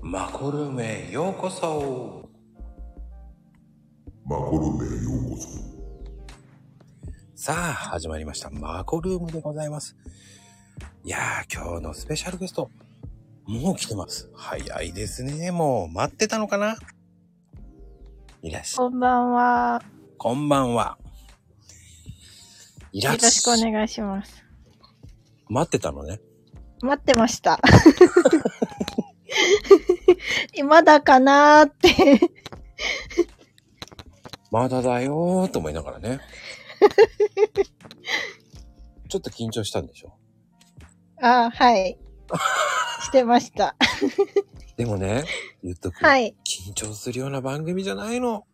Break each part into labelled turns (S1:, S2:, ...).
S1: マコルームへようこそ
S2: マコルームへようこそ。
S1: さあ始まりましたマコルームでございますいやー今日のスペシャルゲストもう来てます早いですねもう待ってたのかないらっしゃ
S3: こんばんは。
S1: こんばんはい
S3: よ
S1: らっ
S3: ろし
S1: し
S3: く
S1: ゃ
S3: お願いします。
S1: 待ってたのね
S3: 待ってました。 まだかなーって。
S1: まだだよーと思いながら ねちょっと緊張したんでしょ
S3: あはい。してました。
S1: でもね言っとく、
S3: はい。
S1: 緊張するような番組じゃないの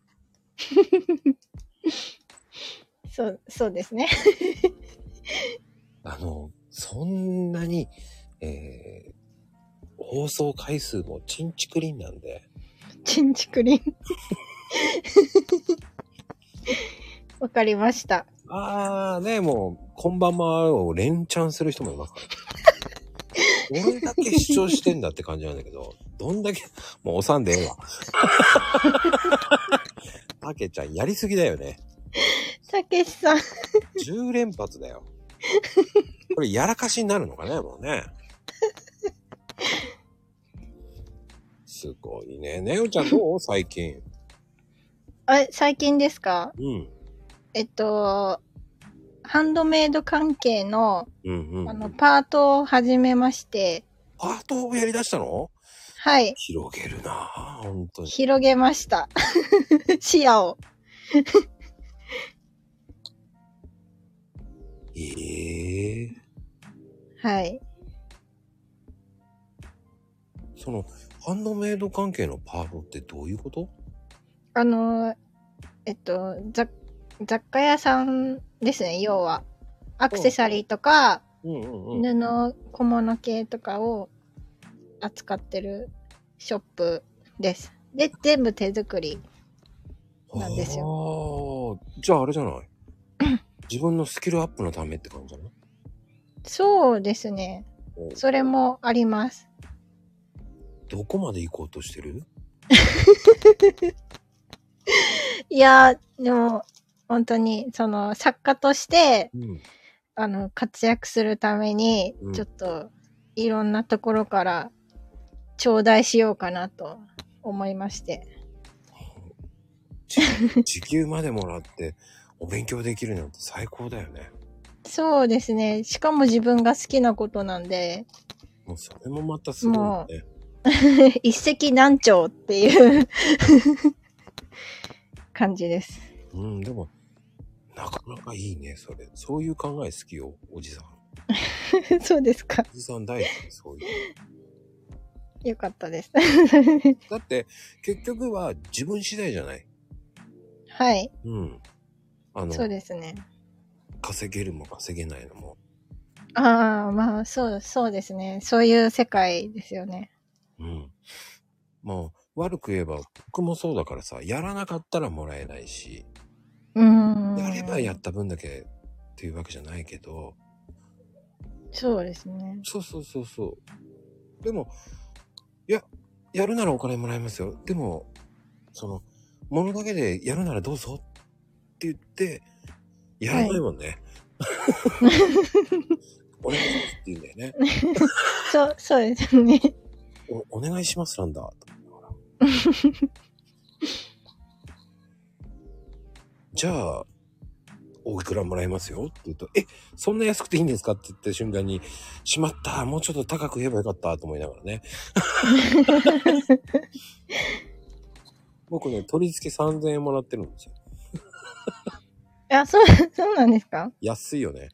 S3: そう、そうですね。
S1: あの、そんなに、えー、放送回数もチンチクリンなんで、
S3: チンチクリン。わかりました。
S1: あーね、もう、こんばんはを連チャンする人もいますから。どれだけ主張してんだって感じなんだけど、どんだけ、もうおさんでええわ。たけちゃんやりすぎだよね。
S3: たけしさん。
S1: 10連発だよ。これやらかしになるのかね、もうね。すごいね。ねおちゃんどう最近。
S3: あ、最近ですか
S1: うん。
S3: えっと、ハンドメイド関係の、
S1: うんうん。
S3: あの、パートを始めまして、
S1: パートをやり出したの
S3: はい。
S1: 広げるなぁ、本当に。
S3: 広げました。 視野を。
S1: ええ
S3: はい。
S1: その、ハンドメイド関係のパートってどういうこと
S3: あのー、えっと、雑雑貨屋さんですね、要は。アクセサリーとか、
S1: うんうんうん。
S3: 布、小物系とかを扱ってるショップです。で、全部手作り。なんです
S1: よ。じゃああれじゃ ない自分のスキルアップのためって感じじゃない
S3: そうですね。それもあります。
S1: どこまで行こうとしてる
S3: いやー、でも、本当に、その、作家として、
S1: うん。
S3: あの、活躍するために
S1: うん、
S3: ちょっと、いろんなところから、頂戴しようかなと思いまして。
S1: じ時給までもらってお勉強できるなんて最高だよね。
S3: そうですね。しかも自分が好きなことなんで、
S1: もうそれもまたすごいよね。
S3: 一石何鳥っていう 感じです。
S1: うん、でも、なかなかいいね、それ。そういう考え好きよ、おじさん。
S3: そうですか。
S1: おじさん大好き、そういう。
S3: よかったです。
S1: だって、結局は自分次第じゃない。
S3: はい。
S1: うん。あの
S3: そ、うですね。
S1: 稼げるも稼げないのも。
S3: ああ、まあ、そう、そうですね。そういう世界ですよね。
S1: うん。まあ、悪く言えば、僕もそうだからさ、やらなかったらもらえないし、
S3: うーん。
S1: やればやった分だけっていうわけじゃないけど、
S3: そうですね。
S1: そうそうそうそう。でも、いや、やるならお金もらえますよ。でも、その、物だけでやるならどうぞって言って、やらないもんね。お願いしますって言うんだよね。
S3: そう、そうですね。
S1: おお願いしますなんだ。とじゃあ、おいくらもらえますよって言うと、え、そんな安くていいんですかって言った瞬間に、しまった、もうちょっと高く言えばよかったと思いながらね。僕ね、取り付け3000円もらってるんですよ。
S3: あ、そう、そうなんですか
S1: 安いよね。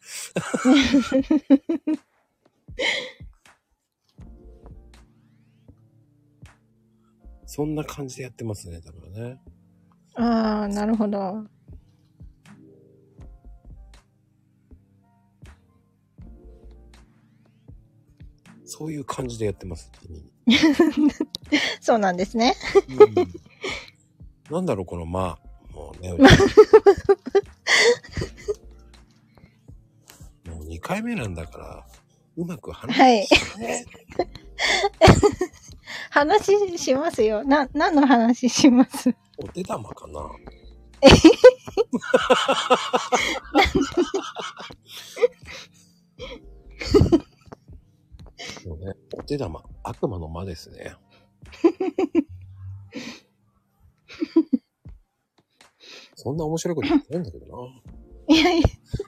S1: そんな感じでやってますね、だからね。
S3: ああ、なるほど。
S1: そういう感じでやってます。
S3: そうなんですね。
S1: なんだろう、このまあ。も うね。もう2回目なんだから、うまく話
S3: はい
S1: してね。
S3: 話しますよ。な、何の話します
S1: お手玉かなそうね、お手玉、悪魔の間ですね。そんな面白いこと言ってないんだけどな。
S3: いやいや、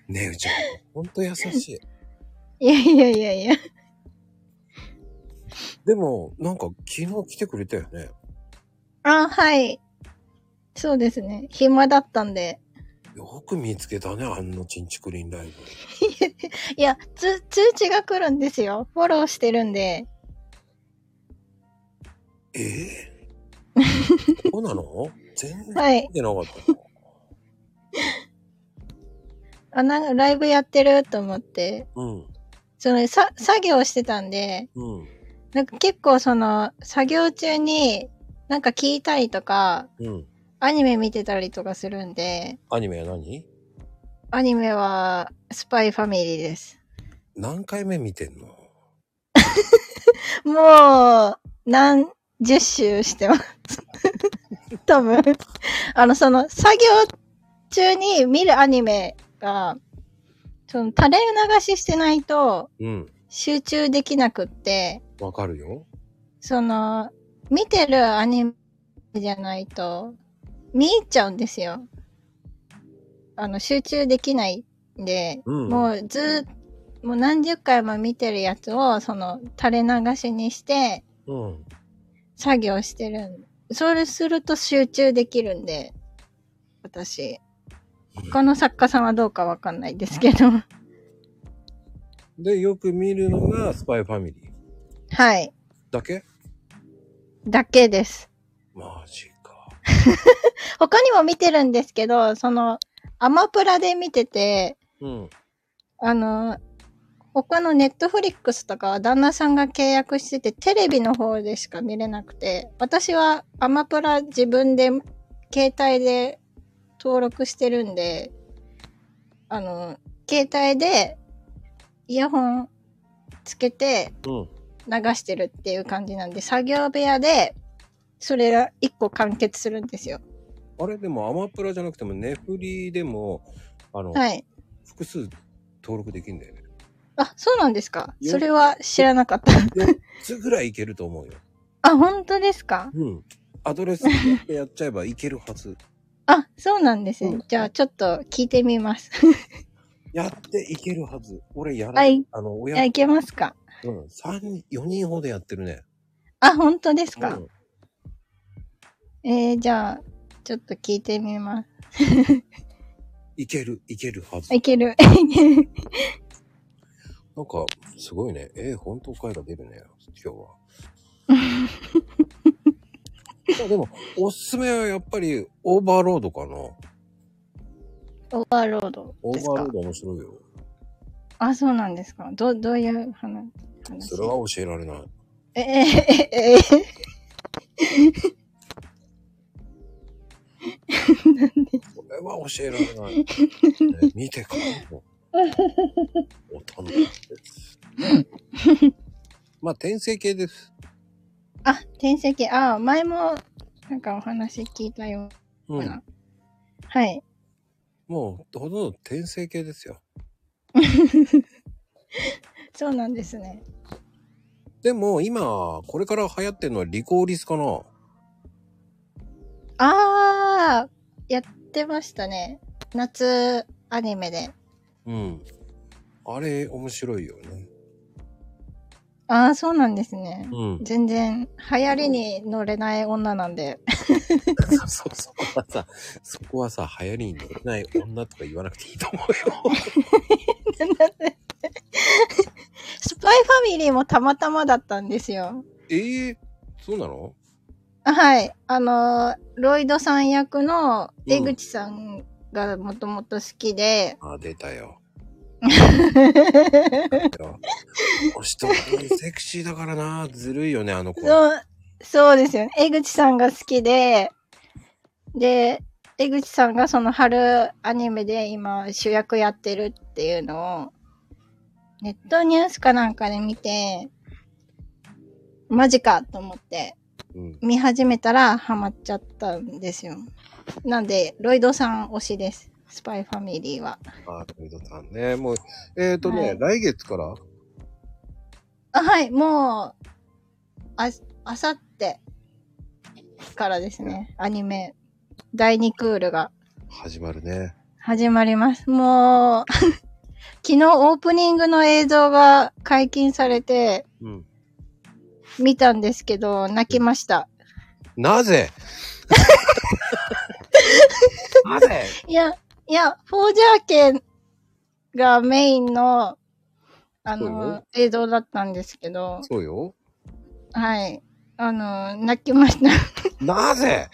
S1: ねえ、うちゃん、ほんと優しい。
S3: いやいやいやいや。
S1: でも、なんか昨日来てくれたよね。
S3: あ、はい。そうですね。暇だったんで。
S1: よく見つけたね、あんのちんちくりんライブ。
S3: いや、つ、通知が来るんですよ。フォローしてるんで。
S1: ええそうなの全然
S3: はい
S1: 見。てなかったの。
S3: あ、なんかライブやってると思って。
S1: うん、
S3: その、さ、作業してたんで、
S1: うん、
S3: なんか結構その、作業中に、なんか聞いたりとか、
S1: うん。
S3: アニメ見てたりとかするんで、
S1: アニメは何
S3: アニメは、スパイファミリーです。
S1: 何回目見てんの
S3: もう、何十周してます。 多分。あの、その、作業中に見るアニメが、その、垂れ流ししてないと
S1: うん、
S3: 集中できなくって、
S1: わかるよ。
S3: その、見てるアニメじゃないと、見入っちゃうんですよ。あの、集中できないんで、
S1: うん。
S3: もうずーもう何十回も見てるやつを、その、垂れ流しにして、
S1: うん。
S3: 作業してるんそれすると集中できるんで、私。他の作家さんはどうかわかんないですけど。
S1: で、よく見るのが、スパイファミリー
S3: はい。
S1: だけ
S3: だけです。
S1: マジか。
S3: 他にも見てるんですけど、その、アマプラで見てて、
S1: うん。
S3: あの、他のネットフリックスとかは旦那さんが契約してて、テレビの方でしか見れなくて、私はアマプラ自分で、携帯で登録してるんで、あの、携帯でイヤホンつけて
S1: うん。
S3: 流してるっていう感じなんで、作業部屋で、それが一個完結するんですよ。
S1: あれ、でも、アマプラじゃなくても、ネフリでも、あの、
S3: はい。
S1: 複数登録できるんだよ ね。
S3: あ、そうなんですか
S1: よ
S3: それは知らなかった。
S1: いつぐらいいけると思うよ。
S3: あ、本当ですか
S1: うん。アドレスでやっちゃえばいけるはず。
S3: あ、そうなんですね。
S1: うん
S3: じゃあ、ちょっと聞いてみます。
S1: やっていけるはず。俺やら
S3: は
S1: ない。
S3: い。
S1: あの、
S3: じゃあ、
S1: 親、
S3: いけますか
S1: うん、三4人ほどやってるね。
S3: あ、本当です
S1: う
S3: か、
S1: ん
S3: えー、じゃあ、ちょっと聞いてみます。
S1: いける、いけるはず。
S3: あいける。
S1: なんか、すごいね。えー、本当かいが出るね、今日は。まあでも、おすすめはやっぱり、オーバーロードかな。
S3: オーバーロード
S1: オ
S3: です
S1: ーバー
S3: か
S1: ロード面白いよ。
S3: あ、そうなんですかど、どういう話話
S1: それは教えられない。
S3: ええええ
S1: それは教えられない。ね見てからの。大人です。まあ、転生系です。
S3: あ、転生系。あ、前も、なんかお話聞いたよう
S1: う
S3: な。
S1: ん。
S3: はい。
S1: もう、ほとんど転生系ですよ。
S3: そうなんですね。
S1: でも、今、これから流行ってるのはリコーリスかな。
S3: あー、やってましたね。夏アニメで。
S1: うん。あれ、面白いよね。
S3: ああ、そうなんですね。
S1: うん。
S3: 全然、流行りに乗れない女なんで。
S1: そ、そこはさ、そこはさ、流行りに乗れない女とか言わなくていいと思うよ。
S3: スパイファミリーもたまたまだったんですよ。
S1: ええそうなの
S3: あはい。あのー、ロイドさん役の出口さんがもともと好きで、
S1: あ、出たよ。 出たよお人はセクシーだからな、ずるいよね、あの子。
S3: そう、そうですよね。江口さんが好きで、で、江口さんがその春アニメで今主役やってるっていうのを、ネットニュースかなんかで見て、マジかと思って、
S1: うん。
S3: 見始めたらハマっちゃったんですよ。なんで、ロイドさん推しです。スパイファミリーは。
S1: あー、トイドさんね。もう、えっ、ー、とね、
S3: はい
S1: 来月から
S3: あ、はい、もう、あ、あさってからですね、アニメ、第2クールが
S1: 始まるね。
S3: 始まります。もう、 昨日オープニングの映像が解禁されて
S1: うん。
S3: 見たんですけど、泣きました。
S1: なぜ なぜ
S3: いや、いや、フォージャー系がメインの、あ
S1: そう
S3: の
S1: よ、
S3: 映像だったんですけど、
S1: そうよ。
S3: はい。あの、泣きました。
S1: なぜ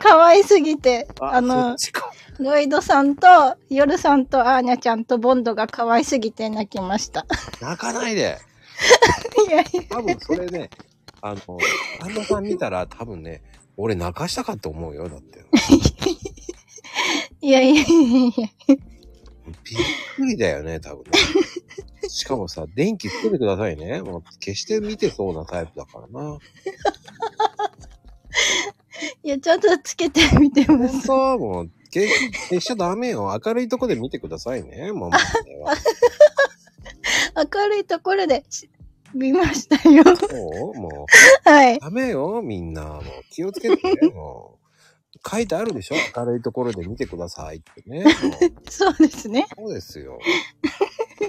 S3: 可愛すぎて、あ
S1: そ
S3: の
S1: っ、ちか。
S3: ロイドさんと、ヨルさんと、アーニャちゃんと、ボンドが可愛すぎて泣きました。
S1: 泣かないで。
S3: いやいや、
S1: 多分それね、あの、旦那さん見たら多分ね、俺泣かしたかって思うよ。だって。
S3: いやいやいやいや。
S1: びっくりだよね、多分ね。しかもさ、電気つけてくださいね。もう決して見てそうなタイプだからな。
S3: いや、ちょっとつけてみてま
S1: 本
S3: す。
S1: 当はもう、消消しちゃダメよ。明るいとこで見てくださいね、もう。まあね
S3: 明るいところでし見ましたよ。
S1: そうも
S3: はい。
S1: う、ダメよ、みんな。もう、気をつけてね、もう。書いてあるでしょ明るいところで見てくださいってね。もう
S3: そうですね。
S1: そうですよ。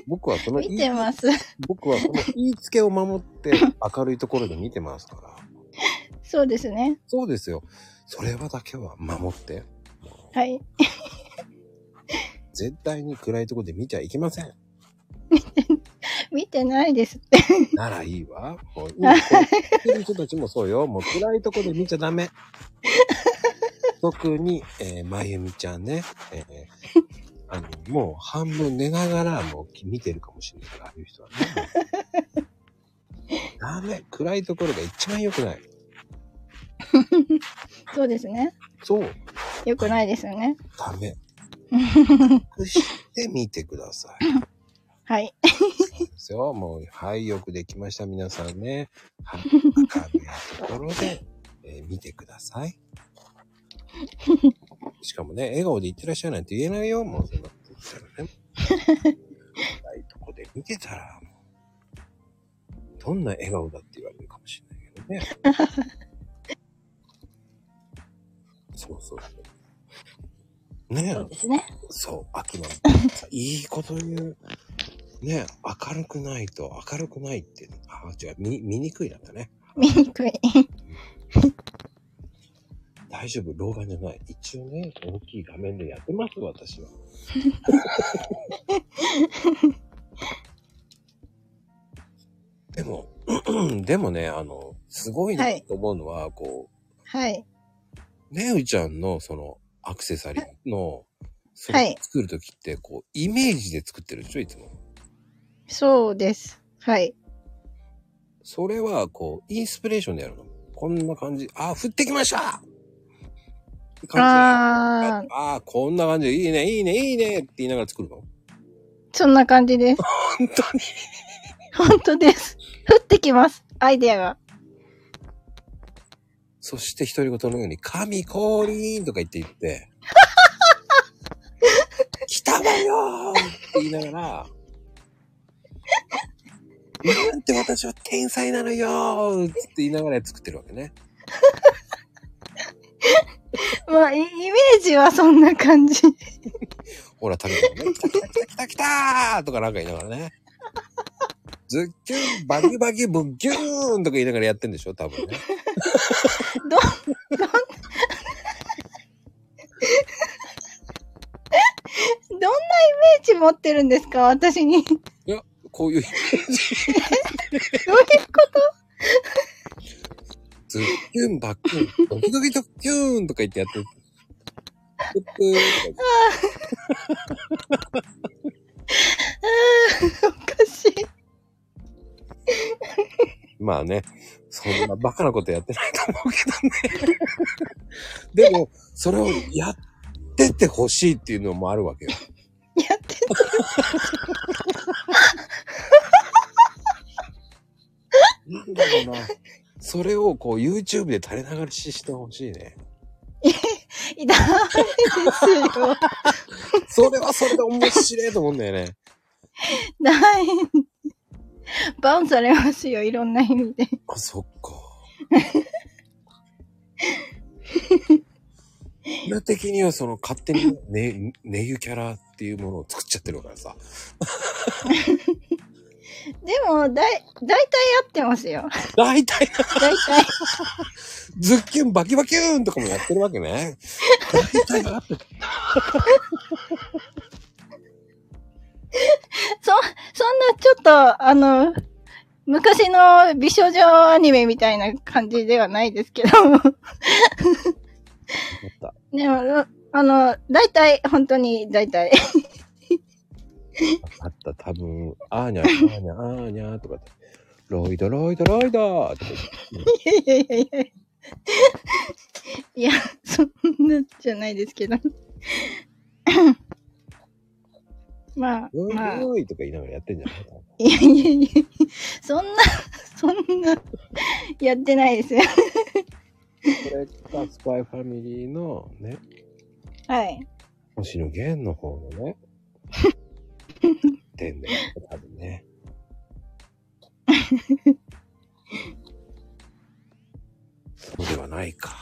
S1: 僕はその言
S3: 見
S1: い
S3: てます。
S1: 僕はその言いつけを守って明るいところで見てますから。
S3: そうですね。
S1: そうですよ。それはだけは守って。
S3: はい。
S1: 絶対に暗いとこで見ちゃいけません。
S3: 見てないですって。
S1: ならいいわ。もう今、こう見てる人たちもそうよ。もう暗いとこで見ちゃダメ。特に、えーまゆみちゃんね。えーあの、もう半分寝ながら、もう見てるかもしれないから、ああいう人はね。もうダメ。暗いところが一番良くない。
S3: そうですね。
S1: そう。
S3: よくないですよね。
S1: ダメ。隠してみてください。
S3: はい。
S1: ですよ。もう、はい、よくできました、皆さんね。はい、明るいところで、えー見てください。しかもね、笑顔で言ってらっしゃいなんて言えないよ、もう、そんなこと言ったらね。暗いとこで見てたら、もう、どんな笑顔だって言われるかもしれないけどね。そうそう。ねえ
S3: そう、ですね。
S1: そう、秋の。いいこと言う。ねえ明るくないと、明るくないって、あ、違う、見、見にくいなんだね。
S3: 見にくい。
S1: 大丈夫、老眼じゃない。一応ね、大きい画面でやってます、私は。でも、 でもね、あの、すごいな
S3: はい
S1: と思うのは、こ
S3: はい。
S1: う、ねうちゃんの、その、アクセサリーの、それ
S3: はい
S1: 作るときって、こう、イメージで作ってるでしょ、いつも。
S3: そうです。はい。
S1: それは、こう、インスピレーションでやるの。こんな感じ。あー、降ってきましたって感じ
S3: あー
S1: あー、こんな感じで、いいね、いいね、いいねって言いながら作るの
S3: そんな感じです。
S1: 本当に
S3: 本当です。降ってきます。アイデアが。
S1: そして、独り言のように、神降臨とか言って言 って、来たわよーって言いながら、なんて私は天才なのよーって言いながら作ってるわけね。
S3: まあ、イイメージはそんな感じ。
S1: ほら、食べてね。来た来た来た来た来たーとかなんか言いながらね。ズッキュン、バキバキ、ブッキューンとか言いながらやってんでしょ多分ね。
S3: どんなイメージ持ってるんですか私に。ど
S1: いや、こういうイメージ。
S3: ういうこと
S1: ズッキュン、バッキュン、ドキドキドッキューンとか言ってやってる。プップーンとか
S3: うーんおかしい。
S1: まあね、そんなバカなことやってないと思うけどね。でも、それをやってってほしいっていうのもあるわけよ。
S3: やってた。
S1: なんだろうな。 それをこう YouTube で垂れ流ししてほしいね。
S3: いらないですよ。
S1: それはそれで面白いと思うんだよね。
S3: ない。バンされますよ、いろんな意味で。
S1: あ、そっか。俺的にはその勝手にね、ねゆキャラっていうものを作っちゃってるからさ。
S3: でも、だい、だいたい合ってますよ。
S1: 大体、
S3: だいたい。
S1: ズッキュンバキバキューンとかもやってるわけね。大体あって
S3: そ、そんなちょっと、あの、昔の美少女アニメみたいな感じではないですけど。
S1: た思っ
S3: でも、あの、だいたい、本当にだいたい。
S1: た。あった、多分、あーにゃ、あーにゃ、あーにゃとかって。ロイド、ロイド、ロイドって。
S3: いやいやいや いや。いや、そんなじゃないですけど。 まあ、
S1: うい
S3: まあ、
S1: ういとか言いながらやってんじゃない
S3: いやいやいや、そんな、そんな、やってないですよ。
S1: これがスパイファミリーのね、
S3: はい。
S1: 星野源の方のね、点だよね、多分ね。そうではないか。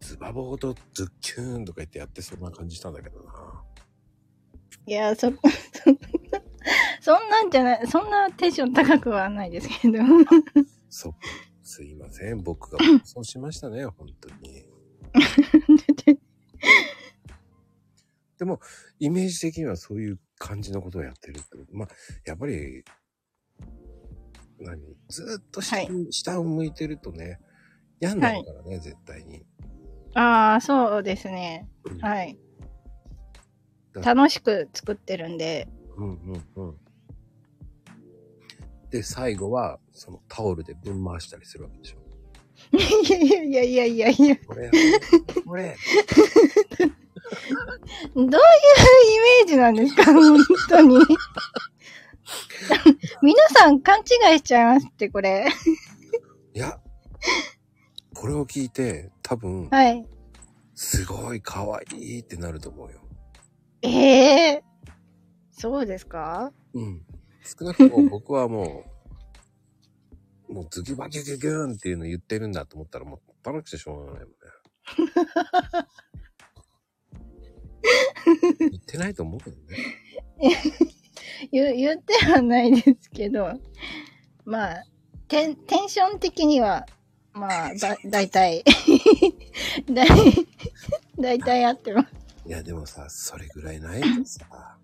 S1: ズバボーとズッキューンとか言ってやってそんな感じしたんだけどな。
S3: いや、そ、そん な、そんなんじゃない、そんなテンション高くはないですけど。
S1: そっかすいません。僕がそうしましたね、本当に。でも、イメージ的にはそういう感じのことをやってるってこと。まあ、やっぱり、何ずっと下,、
S3: はい
S1: 下を向いてるとね、病んだからね、絶対に。
S3: ああ、そうですね。はい。楽しく作ってるんで、
S1: うんうんうん。で、最後は、そのタオルでぶん回したりするわけでしょ。
S3: いやいやいやいやいやいや、
S1: これ、 これ、
S3: どういうイメージなんですか、 本当に。皆さん勘違いしちゃいますって、これ。
S1: いや、これを聞いて、多分、
S3: はい。
S1: すごい可愛いってなると思うよ。
S3: ええそうですか
S1: うん。少なくとも僕はもう、もうズキバキュキュキューンっていうの言ってるんだと思ったらもう楽しくてしょうがないもんね。言ってないと思うけどね。
S3: 言言ってはないですけど、まあ、テン、テンション的には、まあ、だ、だいたい、 だい、だいたい合ってます。
S1: いやでもさ、それぐらいないとさ。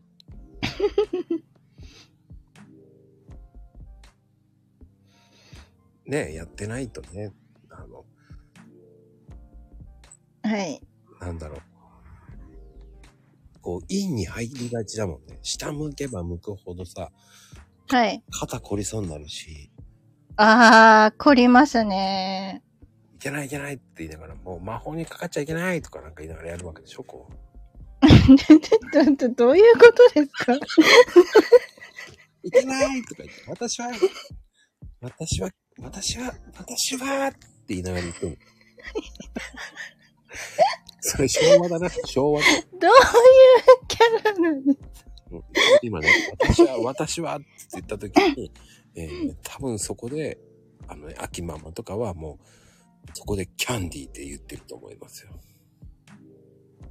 S1: ねえ、やってないとね、あの、
S3: はい。
S1: なんだろう。こう、陰に入りがちだもんね。下向けば向くほどさ、
S3: はい。
S1: 肩凝りそうになるし、
S3: ああ、凝りますね。
S1: いけないいけないって言いながら、もう魔法にかかっちゃいけないとかなんか言いながらやるわけでしょ、こう。
S3: ど、ど、どういうことですか
S1: いけないとか言って、私は、私は、私は、私はって言いながら言っても。それ昭和だな、昭和だ。
S3: どういうキャラなんです
S1: うん今ね、私は、私はって言った時に、えー多分そこで、あのね、秋ママとかはもう、そこでキャンディーって言ってると思いますよ。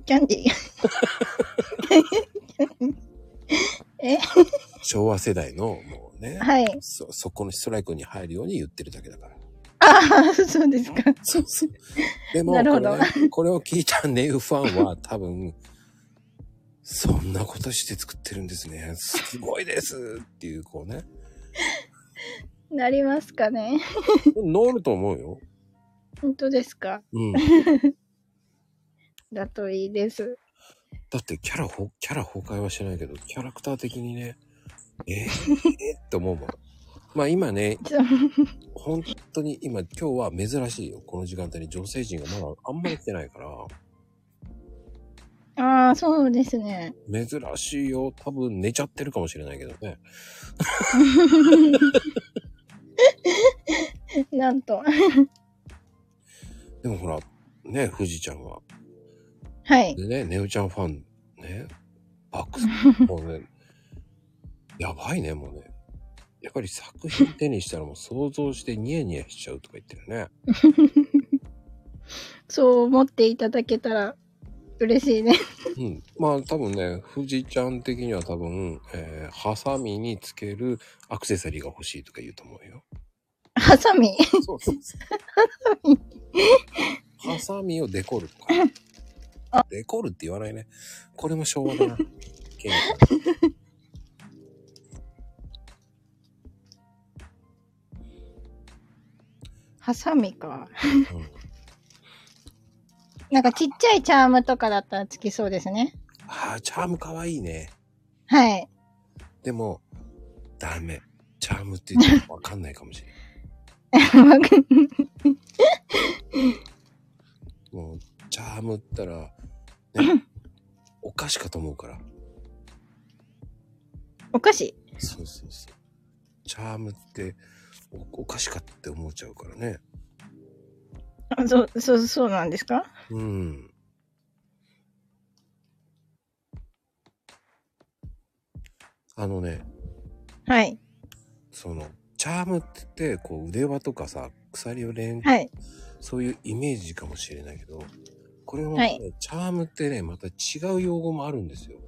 S3: キャンディー。
S1: 昭和世代の、もうね、
S3: はい。
S1: そ、そこのストライクに入るように言ってるだけだから。
S3: ああ、 そうですか。
S1: そうそう。でも、
S3: なるほど
S1: これねこれを聞いたネウファンは多分、そんなことして作ってるんですね。すごいですっていう、こうね。
S3: なりますかね。
S1: 乗ると思うよ。
S3: 本当ですか
S1: うん。
S3: だといいです。
S1: だってキャラほ、キャラ崩壊はしてないけど、キャラクター的にね、え ー、えって思うもん。まあ今ね、
S3: そう
S1: 本当に今、今日は珍しいよ。この時間帯に女性陣がまだあんまり来てないから、
S3: ああ、そうですね。
S1: 珍しいよ。多分寝ちゃってるかもしれないけどね。
S3: なんと。
S1: でもほら、ね、富士ちゃんは。
S3: はい。
S1: でね、ネウちゃんファン、ね、バックス、もうね、やばいね、もうね。やっぱり作品手にしたらもう想像してニヤニヤしちゃうとか言ってるね。
S3: そう思っていただけたら嬉しいね。
S1: うん。まあ多分ね、富士ちゃん的には多分、えーハサミにつけるアクセサリーが欲しいとか言うと思うよ。
S3: ハサミ。
S1: そうそうそう。ハサミをデコる とか。デコるって言わないね。これも昭和だな。ケン
S3: ハサミか。
S1: うん
S3: なんかちっちゃいチャームとかだったらつきそうですね。
S1: ああ、チャームかわいいね。
S3: はい。
S1: でも、ダメ。チャームって言ってもわかんないかもしれない。もう、チャームったら、 ね、お菓子かと思うから。
S3: お菓子
S1: そうそうそう。チャームってお、お菓子かって思っちゃうからね。
S3: あそう、そう、そうなんですか
S1: うん。あのね、
S3: はい。
S1: その、チャームって言って、こう腕輪とかさ、鎖を連
S3: はい。
S1: そういうイメージかもしれないけど、これも、ね
S3: はい
S1: チャームってね、また違う用語もあるんですよ。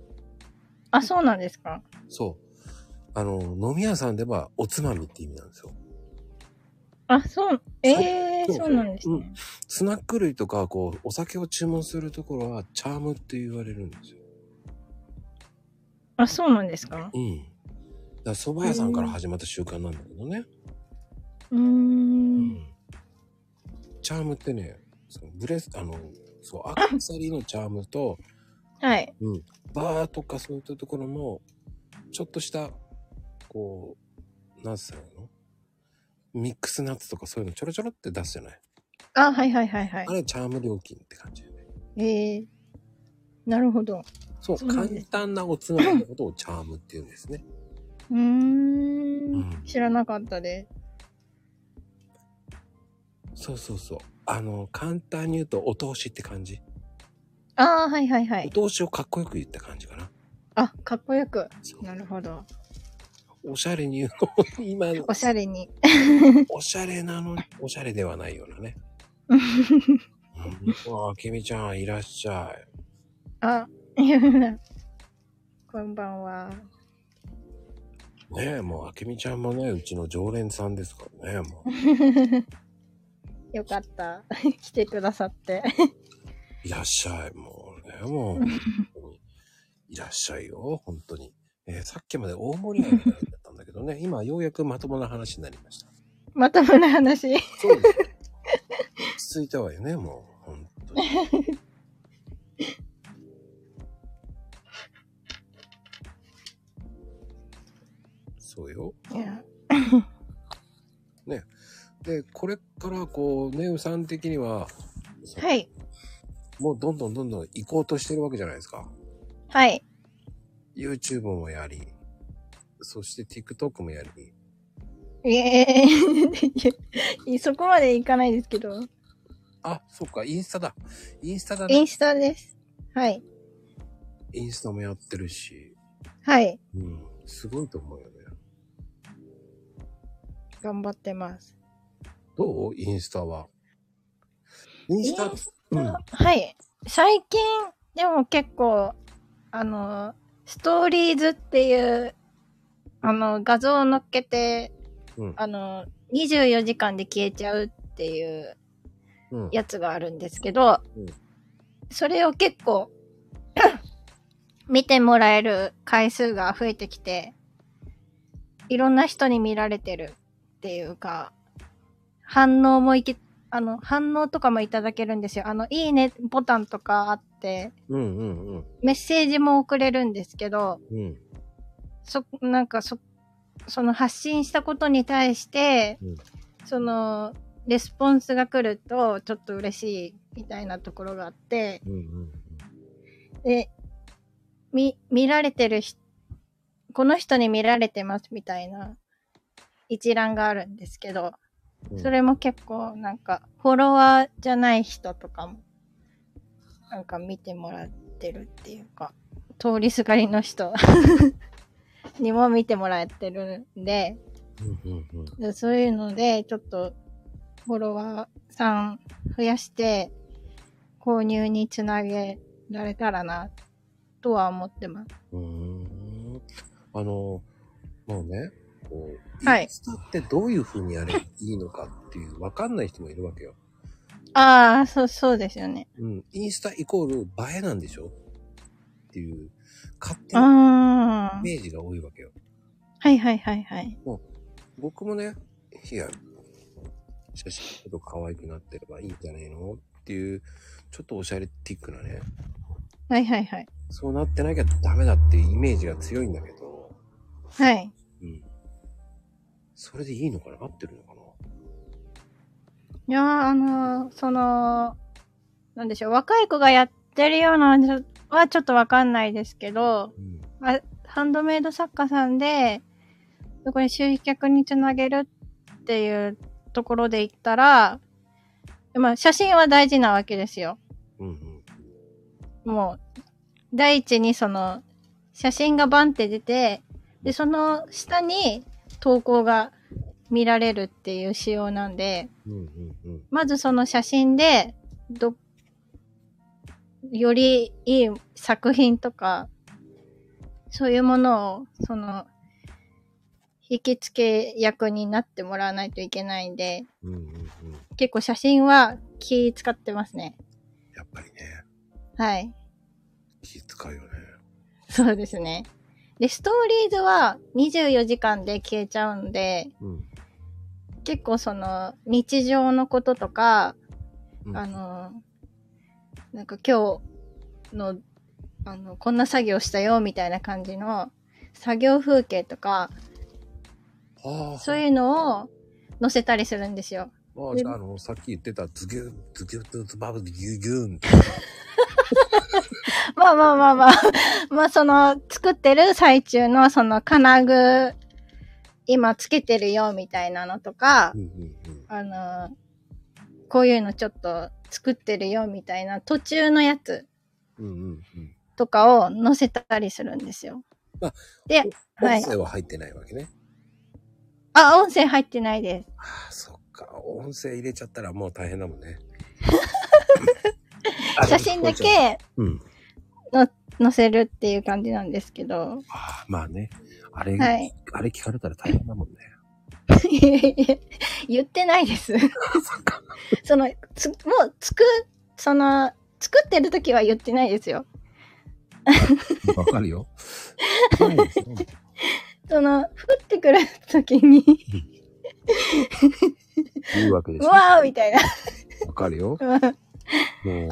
S3: あ、そうなんですか
S1: そう。あの、飲み屋さんではおつまみって意味なんですよ。
S3: あ、そう、ええ
S1: そう
S3: そうなんです
S1: う
S3: ね。
S1: スナック類とか、こう、お酒を注文するところは、チャームって言われるんですよ。
S3: あ、そうなんですか
S1: うん。だから蕎麦屋さんから始まった習慣なんだけどね。
S3: うー。
S1: うんん。チャームってね、そのブレス、あの、そう、アクセサリーのチャームと、
S3: はい。
S1: バーとかそういったところも、ちょっとした、こう、なんすうのミックスナッツとかそういうのちょろちょろって出すじゃない。
S3: あ、はいはいはいはい
S1: あ。れチャーム料金って感じだよね。
S3: ええなるほど。
S1: そう、
S3: そうな
S1: 簡
S3: んです
S1: 単なおつまみのことをチャームって言うんですね。
S3: うー
S1: うん
S3: ん。知らなかったで
S1: そうそうそう。あの、簡単に言うとお通しって感じ。
S3: す。ああ、はいはいはい。
S1: お通しをかっこよく言った感じかな。
S3: あ、かっこよく。
S1: そう
S3: なるほど。
S1: おしゃれに言うと、今の
S3: おしゃれに。
S1: おしゃれなのに、おしゃれではないような ね。うん、あけみちゃん、いらっしゃい。
S3: あ、 こんばんは。
S1: ねえ、もう、あけみちゃんもね、うちの常連さんですからね、もう。
S3: よかった。 来てくださって。
S1: いらっしゃい、もうね、もう、本当にいらっしゃいよ、本当に。えーさっきまで大盛り上がりだったんだけどね、今、ようやくまともな話になりました。
S3: まともな話。
S1: そうです。落ち着いたわよね、もう、本当に。そうよ。
S3: いや
S1: で、これからこう、ネウさん的には、
S3: はい。
S1: もうどんどんどんどん行こうとしてるわけじゃないですか。
S3: はい。
S1: YouTube もやり、そして TikTok もやり。
S3: いえ いやそこまでいかないですけど。
S1: あ、そっか、インスタだ。インスタだ
S3: イ
S1: ね。
S3: ンスタです。はい。
S1: インスタもやってるし、
S3: はい。
S1: うん、すごいと思うよね。
S3: 頑張ってます。
S1: どうインスタは。インスタ、
S3: イン
S1: うん。
S3: はい。最近、でも結構、あの、ストーリーズっていう、あの、画像を乗っけて、
S1: うん
S3: あの、24時間で消えちゃうっていう
S1: うん。
S3: やつがあるんですけど、
S1: うん
S3: それを結構見てもらえる回数が増えてきていろんな人に見られてるっていうか反応もいけあの反応とかもいただけるんですよあの「いいね」ボタンとかあって
S1: うんうんうん。
S3: メッセージも送れるんですけど
S1: うん。
S3: そなんかそその発信したことに対して、
S1: うん
S3: そのレスポンスが来るとちょっと嬉しいみたいなところがあって
S1: うんうん
S3: で見見られてる人この人に見られてますみたいな一覧があるんですけど
S1: うん
S3: それも結構なんかフォロワーじゃない人とかもなんか見てもらってるっていうか通りすがりの人 にも見てもらってるんで
S1: うんうんうん
S3: でそういうのでちょっとフォロワーさん増やして購入につなげられたらなとは思ってます。
S1: うーんあの、もうね、こう、
S3: はい
S1: インスタってどういう風にやればいいのかっていう、わかんない人もいるわけよ。
S3: ああ、そう、そうですよね。
S1: うん、インスタイコール映えなんでしょっていう、勝手な
S3: ああ
S1: イ。メージが多いわけよ。
S3: はいはいはいはい。
S1: 僕もね、いや、写真ちょっと可愛くなってればいいんじゃないのっていう、ちょっとオシャレティックなね、
S3: はいはいはい。
S1: そうなってなきゃダメだっていうイメージが強いんだけど、
S3: はい。
S1: うん。それでいいのかな合ってるのかない
S3: やー、あのーその、なんでしょう、若い子がやってるようなのはちょっとわかんないですけど、
S1: うん。
S3: あハンドメイド作家さんで、そこに集客につなげるっていうところで言ったら、まあ、写真は大事なわけですよ。
S1: うんうん。
S3: もう、第一にその、写真がバンって出て、で、その下に投稿が見られるっていう仕様なんで、
S1: うんうんうん。
S3: まずその写真で、ど、よりいい作品とか、そういうものを、その、引き付け役になってもらわないといけないんで、
S1: うんうんうん。
S3: 結構写真は気使ってますね。
S1: やっぱりね、
S3: はい。
S1: 気使うよね。
S3: そうですね。で、ストーリーズは24時間で消えちゃうんで、
S1: うん。
S3: 結構その日常のこととか、
S1: うん
S3: あの、なんか今日の、あの、こんな作業したよみたいな感じの作業風景とか、
S1: ああ、
S3: そういうのを載せたりするんですよ。
S1: ああ、じゃあ、あの、さっき言ってた、ズギュン、ズギュン、ズバブ、ズギュギュンって。
S3: まあまあまあまあ、 まあその作ってる最中のその金具、今つけてるよみたいなのとか
S1: う、んうん
S3: あの、こういうのちょっと作ってるよみたいな途中のやつ。
S1: うん。うんうんうん。
S3: とかを載せたりするんですよ。
S1: あ
S3: で、はい
S1: 音。声は入ってないわけね。
S3: あ、音声入ってないです。
S1: ああ、そっか。音声入れちゃったらもう大変だもんね。 あ
S3: 写真だ。け
S1: うん。
S3: 載せるっていう感じなんですけど。
S1: ああ、まあね。あれ、
S3: はい
S1: あれ聞かれたら大変だもんね。
S3: 言ってないで
S1: そ
S3: す。
S1: っか。
S3: その、つもう、つく、その、作ってる時は言ってないですよ。
S1: わかるよ。そうですね
S3: その、降ってくる時に、
S1: いいわけで
S3: う
S1: すよ。わ
S3: わーみたいな。
S1: かるよ。
S3: は
S1: もう、
S3: い。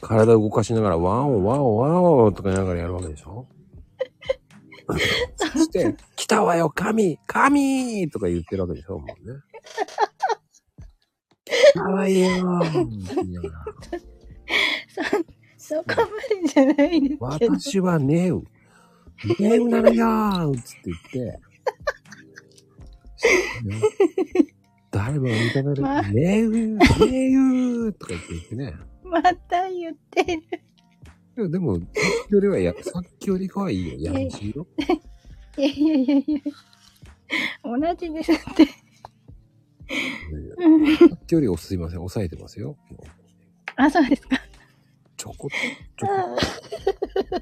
S1: 体動かしながら、ワオワオワオとか言いながらやるわけでしょそして、来たわよ、神神とか言ってるわけでしょもうね。来たわよって言いながら
S3: そこまでじゃないですけど。
S1: 私はネウ。ネウなのよーつって言って。誰もが認める。
S3: まあ
S1: ネウネウとか言って言ってね。
S3: また言ってる。
S1: でもでも、さっきよりはや、さっきよりかはいいよ。やらしいよ。
S3: いやいやいやいや。同じです って。うん
S1: さっきよりおすいません、抑えてますよ。もう
S3: あ、そうですか。
S1: ちょこっと、ちょこっ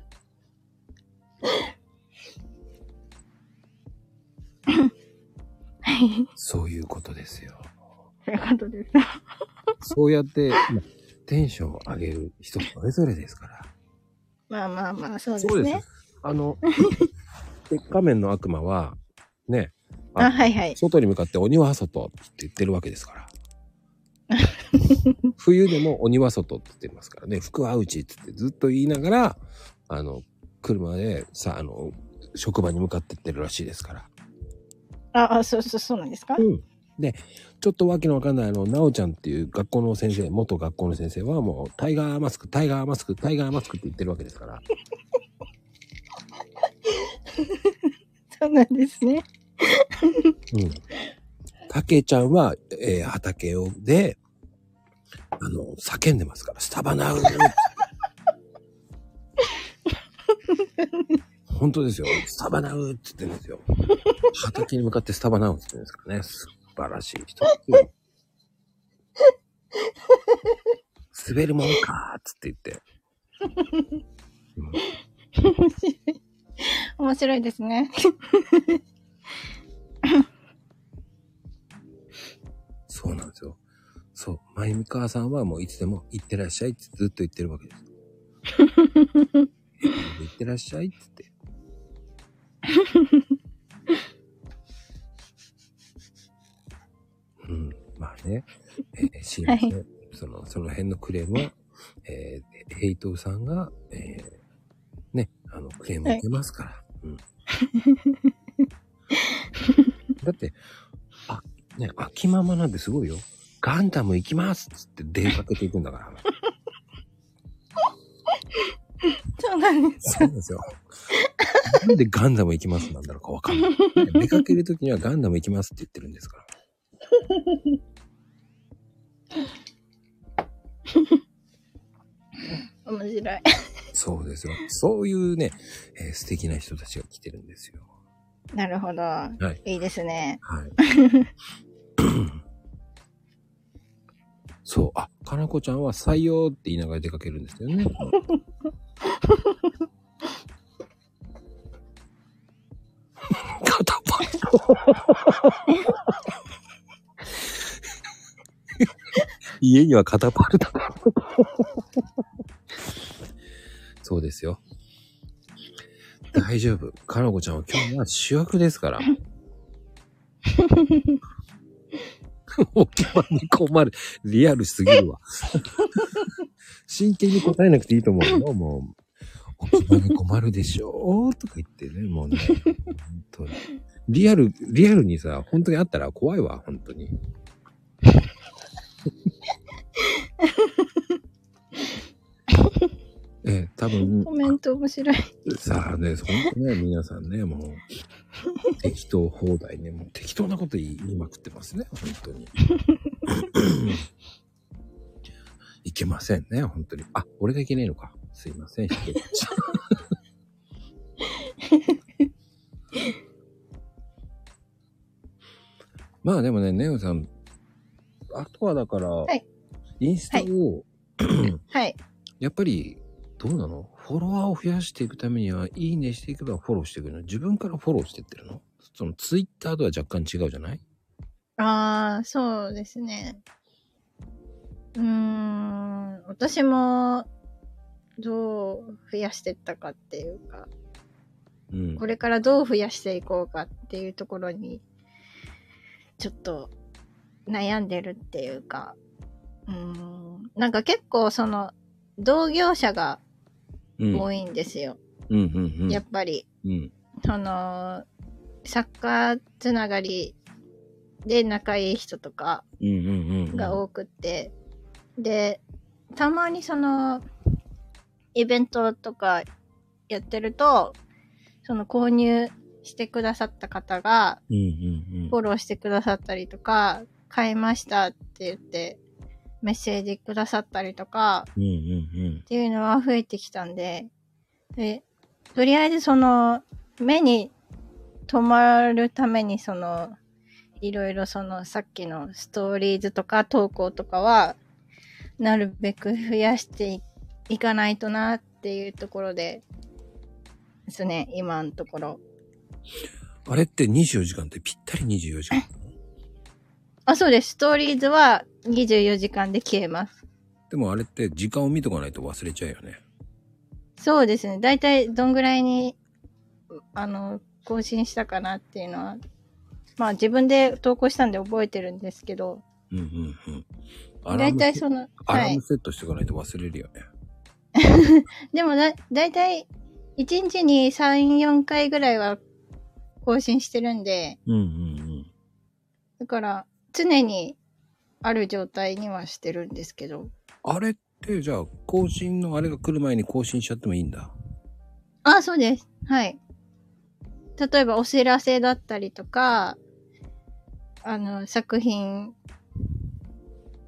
S3: はい。
S1: と、そういうことですよ。
S3: そういうことです。
S1: そうやって、まあテンションを上げる人それぞれですから。
S3: まあまあまあ、そうですね。
S1: あの、 鉄仮面の悪魔は、ね、
S3: あ、はいはい。
S1: 外に向かって鬼は外って言ってるわけです から。冬でも鬼は外って言ってますからね、服は内ってってずっと言いながら、あの、車でさ、あの、職場に向かってってるらしいですから。
S3: あ、あ、そうそう、そうなんですか
S1: うん。で、ちょっとわけのわかんない、あの、なおちゃんっていう学校の先生、元学校の先生はもう、タイガーマスク、タイガーマスク、タイガーマスクって言ってるわけですから。
S3: そうなんですね。
S1: うん。たけちゃんは、えー畑を、で、あの、叫んでますから、スタバナウ本当ですよ。スタバナウって言ってるんですよ。畑に向かってスタバナウって言ってるんですからね。素晴らしい人。滑るもんかーっつって言って。うん
S3: 面白いですね。
S1: そうなんですよ。そう。まゆみかわさんはもういつでも行ってらっしゃいってずっと言ってるわけです。行ってらっしゃいってって。うん。まあね。えー、シーマさんその、その辺のクレームは、えー、ヘイトさんが、えー、ね、あの、クレームを受けますから。うん。だって、あ、ね、空きままなんてすごいよ。ガンダム行きますっつって出かけていくんだから。
S3: そうなんです。
S1: そうですよ。なんでガンダム行きますなんだろうかわかんない。ね出かけるときにはガンダム行きますって言ってるんですから。
S3: 面白い。
S1: そうですよ。そういうね、えー素敵な人たちが来てるんですよ。
S3: なるほど。
S1: はい。
S3: いいですね。
S1: はい。 そう。あ、かなこちゃんは採用って言いながら出かけるんですよ ね。肩パッド。家には肩パ ルだ。そうですよ。大丈夫。かなこちゃんは今日は主役ですから。おきまに困る。リアルすぎるわ。真剣に答えなくていいと思うよ。もう、おきまに困るでしょうとか言ってね、もうね。本当に。リアル、リアルにさ、本当にあったら怖いわ、本当に。ええ、多分
S3: コメント面白い。
S1: さあね、ほんとね、皆さんね、もう、適当放題ね、もう適当なこと言い言いまくってますね、本当に。 いけませんね、本当に。あ、俺がいけないのか。すいません、失礼しました まあでもね、ネオさん、あとはだから、
S3: い
S1: インスタを、
S3: はい。
S1: やっぱり、どうなのフォロワーを増やしていくためには、いいねしていけばフォローしていくの自分からフォローしていってるのそのツイッターとは若干違うじゃない
S3: ああ、そうですね。うーん、私も、どう増やしてったかっていうか、
S1: うん
S3: こ。れからどう増やしていこうかっていうところに、ちょっと悩んでるっていうか、うーん、なんか結構その、同業者が
S1: うん。うん
S3: 多いんですよ。
S1: うんうん。
S3: やっぱり。
S1: うん。
S3: その、サッカーつながりで仲いい人とか
S1: うんうんうんうん。
S3: が多くって、で、たまにその、イベントとかやってると、その購入してくださった方が、
S1: うんうん
S3: フォローしてくださったりとか、買いましたって言って、メッセージくださったりとか、
S1: うん。うんうん
S3: っていうのは増えてきたんで、で、とりあえずその、目に留まるためにその、いろいろその、さっきのストーリーズとか投稿とかは、なるべく増やしていいかないとなっていうところで、ですね、今のところ。
S1: うん。あれって24時間ってぴったり24時間なの
S3: あ、そうです。ストーリーズは24時間で消えます。
S1: でもあれって時間を見とかないと忘れちゃうよね。
S3: そうですね。だいたいどんぐらいに、あの、更新したかなっていうのは、まあ自分で投稿したんで覚えてるんですけど、
S1: うんうんうん。ア
S3: だ
S1: ラー
S3: い
S1: ム
S3: たいその、
S1: ア
S3: は
S1: ラー
S3: い
S1: ム。セットしておかないと忘れるよね。
S3: でもだ、だいたい1日に3、4回ぐらいは更新してるんで、
S1: うんうん
S3: だから常にある状態にはしてるんですけど、
S1: うん。あれってじゃあ更新のあれが来る前に更新しちゃってもいいんだ。
S3: あ、そうです。はい。例えばお知らせだったりとか、あの、作品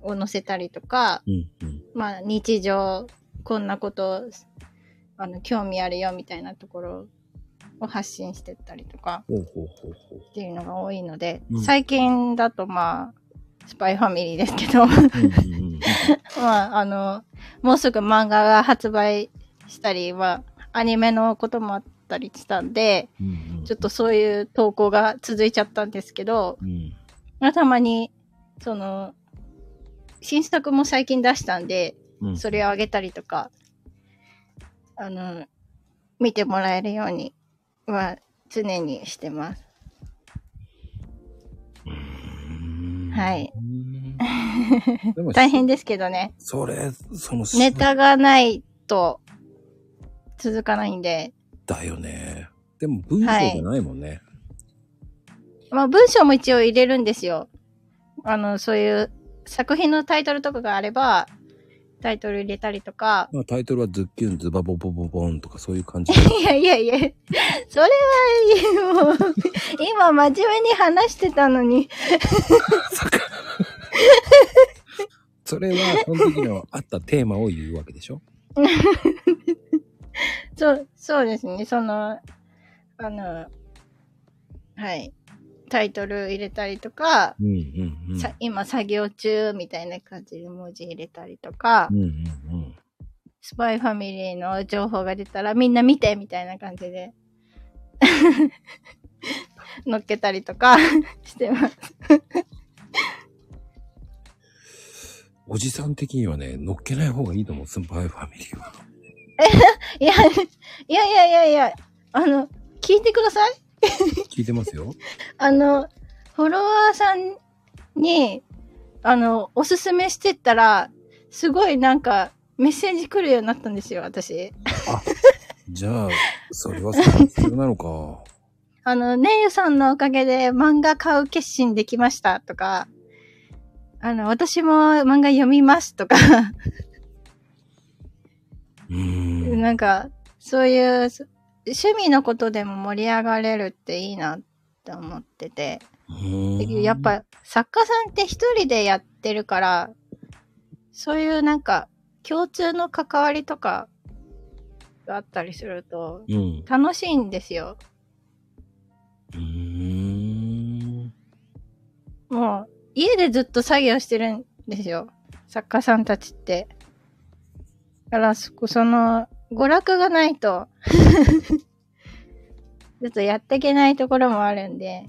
S3: を載せたりとか、
S1: うんうん。
S3: まあ、日常、こんなこと、あの、興味あるよみたいなところを発信してったりとか
S1: ほうほうほうほう。
S3: っていうのが多いので、
S1: うん
S3: 最近だとまあ、スパイファミリーですけど、
S1: うんうんうん
S3: まあ、あの、もうすぐ漫画が発売したり、まあ、アニメのこともあったりしたんで、
S1: うんうん
S3: ちょっとそういう投稿が続いちゃったんですけど、
S1: うん。
S3: まあ、たまに、その、新作も最近出したんで、
S1: うん
S3: それをあげたりとか、あの、見てもらえるようには常にしてます。はい。
S1: でも
S3: 大変ですけどね、
S1: それ、その、
S3: ネタがないと続かないんで、
S1: だよね。でも文章じゃないもんね。
S3: まあ文章も一応入れるんですよ。あの、そういう作品のタイトルとかがあれば、タイトル入れたりとか、
S1: まあ、タイトルはズッキュンズバボボボボンとかそういう感じ。
S3: いやいやいや、それは、もう、 今真面目に話してたのに、
S1: それは、その時のあったテーマを言うわけでしょ
S3: そう、そうですね、その、あの、はい、タイトル入れたりとか、
S1: うんうんうん。
S3: さ今作業中みたいな感じで文字入れたりとか
S1: う、んうん
S3: スパイファミリーの情報が出たらみんな見てみたいな感じで、 乗っけたりとか してます。
S1: うん。おじさん的にはね、乗っけない方がいいと思う、スンパイファミリーは。
S3: いや、いやいやいやいや、あの、聞いてください。
S1: 聞いてます よ。
S3: あの、フォロワーさんに、あの、おすすめしてったら、すごいなんか、メッセージ来るようになったんですよ、私。
S1: じゃあ、それはそれは必要なのか。
S3: あの、ねゆさんのおかげで漫画買う決心できましたとか、あの、私も漫画読みますとか、
S1: うーん。
S3: なんか、そういう、そ趣味のことでも盛り上がれるっていいなって思ってて、
S1: うーん
S3: やっ、ぱ作家さんって一人でやってるから、そういうなんか共通の関わりとかがあったりすると
S1: うん。
S3: 楽しいんですよ。
S1: うーん。
S3: もう家でずっと作業してるんですよ。作家さんたちって。だからそこ、その、娯楽がないと、 ちょっとやっていけないところもあるんで、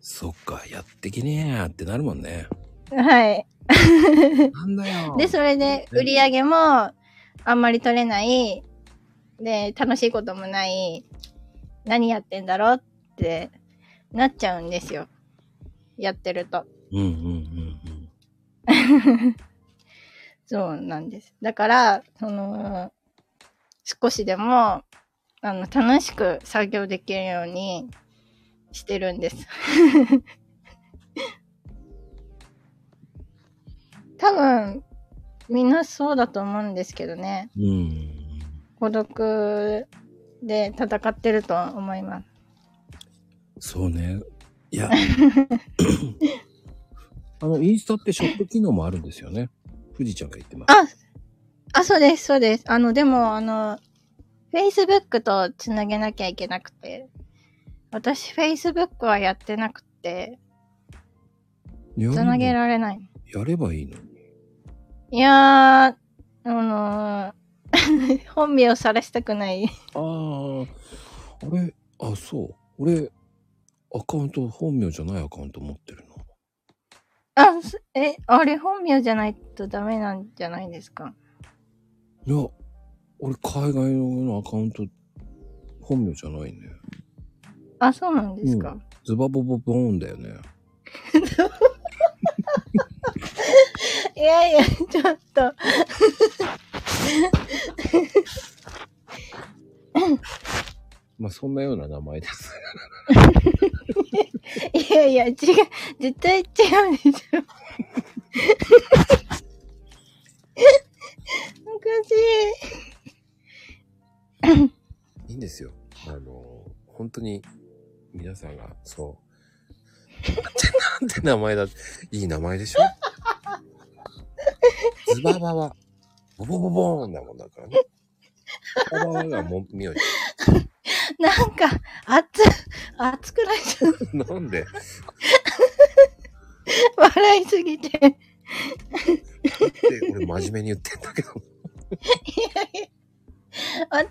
S1: そっか、やってけねえやってなるもん ね。
S3: はい。
S1: なんだよ。
S3: で、それで売り上げもあんまり取れない。で、楽しいこともない。何やってんだろうってなっちゃうんですよ。やってると。
S1: うんうんうんうん。
S3: そうなんです。だから、その、少しでも、あの、楽しく作業できるようにしてるんです。 多分、みんなそうだと思うんですけどね。
S1: うん。
S3: 孤独で戦ってると思います。
S1: そうね。い や。あの、インスタってショップ機能もあるんですよね。富士ちゃんが言ってます。
S3: ああ、そうです、そうです。あの、でも、あの、Facebook とつなげなきゃいけなくて、私 Facebook はやってなくて、つなげ
S1: や
S3: られない。
S1: やればいいのに。
S3: いやー、あのー 本名を晒したくない。
S1: ああ。あれあ、そう。俺、アカウント、本名じゃないアカウント持ってるの。
S3: あ、すえ、あれ本名じゃないとダメなんじゃないですか。
S1: いや、俺、海外のアカウント、本名じゃないね。
S3: あ、そうなんですか。
S1: ズバボボボーンだよね。
S3: いやいや、ちょっと。
S1: まあ、そんなような名前です。
S3: いやいや、違う。絶対違うでしょ。おかしい。
S1: いいんですよ。あの、本当に皆さんが、そう、 なんて名前だ。いい名前でしょズババは、ボボボボーンだもんだからね。ズババはがもう、みよち
S3: なんか、熱、熱くないちゃ
S1: ゃ
S3: う。
S1: ん。 なんで
S3: 笑いすぎて。い
S1: って俺真面目に言ってんだけど。
S3: やいや私だ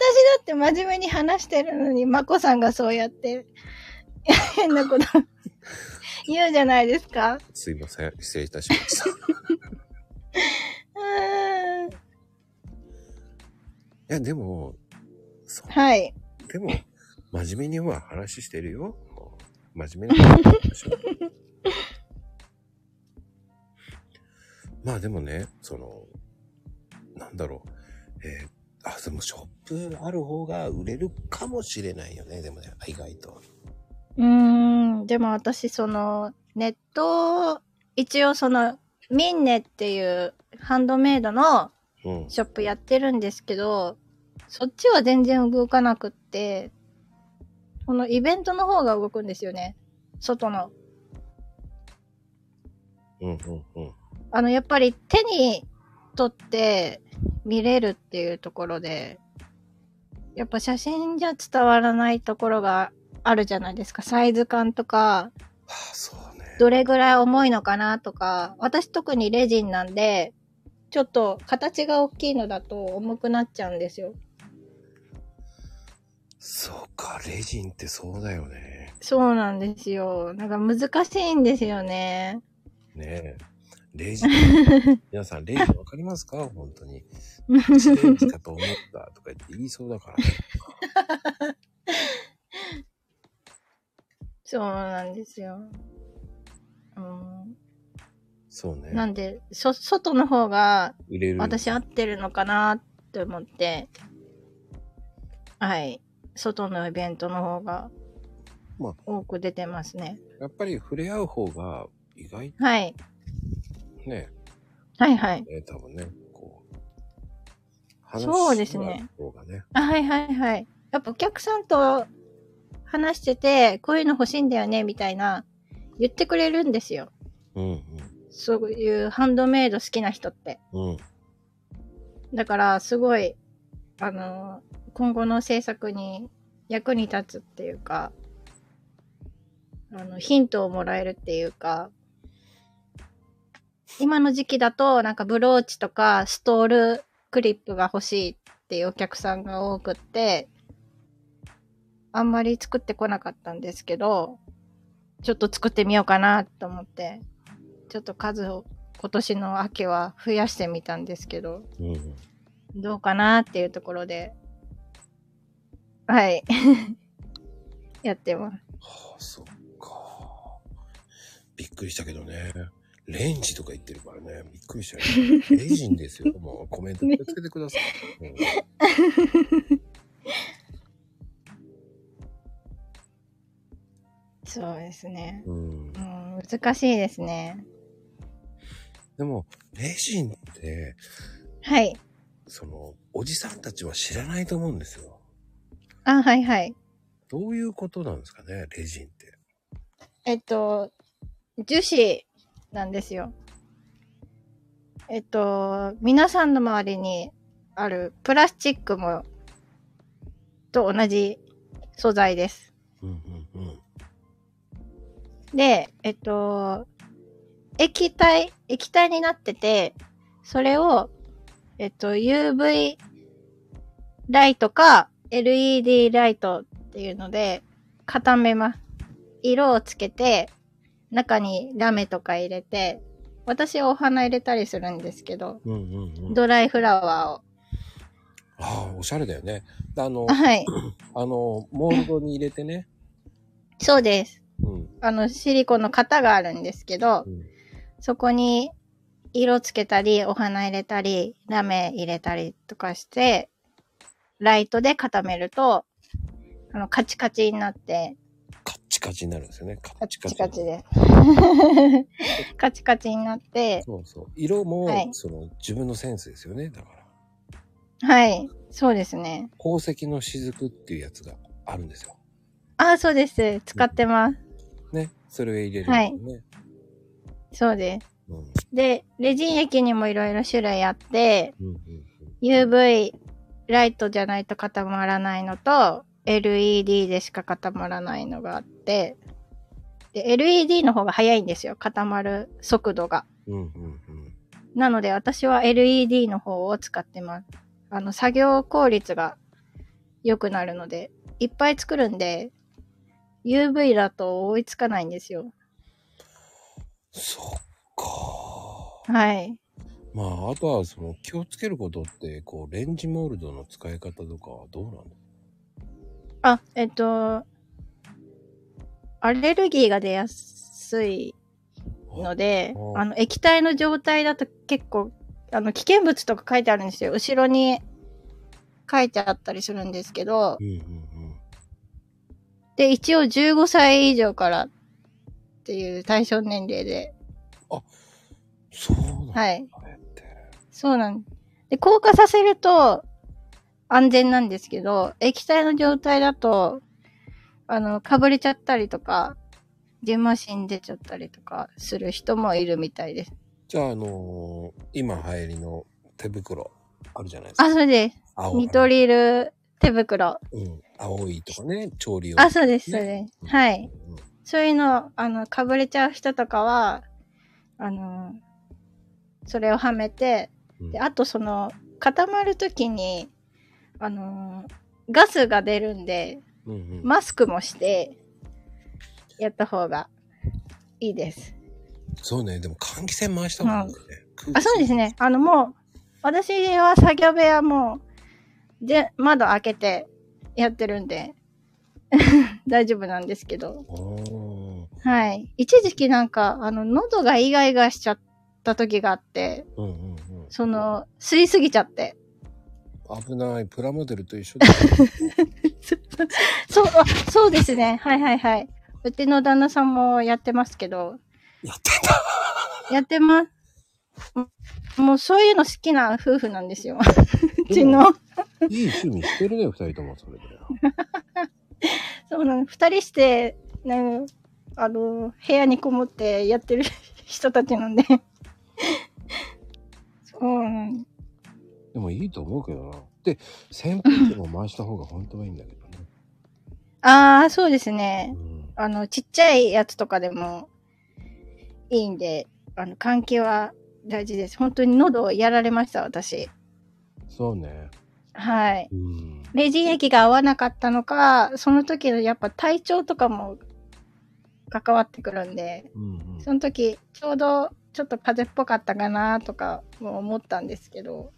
S3: って真面目に話してるのに、まこさんがそうやって、変なこと言うじゃないですか。
S1: すいません。失礼いたしました。いう
S3: ーん。
S1: や、でも、そ
S3: はい。
S1: う。でも、真面目には話してるよ。もう真面目に話してましょ う。まあでもね、その、なんだろう。えーあ、でもショップある方が売れるかもしれないよね。でもね、意外と。
S3: うーん。でも私、その、ネット、一応その、ミンネっていうハンドメイドの
S1: うん。
S3: ショップやってるんですけど、そっちは全然動かなくって、このイベントの方が動くんですよね。外の。
S1: うんうんうん。
S3: あの、やっぱり手に取って見れるっていうところで、やっぱ写真じゃ伝わらないところがあるじゃないですか。サイズ感と
S1: あ
S3: か、
S1: あ、そうね。
S3: どれぐらい重いのかなとか、私特にレジンなんで、ちょっと形が大きいのだと重くなっちゃうんですよ。
S1: そうか、レジンってそうだよね。
S3: そうなんですよ。なんか難しいんですよね。
S1: ねえ。レジ。皆さん、レジわかりますか本当に。レジかと思ったとか言って言いそうだからね。
S3: そうなんですよ。うん、
S1: そうね。
S3: なんで、そ、外の方が
S1: 売れる。
S3: 私合ってるのかなって思って、はい。外のイベントの方が
S1: まあ
S3: 多く出てますね。
S1: やっぱり触れ合う方が意外と
S3: はい。
S1: ね、
S3: はいはい。
S1: え多分ね、こう。
S3: そうですね。
S1: 方がね。
S3: あ、はいはいはい。やっぱお客さんと話してて、こういうの欲しいんだよね、みたいな、言ってくれるんですよ。
S1: うん
S3: そういうハンドメイド好きな人って。
S1: うん。うん。
S3: だから、すごい、あのー今後の制作に役に立つっていうか、あの、ヒントをもらえるっていうか、今の時期だと、なんかブローチとかストールクリップが欲しいっていうお客さんが多くって、あんまり作ってこなかったんですけど、ちょっと作ってみようかなと思って、ちょっと数を今年の秋は増やしてみたんですけど、
S1: うんうん。
S3: どうかなっていうところで、はい。 やってます。
S1: はあ、そっか。びっくりしたけどね。レンジとか言ってるからね。びっくりしたよ、 ね。レジンですよ。もうコメント気をつけてください。うん
S3: そうですね。
S1: うん
S3: う、ん、難しいですね。
S1: でも、レジンって、
S3: はい。
S1: その、おじさんたちは知らないと思うんですよ。
S3: あ、はいはい。
S1: どういうことなんですかね、レジンって。
S3: えっと、樹脂なんですよ。えっと、皆さんの周りにあるプラスチックも、と同じ素材です。
S1: うんうんうん。
S3: で、えっと、液体、液体になってて、それを、えっと、UV ライトか LED ライトっていうので固めます。色をつけて、中にラメとか入れて、私はお花入れたりするんですけど、
S1: うんうんうん。
S3: ドライフラワ
S1: ああ、おしゃれだよね。あの
S3: ーを。あ、はい。
S1: あの、モールドに入れてね。
S3: そうです。
S1: うん。
S3: あの、シリコンの型があるんですけど
S1: う、ん、
S3: そこに色つけたり、お花入れたり、ラメ入れたりとかして、ライトで固めると、あの、カチカチになって、
S1: カッチカチになるんですよね。カ
S3: カ
S1: ッチ
S3: チ
S1: カチ。
S3: カチで。 カチカチになって、
S1: そうそう。色も、
S3: はい
S1: その、自分のセンスですよね。だから。
S3: はい、そうですね。
S1: 宝石の雫っていうやつがあるんですよ。
S3: ああ、そうです。使ってます。
S1: ね、それを入れるんだよね。
S3: そうです。
S1: うん
S3: で、レジン液にもいろいろ種類あって、
S1: うんうん
S3: UV ライトじゃないと固まらないのと、LED でしか固まらないのがあって、で、LED の方が早いんですよ、固まる速度が。
S1: うんうんうん
S3: なので私は LED の方を使ってます。あの、作業効率が良くなるので、いっぱい作るんで、UV だと追いつかないんですよ。
S1: そっか。
S3: はい。
S1: まあ、あとはその気をつけることって、こう、レンジモールドの使い方とかはどうなんだ
S3: あ、えっと、アレルギーが出やすいので
S1: お、
S3: あの、液体の状態だと結構、あの、危険物とか書いてあるんですよ。後ろに書いてあったりするんですけど
S1: う、んうん
S3: で、一応15歳以上からっていう対象年齢で、
S1: うん。そうなんだ、
S3: はい。
S1: あれって。
S3: そうなんで、硬化させると安全なんですけど、液体の状態だと、あの、かぶれちゃったりとか、ジ麻疹出ちゃったりとかする人もいるみたいです。
S1: じゃあ、あのー今流行りの手袋、あるじゃないですか。
S3: あ、そうです。
S1: 青
S3: ニトリール手袋。
S1: うん。青いとかね、調理用。
S3: あ、そうです、そうです。はい。
S1: うん
S3: そういうの、あの、かぶれちゃう人とかは、あの、それをはめて、
S1: うん
S3: であとその、固まるときに、あの、ガスが出るんで、
S1: うんうん
S3: マスクもして、やった方がいいです。
S1: そうね、でも換気扇回した方がいいよね。
S3: あ、そうです
S1: ね。
S3: ね。あの、もう、私は作業部屋も、で、窓開けてやってるんで、 大丈夫なんですけど。
S1: おー
S3: はい。一時期なんか、あの、喉がイガイガしちゃった時があって、
S1: うんうんうん。
S3: その、吸いすぎちゃって。
S1: 危ない。プラモデルと一 緒だ。
S3: そう、あそうですね。はいはいはい。うちの旦那さんもやってますけど、
S1: やってた。
S3: やってます。ももうそういうの好きな夫婦なんですよ。うちの。
S1: いい趣味してるね、二人ともそれで。
S3: そうなの。二人して、ね、あの、部屋にこもってやってる人たちなんで。そうなん
S1: でもいいと思うけどな。で、扇風機も回した方が本当はいいんだけどね。
S3: ああ、そうです
S1: う
S3: ね。
S1: ん。
S3: あの、ちっちゃいやつとかでもいいんで、あの、換気は大事です。本当に喉をやられました、私。
S1: そうね。
S3: はい。
S1: うん。
S3: レジン液が合わなかったのか、その時のやっぱ体調とかも関わってくるんで、
S1: うんうん。
S3: その時ちょうどちょっと風邪っぽかったかなとかも思ったんですけど、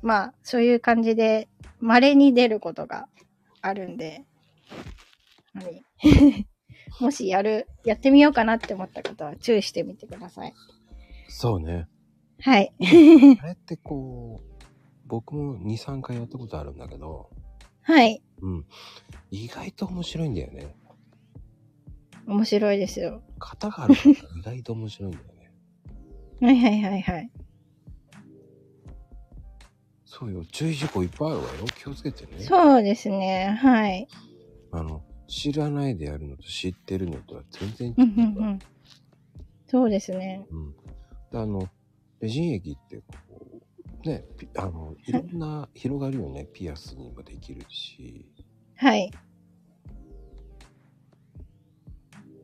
S3: まあそういう感じで稀に出ることがあるんで、 はい、もしやる、やってみようかなって思った方は注意してみてください。
S1: そうね。
S3: はい。
S1: あれってこう、僕も2、3回やったことあるんだけど、
S3: はい。
S1: うん。意外と面白いんだよね。
S3: 面白いですよ。
S1: 型があ るから意外と面白いんだよね。
S3: はいはいはいはい。
S1: そうよ、注意事項いっぱいあるわよ。気をつけてね。
S3: そうですね。はい。
S1: あの、知らないでやるのと知ってるのとは全然
S3: う
S1: 違
S3: んうん
S1: う
S3: う
S1: から。
S3: ん。そうですね。
S1: うん。で、あの、レジン液って、こう、ね、ピあの、いろんな広がるよね。ピアスにもできるし、
S3: はい。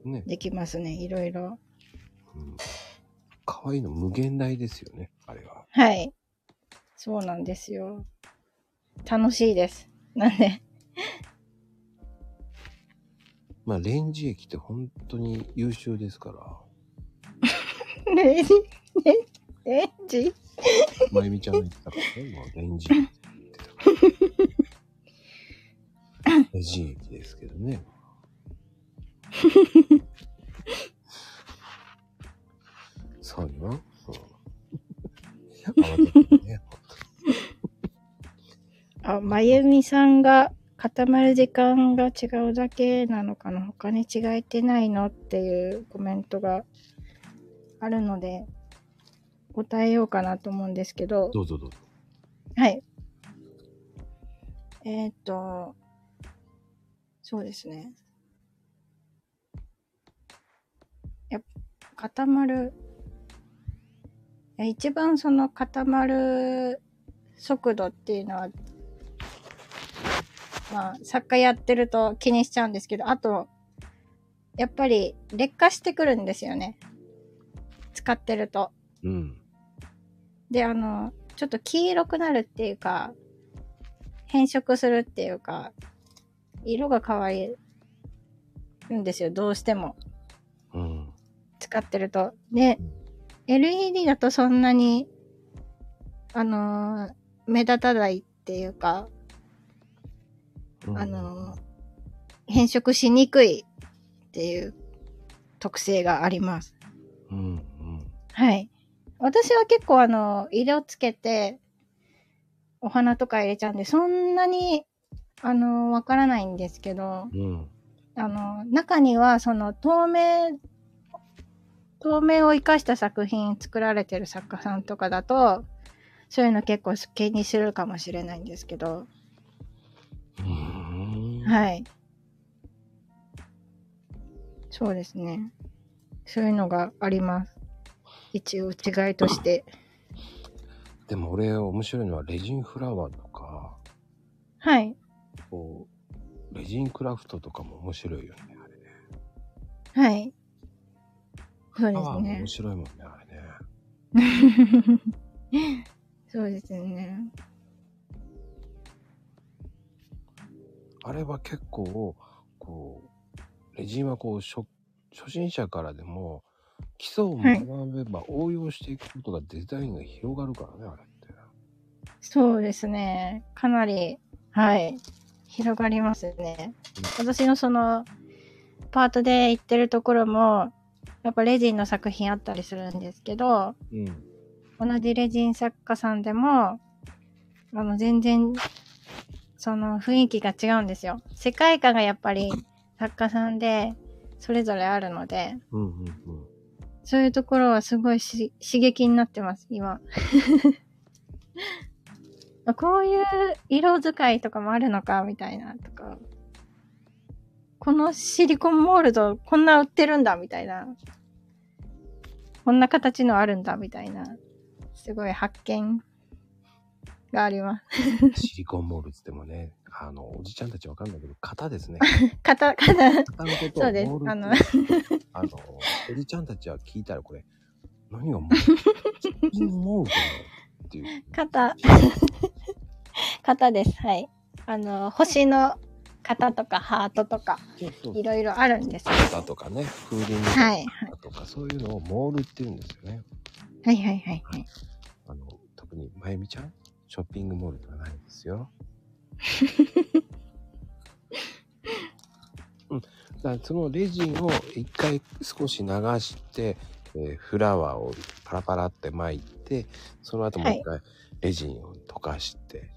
S1: ね。
S3: できますね。いろいろ。
S1: うん。可愛いの無限大ですよね、あれは。
S3: はい。そうなんですよ。楽しいです。なんで。
S1: まあ、レンジ液って本当に優秀ですから、
S3: レンジ、レンジ
S1: まゆみちゃんが言ってたからね、もうレンジ液って言ってたから。レジン液ですけどね。そうよ。うん。慌ててね。
S3: あ、まゆみさんが固まる時間が違うだけなのかな他に違えてないのっていうコメントがあるので、答えようかなと思うんですけど、
S1: どうぞどうぞ。
S3: はい。えーっと、そうですね。固まる。いや一番その固まる速度っていうのは、まあ、作家やってると気にしちゃうんですけど、あと、やっぱり劣化してくるんですよね。使ってると。
S1: うん。
S3: で、あの、ちょっと黄色くなるっていうか、変色するっていうか、色が変わるんですよ、どうしても。
S1: うん。
S3: 使ってると。で、LED だとそんなに、あのー目立たないっていうか、
S1: うん
S3: あのー変色しにくいっていう特性があります。
S1: うんうん。
S3: はい。私は結構あの、色つけて、お花とか入れちゃうんで、そんなに、あの、わからないんですけど、
S1: うん。
S3: あの、中にはその透明、透明を生かした作品作られてる作家さんとかだと、そういうの結構気にするかもしれないんですけど、
S1: うん。
S3: はい。そうですね。そういうのがあります。一応違いとして。
S1: でも俺面白いのはレジンフラワーとか、
S3: はい。
S1: こう、レジンクラフトとかも面白いよね。あれね。
S3: はい。そう
S1: フ
S3: で
S1: ラワー
S3: す
S1: も
S3: ね
S1: 面。白いもんね、あれね。
S3: そうですね。
S1: あれは結構、こう、レジンはこう、初初心者からでも、基礎を学べば応用していくことがデザインが広がるからね、あれって。
S3: そうですね。かなり、はい。広がりますね。私のその、パートで行ってるところも、やっぱレジンの作品あったりするんですけど、
S1: うん。
S3: 同じレジン作家さんでも、あの、全然、その雰囲気が違うんですよ。世界観がやっぱり作家さんで、それぞれあるので、
S1: うんうんうん。
S3: そういうところはすごいし刺激になってます、今。 あこういう色使いとかもあるのか、みたいな、とか。このシリコンモールド、こんな売ってるんだ、みたいな。こんな形のあるんだ、みたいな。すごい発見があります。
S1: シリコンモールっつってもね、あの、おじちゃんたちわかんないけど、型です ね。
S3: 型、型。
S1: 型のことを
S3: そうです
S1: モール
S3: あの
S1: っていうあ の、おじちゃんたちは聞いたらこれ、何 がモールシリコンモールっていう。
S3: 型。型です。はい。あの、星の型とかハートとか、
S1: そうそう
S3: いろいろあるんですよ。
S1: だとかね、風鈴
S3: はい
S1: だとか、そういうのをモールって言うんですよね。
S3: はいはいはいはい。
S1: あの、特にまゆみちゃん、ショッピングモールではないんです よ。うん、だからそのレジンを一回少し流して、えーフラワーをパラパラって巻いて、その後もう一回レジンを溶かして、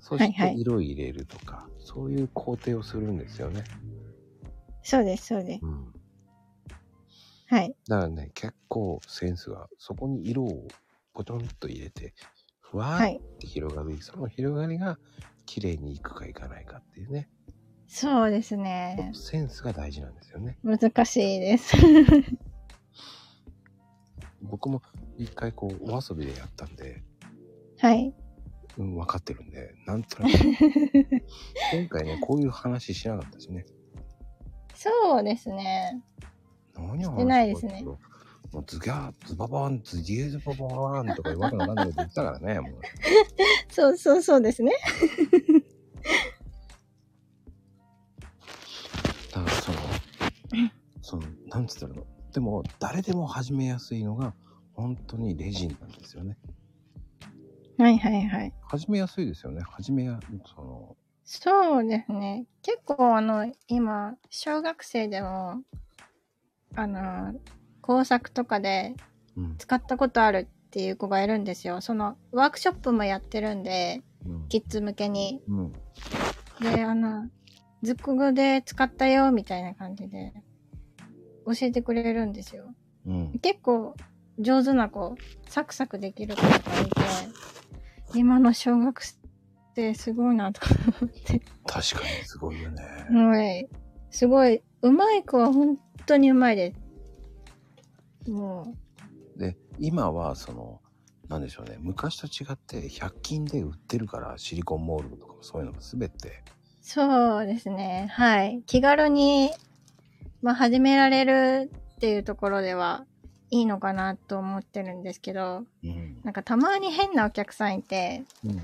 S1: そし
S3: は
S1: て
S3: いはい
S1: 色を入れるとか、そういう工程をするんですよね。
S3: そうです、そうです。
S1: うん
S3: はい。
S1: だからね、結構センスが、そこに色をポチョンと入れて、ふわ
S3: は
S1: ーっ
S3: い。
S1: て広がる、その広がりが綺麗にいくかいかないかっていうね、
S3: そうですね。
S1: センスが大事なんですよね。
S3: 難しいです。
S1: 僕も一回こう、お遊びでやったんで、
S3: はい。
S1: うん、分かってるんで、なんとな く。今回ね、こういう話しなかったしね。
S3: そうですね。
S1: 何を
S3: してないですね
S1: もうズギャー、ズババーン、ズギーズババーンとかわけわかんないこと言ってたからね、もう。
S3: そうそうそうですね。
S1: だからその、その、なんつったらいいのでも、誰でも始めやすいのが、本当にレジンなんですよね。
S3: はいはいはい。
S1: 始めやすいですよね。始めや、その、
S3: そうですね。結構あの、今、小学生でも、あの、工作とかで
S1: うん、
S3: 使ったことあるっていう子がいるんですよ。その、ワークショップもやってるんで、
S1: うん、
S3: キッズ向けに。
S1: うん、
S3: で、あの、ズッコグで使ったよ、みたいな感じで、教えてくれるんですよ。
S1: うん、
S3: 結構上手な子サクサクできる子がいて今の小学生ってすごいなとか思って
S1: 確かにすごいよね。
S3: はいすごい上手い子は本当に上手いですも
S1: で、今はその、なんでしょうね、昔と違って100均で売ってるから、シリコンモールドとかもそういうのも全て、
S3: う、そうですね。はい。気軽に、まあ、始められるっていうところでは、いいのかなと思ってるんですけど、
S1: うん。
S3: なんかたまに変なお客さんいて、
S1: うん。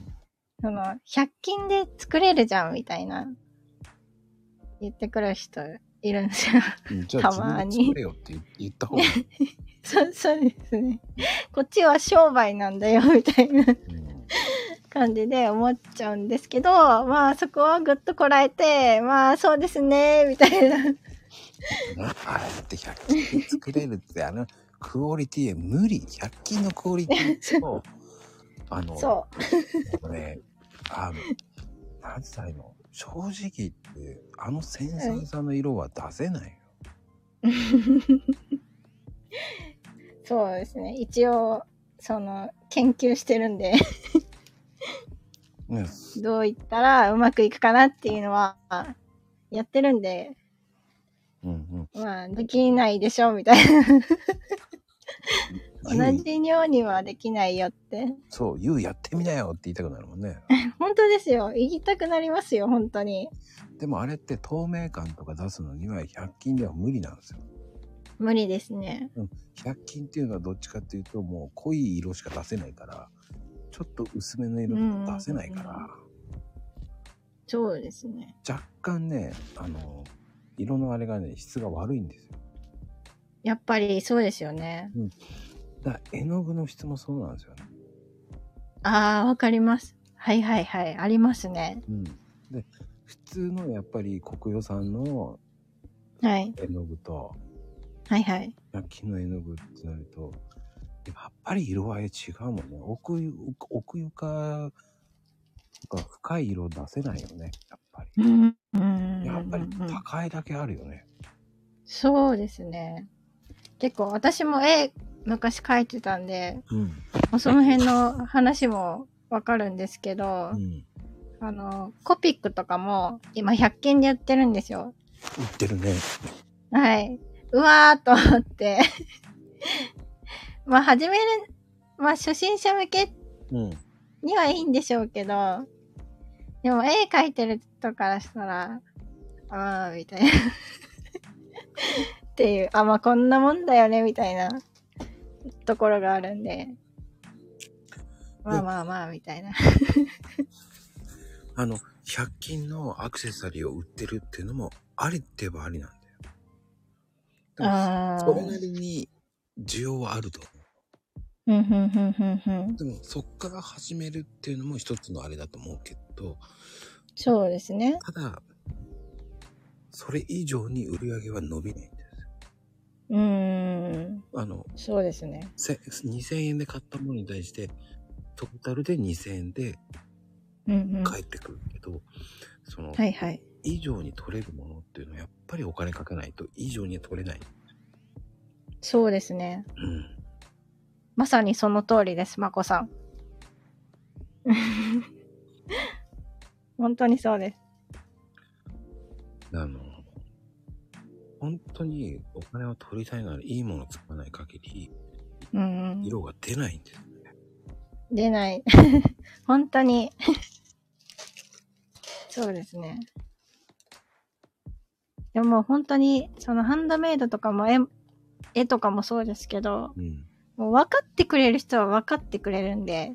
S3: その、100均で作れるじゃん、みたいな、言ってくる人いるんですよ。
S1: うんじゃあ
S3: たまに
S1: 自分で作れよって言言った方がいい。
S3: そう、そうですね。こっちは商売なんだよ、みたいな
S1: うん
S3: 感じで思っちゃうんですけど、まあそこはぐっとこらえて、まあそうですね、みたいな。
S1: なあれって100均で作れるって、あの、クオリティ無理。100均のクオリティ と、あの、
S3: そ
S1: これ、あの、何歳の、正直言って、あの繊細さの色は出せないよ。
S3: う。そうですね。一応、その、研究してるんで、
S1: ね、
S3: どう言ったらうまくいくかなっていうのは、やってるんで、
S1: うんうん。
S3: まあ、できないでしょ、みたいな。同
S1: ゆう
S3: じようにはできないよって。
S1: そう、ゆうやってみなよって言いたくなるもんね。
S3: 本当ですよ。言いたくなりますよ、本当に。
S1: でもあれって透明感とか出すのには100均では無理なんですよ。
S3: 無理ですね。
S1: 100均っていうのはどっちかっていうともう濃い色しか出せないから、ちょっと薄めの色しか出せないから、
S3: うんうんそうですね。
S1: 若干ね、あの、色のあれがね、質が悪いんですよ。
S3: やっぱりそうですよね。
S1: だから絵の具の質もそうなんですよね。
S3: ああ、わかります。はいはいはい。ありますね。
S1: うん。で、普通のやっぱり国予産の
S3: はい。
S1: 絵の具と、
S3: はいはい。
S1: 100均の絵の具ってなると、やっぱり色合い違うもんね。奥ゆ、奥床が深い色出せないよね。やっぱり。
S3: うん。うん
S1: やっぱり
S3: うん
S1: 高いだけあるよね。
S3: そうですね。結構私も絵昔描いてたんで、
S1: うん。
S3: もうその辺の話もわかるんですけど、
S1: うん。
S3: あの、コピックとかも今100均で売ってるんですよ。
S1: 売ってるね。
S3: はい。うわーと思って。 まあ始める、まあ初心者向け
S1: うん。
S3: にはいいんでしょうけど、でも絵描いてる人からしたら、ああ、みたいな。っていう、あ、まあこんなもんだよね、みたいなところがあるんで。まあまあまあ、みたいな。
S1: あの、100均のアクセサリーを売ってるっていうのも、ありって言えばありなんだよ。でも
S3: ああ。
S1: それなりに需要はあると思う。
S3: うん、うん、うん、うん、うん。
S1: でも、そっから始めるっていうのも一つのあれだと思うけど、
S3: そうですね。
S1: ただ、それ以上に売り上げは伸びないんです。
S3: うーん。
S1: あの、
S3: そうですね。
S1: せ2000円で買ったものに対して、トータルで2000円で
S3: うん、うん。は
S1: 返ってくるけど、その、
S3: い、はい。
S1: 以上に取れるものっていうのは、やっぱりお金かけないと以上には取れない。
S3: そうですね。
S1: うん。
S3: まさにその通りです、まこさん。 本当にそうです。
S1: あの、本当にお金を取りたいならいいものを使わない限り、
S3: うんうん、
S1: 色が出ないんです。
S3: 出ない。 本当に。そうですね。でももう本当に、そのハンドメイドとかも絵、絵とかもそうですけど、
S1: うん。
S3: もう分かってくれる人は分かってくれるんで、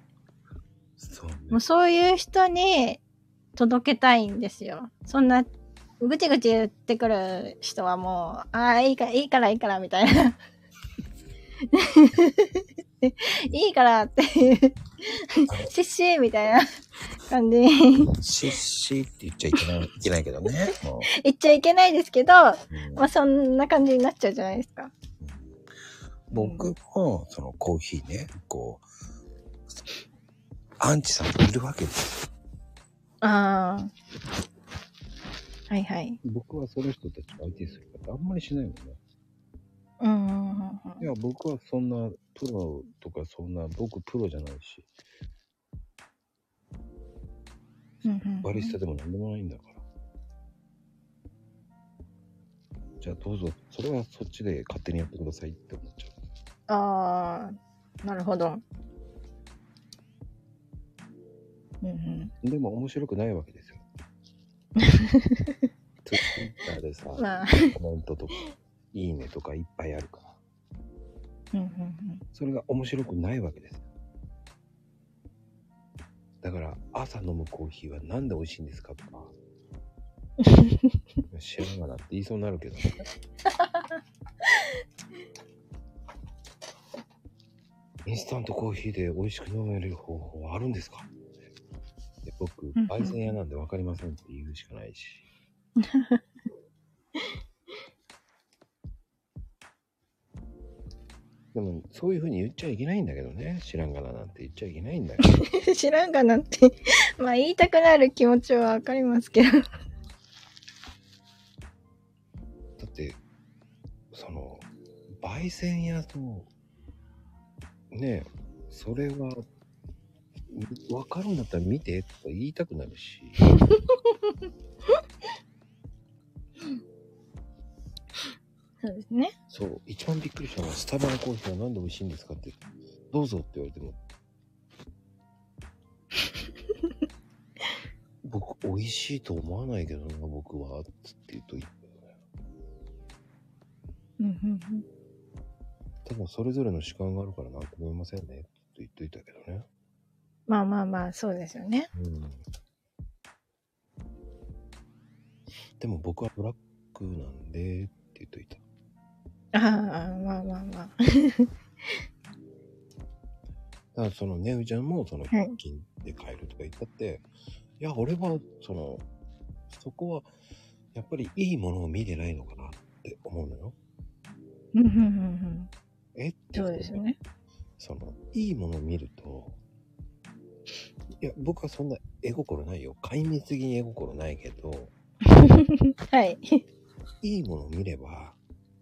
S1: そうね。
S3: もうそういう人に届けたいんですよ。そんな、ぐちぐち言ってくる人はもう、ああ、いいから、いいから、いいから、みたいな。 いいからっていう、シッシーみたいな感じに
S1: シッシーって言っちゃいけない、いけないけど ね。もう
S3: 言っちゃいけないですけど、ま
S1: うん
S3: あそんな感じになっちゃうじゃないですか。
S1: 僕も、そのコーヒーね、こう、アンチさんがいるわけです。
S3: ああ。はいはい。
S1: 僕はその人たちを相手にすることあんまりしないもんね。
S3: うんうんうん
S1: いや、僕はそんなプロとかそんな、僕プロじゃないし、
S3: うん。うんうん
S1: バリスタでも何でもないんだから。じゃあどうぞ、それはそっちで勝手にやってくださいって思っちゃう。
S3: ああ、なるほど。うんうん。
S1: でも面白くないわけ ですよ。Twitter でさ、
S3: まあ、
S1: コメントとか、いいねとかいっぱいあるから、
S3: うんうんうん。
S1: それが面白くないわけです。だから、朝飲むコーヒーはなんで美味しいんですかとか、知らんがなって言いそうになる けど、インスタントコーヒーで美味しく飲める方法はあるんですかで僕、
S3: んうん
S1: 焙煎屋なんで分かりませんって言うしか ないし。でも、そういうふうに言っちゃいけないんだけどね。知らんがななんて言っちゃいけないんだけど。
S3: 知らんがなって、まあ言いたくなる気持ちはわかりますけど。
S1: だって、その、焙煎屋と、ねえ、それは、わかるんだったら見てとか言いたくなるし。
S3: そうですね。
S1: そう、一番びっくりしたのは、スタバのコーヒーはなんで美味しいんですかって、どうぞって言われても。僕、美味しいと思わないけどな、僕は、つって言うと言って
S3: うんうんうん。
S1: 多分それぞれの主観があるからなんて思いませんね、と言っといたけどね。
S3: まあまあまあ、そうですよね。
S1: うん。でも僕はブラックなんで、って言っといた。
S3: ああ、まあまあまあ。
S1: だからそのねうちゃんもその
S3: はい
S1: 100均で買えるとか言ったって、い、や俺はそのそこはやっぱりいいものを見てないのかなって思うのよ。
S3: うんうんうんうん。
S1: えって
S3: そうですよね。
S1: そのいいものを見るといや僕はそんな絵心ないよ壊滅的に絵心ないけど
S3: はい。
S1: いいものを見れば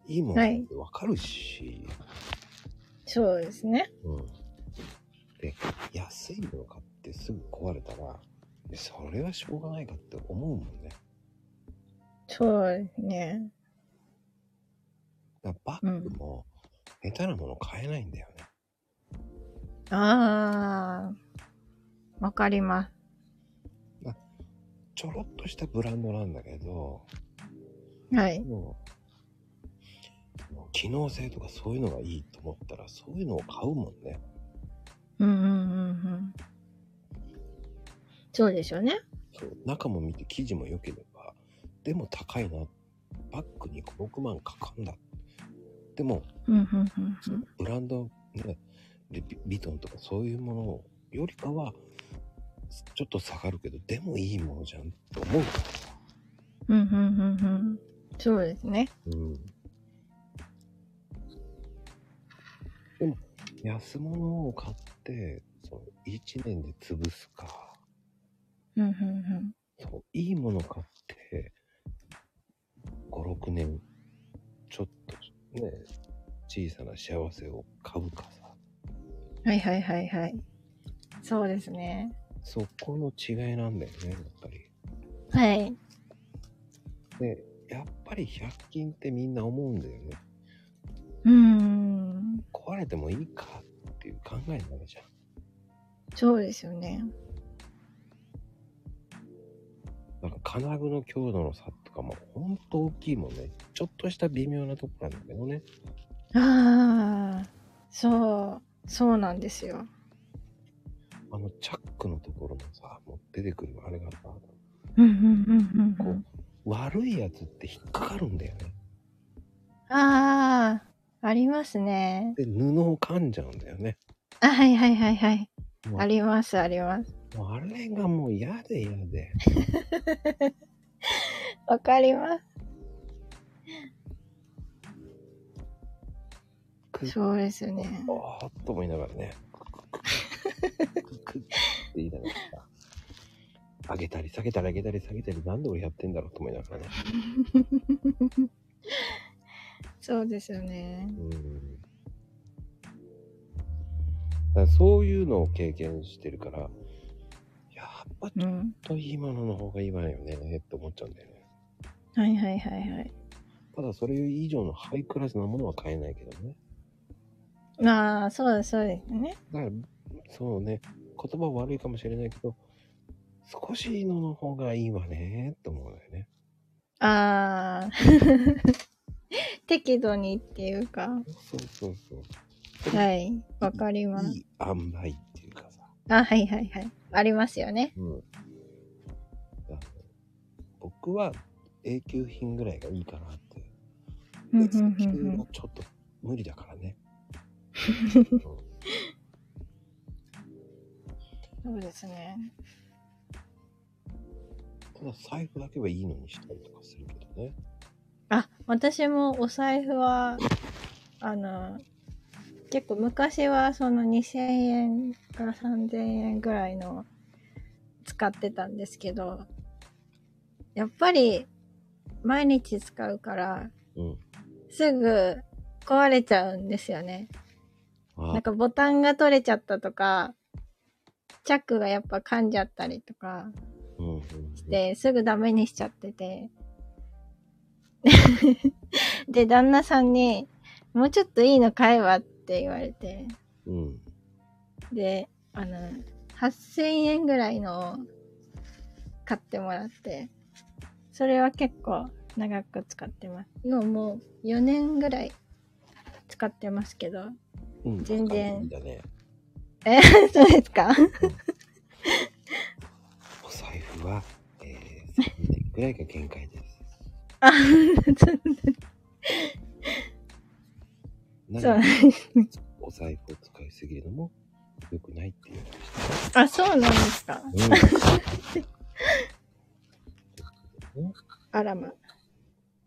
S1: いいものってわかるし、
S3: そうですね。
S1: うん。で、安いもの買ってすぐ壊れたら、それはしょうがないかって思うもんね。
S3: そうですね。
S1: だからバッグも下手なもの買えないんだよね。
S3: ああ、わかります。
S1: ちょろっとしたブランドなんだけど、
S3: はい。
S1: もう、もう機能性とかそういうのがいいと思ったら、そういうのを買うもんね。
S3: うんうんうんうん。そうですよね。
S1: そう中も見て生地も良ければ、でも高いな。バッグに5、6万かかんだ。でも、
S3: うんうんうんうん。
S1: ブランド、ね、リビビトンとかそういうものよりかは、ちょっと下がるけど、でもいいものじゃんって思う。
S3: うんうんうんうん。そうですね。
S1: うん。でも、安物を買って、その1年で潰すか、
S3: うんうんうん。
S1: そういいものを買って、5、6年、ちょっとね、小さな幸せを買うかさ。
S3: はいはいはいはい。そうですね。
S1: そこの違いなんだよね、やっぱり。
S3: はい。
S1: で、やっぱり100均ってみんな思うんだよね。
S3: うーん。
S1: 壊れてもいいかっていう考えになるじゃん。
S3: そうですよね。
S1: なんか金具の強度の差とかもほんと大きいもんね。ちょっとした微妙なとこなんだけどね。
S3: ああ、そう、そうなんですよ。
S1: あのチャックのところのさ、もう出てくるあれがさ、
S3: うんうんうんうんう
S1: こ
S3: ん。
S1: う、悪いやつって引っかかるんだよね。
S3: ああ、ありますね。
S1: で、布を噛んじゃうんだよね。
S3: あ、はいはいはいはい。
S1: もう
S3: ありますあります。
S1: もうあれがもう嫌で嫌で。
S3: わかりま
S1: く
S3: す。そうですよね。
S1: おーっと思いながらね、ククククククククって言いながらさ、上げたり下げたり上げたり下げたり、なんで俺やってんだろうと思いながらね。
S3: そうですよね。
S1: うん。だからそういうのを経験してるから、やっぱちょっ
S3: うん。
S1: といいものの方がいいわよね、って思っちゃうんだよね。
S3: はいはいはいはい。
S1: ただそれ以上のハイクラスなものは買えないけどね。
S3: まあ、そうです、そうですね。
S1: だから、そうね、言葉悪いかもしれないけど、少しのの方がいいわね、と思うんだよね。
S3: ああ、適度にっていうか、
S1: そうそうそう。
S3: はい、わかります。
S1: いい塩梅っていうかさ。
S3: あ、はいはいはい。ありますよね。
S1: うん。あの僕は永久品ぐらいがいいかなって。
S3: うんう
S1: 永久
S3: んうんう
S1: 品
S3: ん
S1: はちょっと無理だから ね。うん
S3: そうですね。
S1: ただ財布だけはいいのにしたりとかするけどね。
S3: あ、私もお財布は、あの、結構昔はその2000円か3000円ぐらいの使ってたんですけど、やっぱり毎日使うから、
S1: うん。
S3: すぐ壊れちゃうんですよね。
S1: あ
S3: なんかボタンが取れちゃったとか、チャックがやっぱ噛んじゃったりとか、
S1: うんうん
S3: で、すぐダメにしちゃってて。 で、旦那さんに、もうちょっといいの買えばって言われて。
S1: うん。うん。
S3: で、あの、8000円ぐらいのを買ってもらって、それは結構長く使ってます。もうもう4年ぐらい使ってますけど。
S1: うん、
S3: 全然
S1: 高いんだね。
S3: そうです か
S1: お財布は、えー、3年ぐらいが限界です。
S3: あ、
S1: なので、
S3: そう なんです。
S1: お財布を使いすぎるのも良くないっていう話
S3: あ、そうなんですかあらま。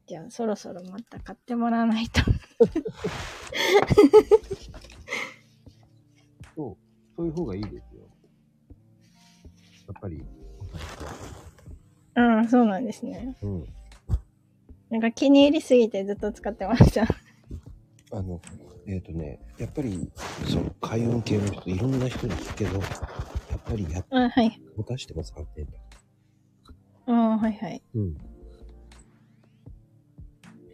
S3: じゃあ、そろそろまた買ってもらわないと。
S1: そう、そういう方がいいですよ。やっぱり、お財布は。
S3: うん、そうなんですね。
S1: うん。
S3: なんか気に入りすぎてずっと使ってました。
S1: あの、えっ、とね、やっぱり、その、開運系の人、いろんな人に聞くけど、やっぱりやっ
S3: あ、はい。
S1: 持たしても3点だ。
S3: あはいはい。
S1: うん。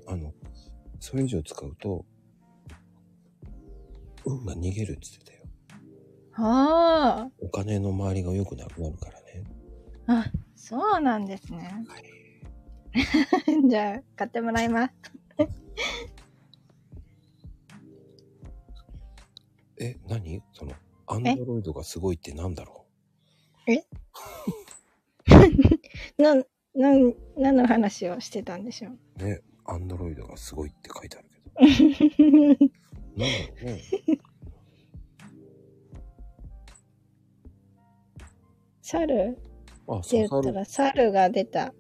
S1: あの、それ以上使うと、運が逃げるって言ってたよ。
S3: あ
S1: お金の周りが良くなくなるからね。
S3: あ。あ、そうなんですね。 じゃあ、買ってもらいます。
S1: え、何その、アンドロイドがすごいってなんだろ
S3: な、なん、何の話をしてたんでしょう。
S1: うね、アンドロイドがすごいって書いてあるけど。 なんだろうね。
S3: 猿っ
S1: あ、
S3: て言
S1: 刺
S3: っ
S1: さ
S3: た
S1: る。
S3: ら猿が出た。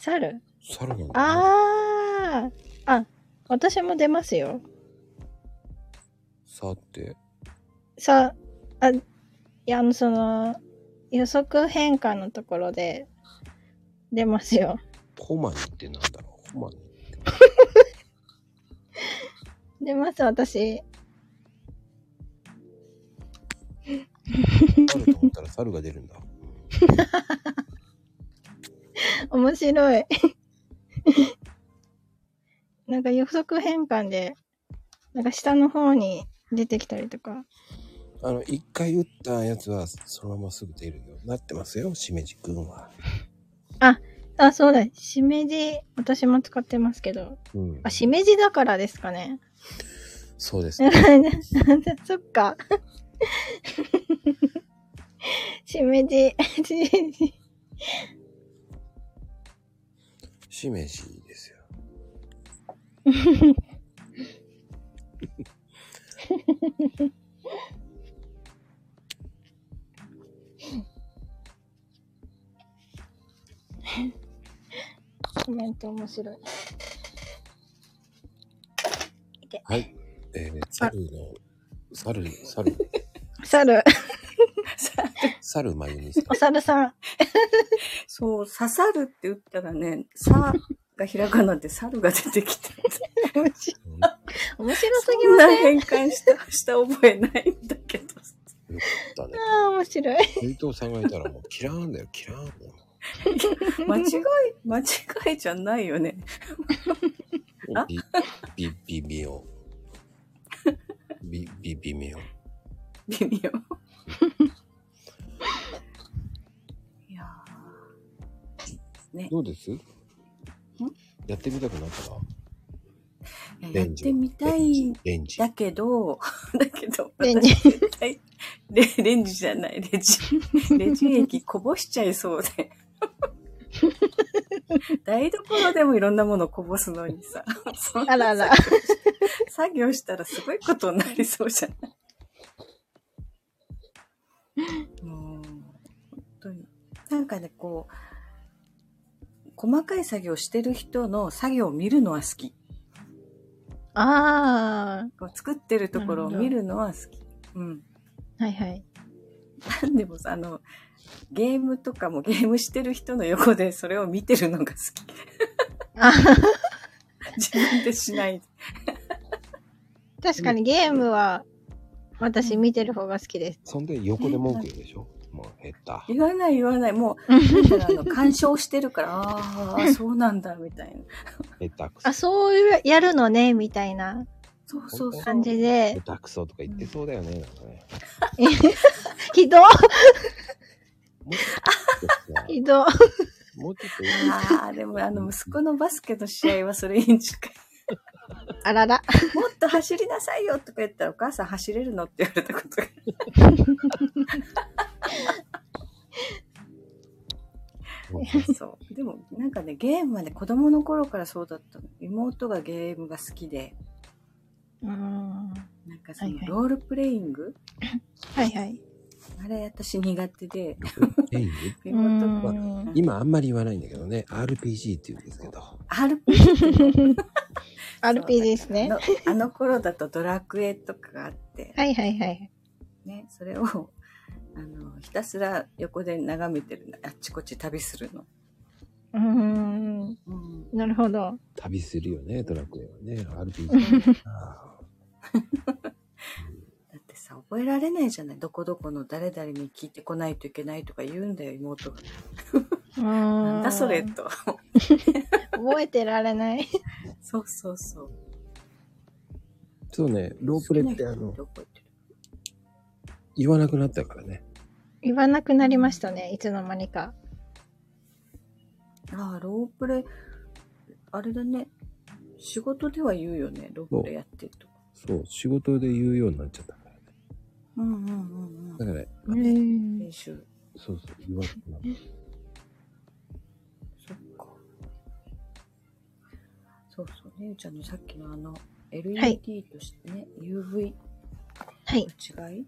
S3: 猿
S1: 猿なんだ、ね。
S3: ああ。あ、私も出ますよ。
S1: さて、
S3: さあ、いや、あの、その、予測変換のところで出ますよ。
S1: ホマニってなんだろうホマニ。
S3: 出ます、私。
S1: 猿と思ったら猿が出るんだ。
S3: 面白い。 なんか予測変換で、なんか下の方に出てきたりとか。
S1: あの、一回打ったやつは、そのまますぐ出るようになってますよ、しめじくんは。
S3: あ、そうだ。しめじ、私も使ってますけど。
S1: うん
S3: あ、しめじだからですかね。
S1: そうですね。
S3: そっか。 しめじ、 しめじ。
S1: しめじですよ。
S3: コメント面白い。
S1: はい。えー、猿の、猿、猿、
S3: 猿、
S1: 猿まゆみさん。
S3: お猿さん。
S4: そう、刺さるって打ったらね、さがひらがなで猿が出てきた。
S3: 面白す
S1: うん
S4: そ
S3: ぎ
S4: ん
S3: ま
S4: な
S3: せん
S4: 変換した、した覚えないんだ けど。
S1: よかったね。
S3: あー面白い。
S1: 水筒さんがいたらもう、キラーンだよ、キラーンだよ。
S4: 間違い、間違いじゃないよね。あ
S1: ビ、ビ、ビビオ。び、び、微妙。
S4: 微 妙。いや
S2: どうですやってみたくなったな
S4: ー
S1: レ
S4: やっ
S1: ンジは
S4: てみたいん
S1: レンジ。
S4: だけど、 だけど、
S3: レンジ
S4: 私絶対レ レンジじゃない、レ ジ。レジ液こぼしちゃいそうで。台所でもいろんなものこぼすのにさ。そんな
S3: あらあら。
S4: 作業したらすごいことになりそうじゃ ないもう本当になんかねこう細かい作業してる人の作業を見るのは好き
S3: あ
S4: こう作ってるところ
S3: なる
S4: を
S3: ほど
S4: 見るのは好きうん
S3: あ。はいはい。
S4: なん でもさあのゲームとかもゲームしてる人の横でそれを見てるのが好き
S3: あ
S4: 自分でし ない
S3: 確かにゲームは私見てる方が好きです。
S2: そんで横で文句言うでしょもう減った
S4: 言わない言わないもうなんかあの干渉してるからああそうなんだみたいな
S2: 減ったくそ
S3: あ、そういうやるのね、みたいな
S4: そうそうそう
S3: 感じで
S2: 減っ。たくそとか言ってそうだよねなんかね
S3: ひどっ
S2: もうちょっとさ
S3: ひどっ
S2: もうちょっと
S4: ああ、でもあの息子のバスケの試合はそれいいんじゃない
S3: あらら。
S4: もっと走りなさいよとか言ったらお母さん走れるのって言われたことが。そう。でもなんかね、ゲームはね、子供の頃からそうだったの。妹がゲームが好きで、
S3: うん。は
S4: なんかその
S3: はいはい
S4: ロールプレイング、
S3: いはい。
S4: あれ私苦手で、
S2: えい
S3: うん
S4: 妹が
S2: 今あんまり言わないんだけどね RPG って言うんですけど
S4: RPG って
S3: RPG ですね。
S4: のあの頃だとドラクエとかがあって、
S3: はいはいはい。
S4: ね、それを、あの、ひたすら横で眺めてるのあっちこっち旅するの。
S3: うーん。
S4: うん。
S3: なるほど。
S2: 旅するよねドラクエはね RPG あ
S4: だってさ、覚えられないじゃない。どこどこの誰々に聞いてこないといけないとか言うんだよ、妹が。な
S3: なん
S4: だそれと。
S3: 覚えてられない。
S4: そうそうそう。
S2: ーそうねロープレってあ
S4: 好きな人
S2: の
S4: て覚えてる
S2: 言わなくなったからね
S3: 言わなくなりましたね、いつの間にか。
S4: ああ、ロープレ、あれだね。仕事では言うよね、ロープレやってるとか。
S2: そう仕事で言うようになっちゃったからね
S4: うんうんうんう
S2: だか
S4: ん。
S2: らね
S3: うん
S4: 練。習。
S2: そうそう言わなくなった
S4: そっか。そうそうね、ゆうちゃんのさっきのあの、
S3: はい
S4: LED としてね、UV
S3: はい。
S4: の違い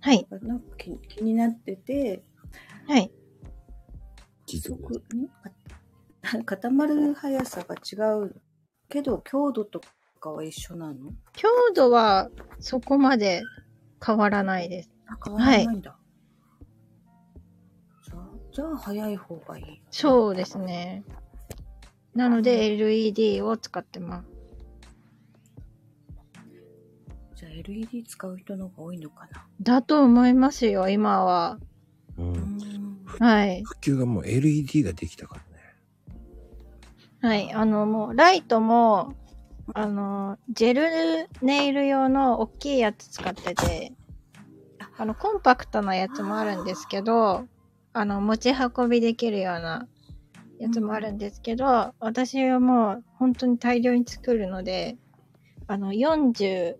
S3: はい。
S4: がなんか気気になってて、
S3: はい。
S2: 聞いて
S4: す
S2: く
S4: ご
S2: ださい
S4: く、ん固まる速さが違うけど、強度とかは一緒なの
S3: 強度はそこまで変わらないです。
S4: あ、変わらないんだ。じゃあ、じゃあ速い方がいい。
S3: そうですね。なので LED を使ってます。
S4: じゃあ LED 使う人の方が多いのかな。
S3: だと思いますよ、今は。
S2: うん
S4: うん。
S3: はい。
S2: 普及がもう LED ができたからね。
S3: はい。あの、もう、ライトも、あの、ジェルネイル用の大きいやつ使ってて、あの、コンパクトなやつもあるんですけど、あの、持ち運びできるようなやつもあるんですけど、私はもう、本当に大量に作るので、あの、48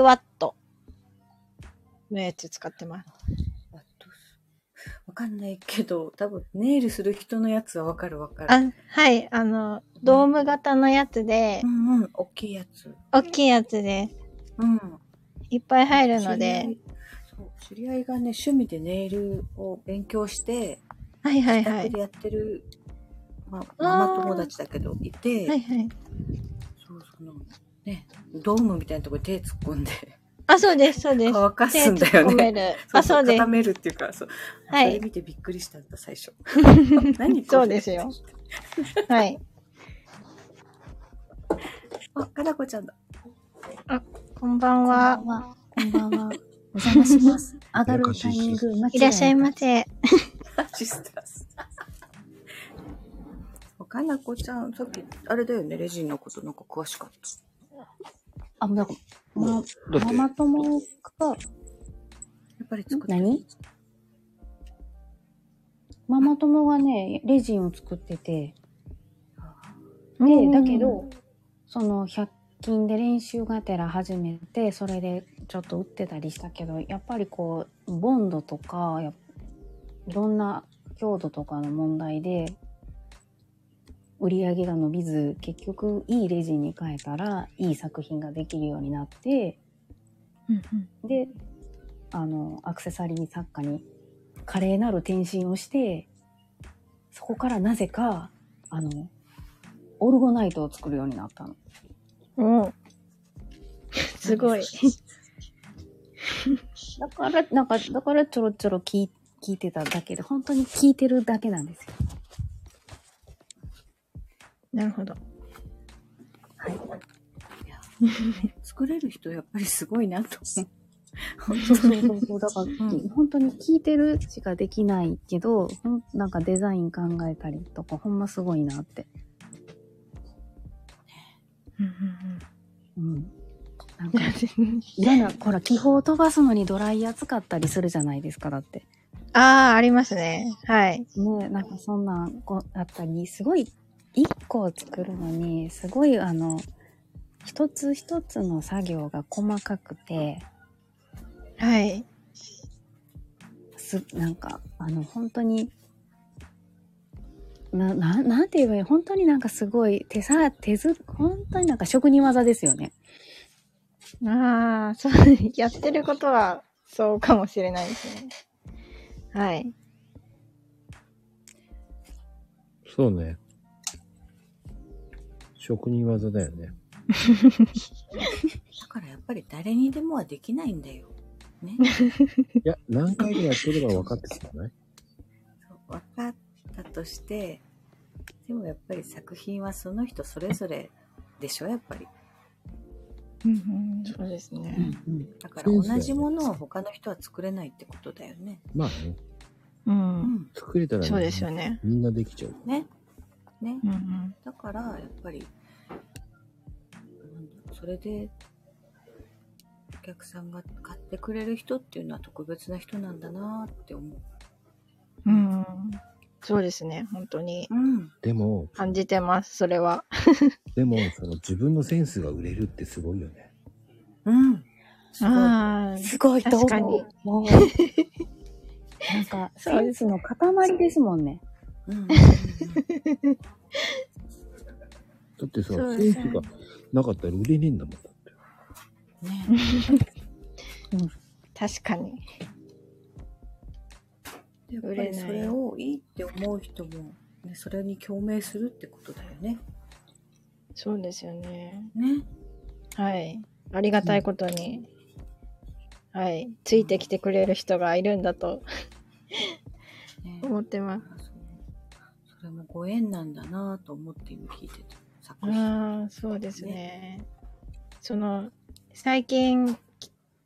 S3: ワットのやつ使ってます。
S4: あどうするわかんないけど、多分ネイルする人のやつはわかるわかる。
S3: あ、はい。あの、ドーム型のやつで
S4: う、んうん、大きいやつ。
S3: 大きいやつです。
S4: うん。
S3: いっぱい入るの
S4: 知り合
S3: で
S4: い。そう知り合いがね、趣味でネイルを勉強して、
S3: はいはい
S4: 自
S3: は
S4: 宅
S3: い
S4: で。やってる、まあ、
S3: あー
S4: ママ友達だけど、いて、
S3: はいはい。
S4: そうその、ね、ドームみたいなところに手突っ込んで、
S3: あ、そうです、そうです。
S4: 乾か
S3: 手
S4: すんだ
S3: 突っ
S4: よ
S3: 込め
S4: ね。
S3: る。あ、そうです
S4: 固。めるっていうか、そう。
S3: は
S4: それ
S3: い。
S4: 見てびっくりしたんだ、最初。何これ
S3: そうですよ。はい。
S4: あ、かなこちゃんだ。
S3: こんばんは。
S5: こんばんは。お邪魔します。上がるタイミング、間違
S3: いらっしゃいま
S5: せ。
S3: せ。
S4: シスターズ。そうかなこちゃん、さっき、あれだよね、レジンのことなんか詳しかった。
S5: あ、なんか、ま
S2: だって
S5: ママ友が、
S4: やっぱり作って
S5: 何ママ友がね、レジンを作ってて、で、だけど、その100均で練習がてら始めて、それでちょっと売ってたりしたけど、やっぱりこう、ボンドとか、やいろんな強度とかの問題で、売り上げが伸びず、結局いいレジンに変えたら、いい作品ができるようになって、
S6: うんうん
S5: で、あの、アクセサリー作家に華麗なる転身をして、そこからなぜか、あの、オルゴナイトを作るようになったの。
S3: うん。すごい。
S5: だから、なんか、だからちょろちょろ聞い聞いてただけで、本当に聞いてるだけなんですよ。
S6: なるほど。
S4: 作れる人やっぱりすごいなと思う。本
S5: そうそうそうそう。だから、
S4: うん
S5: 本当に聞いてるしかできないけど、ほんなんかデザイン考えたりとか、ほんますごいなって。
S6: うんうん
S5: うん。なん
S6: う
S5: か
S6: ん、
S5: 嫌な、ほら、気泡飛ばすのにドライヤー使ったりするじゃないですか、だって。
S3: ああ、ありますね。はい。
S5: ねなんかそんなんこあったりすごい一個を作るのにすごいあの一つ一つの作業が細かくて
S3: はい。
S5: すなんかあの本当になななんて言えばいい本当になんかすごい手さ手ず本当になんか職人技ですよね。
S3: ああ、そう、やってることはそうかもしれないですね。はい。
S2: そうね。職人技だよね。
S4: だからやっぱり誰にでもはできないんだよ。ね。
S2: いや、何回でやってれば分かってきたね。
S4: そう分かったとして、でもやっぱり作品はその人それぞれでしょ、やっぱり。
S6: うんうん
S3: そうですね。
S4: だから同じものを他の人は作れないってことだよね。
S2: まあね、
S6: う
S4: うんん。
S2: 作れたら、ね、
S3: そうですよね。
S2: みんなできちゃう。
S4: ね。ね。
S6: うんうん
S4: だからやっぱりなんだろうそれでお客さんが買ってくれる人っていうのは特別な人なんだなって思う。
S6: うんうん
S3: そうですね。本当に
S4: うん。
S2: でも、
S3: 感じてます、それは。
S2: でも、その自分のセンスが売れるってすごいよね。
S4: うん。
S5: ごい
S3: ああ、
S5: すごいと思う
S3: 確かに
S5: もうなんかセンスの塊ですもんね。
S4: うん。
S2: だってさ、
S4: そう
S2: センスがなかったら売れねえんだもん。だって
S4: ね。
S3: 確かに。
S4: やっぱりそれをいいって思う人も、ね、それに共鳴するってことだよね。
S3: そうですよね。
S4: ね。
S3: はい。ありがたいことに、はい。ついてきてくれる人がいるんだと
S4: ね
S3: 思ってま
S4: あ
S3: す。
S4: そうそれもご縁なんだなと思って今聞いてた作品。
S3: ああ、そうですね。その、最近、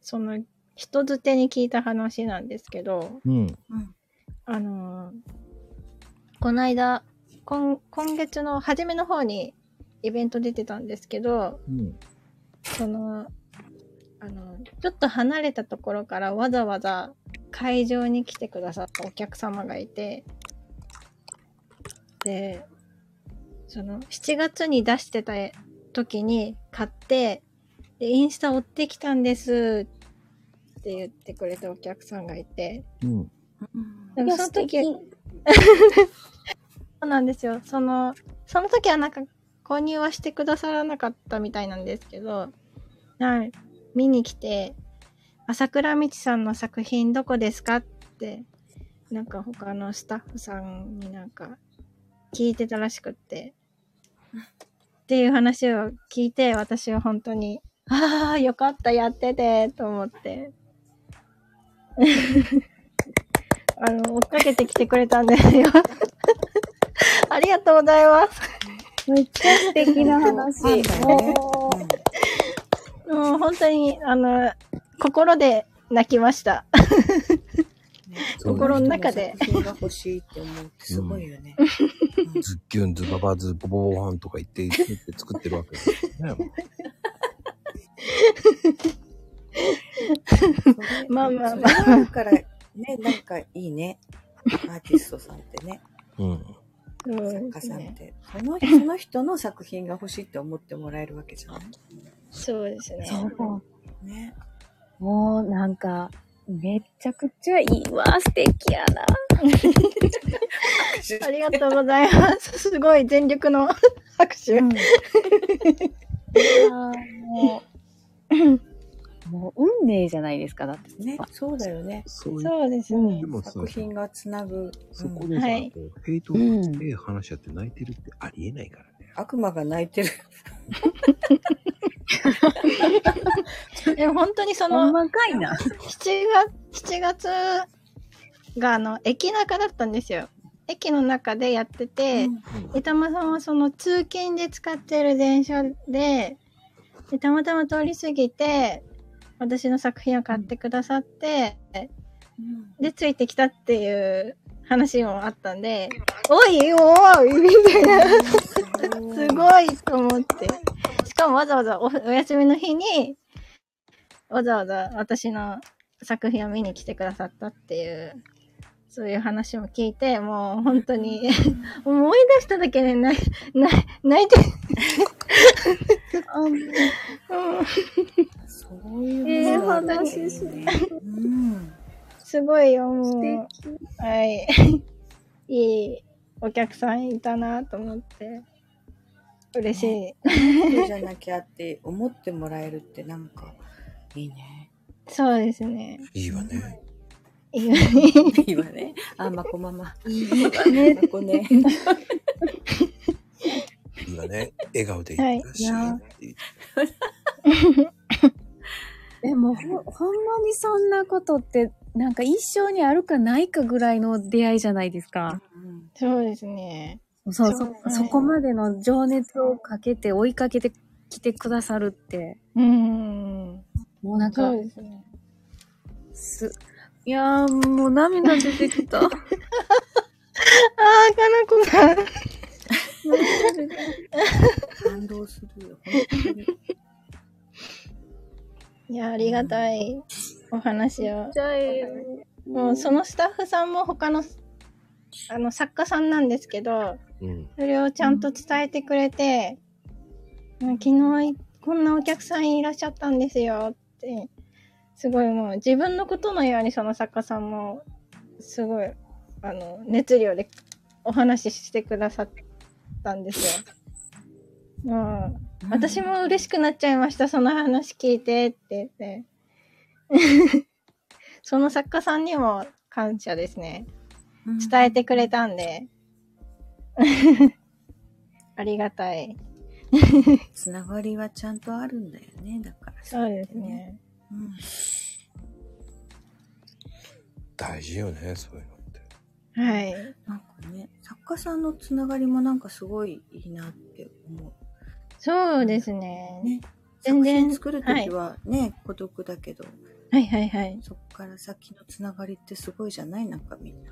S3: その、人づてに聞いた話なんですけど、
S2: うん。
S4: うん。
S3: あのーこの間、今、今月の初めの方にイベント出てたんですけど、
S2: うん。
S3: その、あの、ちょっと離れたところからわざわざ会場に来てくださったお客様がいて、で、その、7月に出してた時に買って、で、インスタ追ってきたんですって言ってくれたお客さんがいて、
S2: うん。
S4: うん
S3: でもその時、
S5: いや
S3: そうなんですよ。その、その時はなんか購入はしてくださらなかったみたいなんですけど、はい。見に来て、朝倉美智さんの作品どこですかって、なんか他のスタッフさんになんか聞いてたらしくって、っていう話を聞いて、私は本当に、ああ、よかった、やってて、と思って。 あの、追っかけてきてくれたんですよ。ありがとうございます。
S5: めっちゃ素敵 な話。
S4: ファンだよね
S5: もう
S3: もう本当に、あの、心で泣きました。心の中で。
S4: 作品が欲しいって思うってすごいよね。
S1: ズッキュン、ズババズ、ボボボファンとか言って、作って作ってるわけですよね。
S3: あまあ
S4: それ
S3: まあ。
S4: があるから、ね、なんかいいね。アーティストさんってね、
S2: うん。
S3: そう
S4: 作
S3: で
S4: 家
S3: す
S4: さんっ
S3: ね。
S4: て。その人その人の作品が欲しいって思ってもらえるわけじゃない
S3: そうですね。
S5: そう。
S4: ね。
S5: もうなんか、めっちゃくちゃいいわ。素敵やな。
S3: ありがとうございます。 すごい全力の 拍手。
S5: もう、 もう運命じゃないですか。だって。
S4: ね、そうだよね。
S2: そういう、
S3: そうです
S5: う
S3: ね。
S5: ん
S2: でもさ
S4: 作、品がつなぐ、
S2: そこ
S4: うん
S2: でさ、
S3: はい
S2: こうヘイトを
S5: うん
S2: ええ話し合って泣いてるってありえないからね。
S4: 悪魔が泣いてる。
S3: でも本当にその、
S5: 細かいな。
S3: 7月、7月があの、駅中だったんですよ。駅の中でやってて、で、たまさんはその通勤で使ってる電車で、で、たまたま通り過ぎて、私の作品を買ってくださって、
S4: うん
S3: で、ついてきたっていう話もあったんで、おいおいみたいな。すごいと思って。しかもわざわざおお休みの日に、わざわざ私の作品を見に来てくださったっていう、そういう話も聞いて、もう本当に思い出しただけで泣い泣い泣 いて、うん
S4: そういう
S3: ええ
S4: ものがあるんだよね
S3: 話ですね
S4: うん。
S3: すごいよ、もう。はい。 いいお客さんいたなと思って、嬉しい。
S4: そうじゃなきゃって思ってもらえるってなんか、いいね。
S3: そうですね。
S1: いいわね。
S3: いい
S4: いいわね。あ、まこママ。
S3: ね
S4: まこね。
S1: いいわね。笑顔でいらっしゃいっていう
S5: でもほ、ほんまにそんなことって、なんか一生にあるかないかぐらいの出会いじゃないですか。
S4: うん
S3: そうですね。
S5: そう、
S3: そう
S5: そ
S3: はい
S5: そこまでの情熱をかけて追いかけてきてくださるって、
S3: うん。
S5: もうなん
S3: そ
S5: か
S3: う、ですね。
S5: す、いやー、もう涙出てき た。
S3: あー、かなこが。
S4: 感動するよ。本当に。
S3: いや、ありがたいお話を。
S5: じゃあ、
S3: もう、そのスタッフさんも他の、あの、作家さんなんですけど、
S2: うん。
S3: それをちゃんと伝えてくれて、うん昨日、こんなお客さんいらっしゃったんですよって、すごいもう、自分のことのようにその作家さんも、すごい、あの、熱量でお話ししてくださったんですよ。もう、私も嬉しくなっちゃいました、その話聞いてって言って。 その作家さんにも感謝ですね。
S4: うん
S3: 伝えてくれたんで。ありがたい。
S4: つながりはちゃんとあるんだよね。だからさ。
S3: そうですね。
S4: うん
S1: 大事よね、そういうのって。
S3: はい。
S4: なんかね、作家さんのつながりもなんかすごいいいなって思
S3: そうです
S4: う
S3: ね。
S4: ね。
S3: 全然
S4: 作品作るときはね、孤独だけど、
S3: はいはいはい。
S4: そこから先のつながりってすごいじゃないなんかみんな。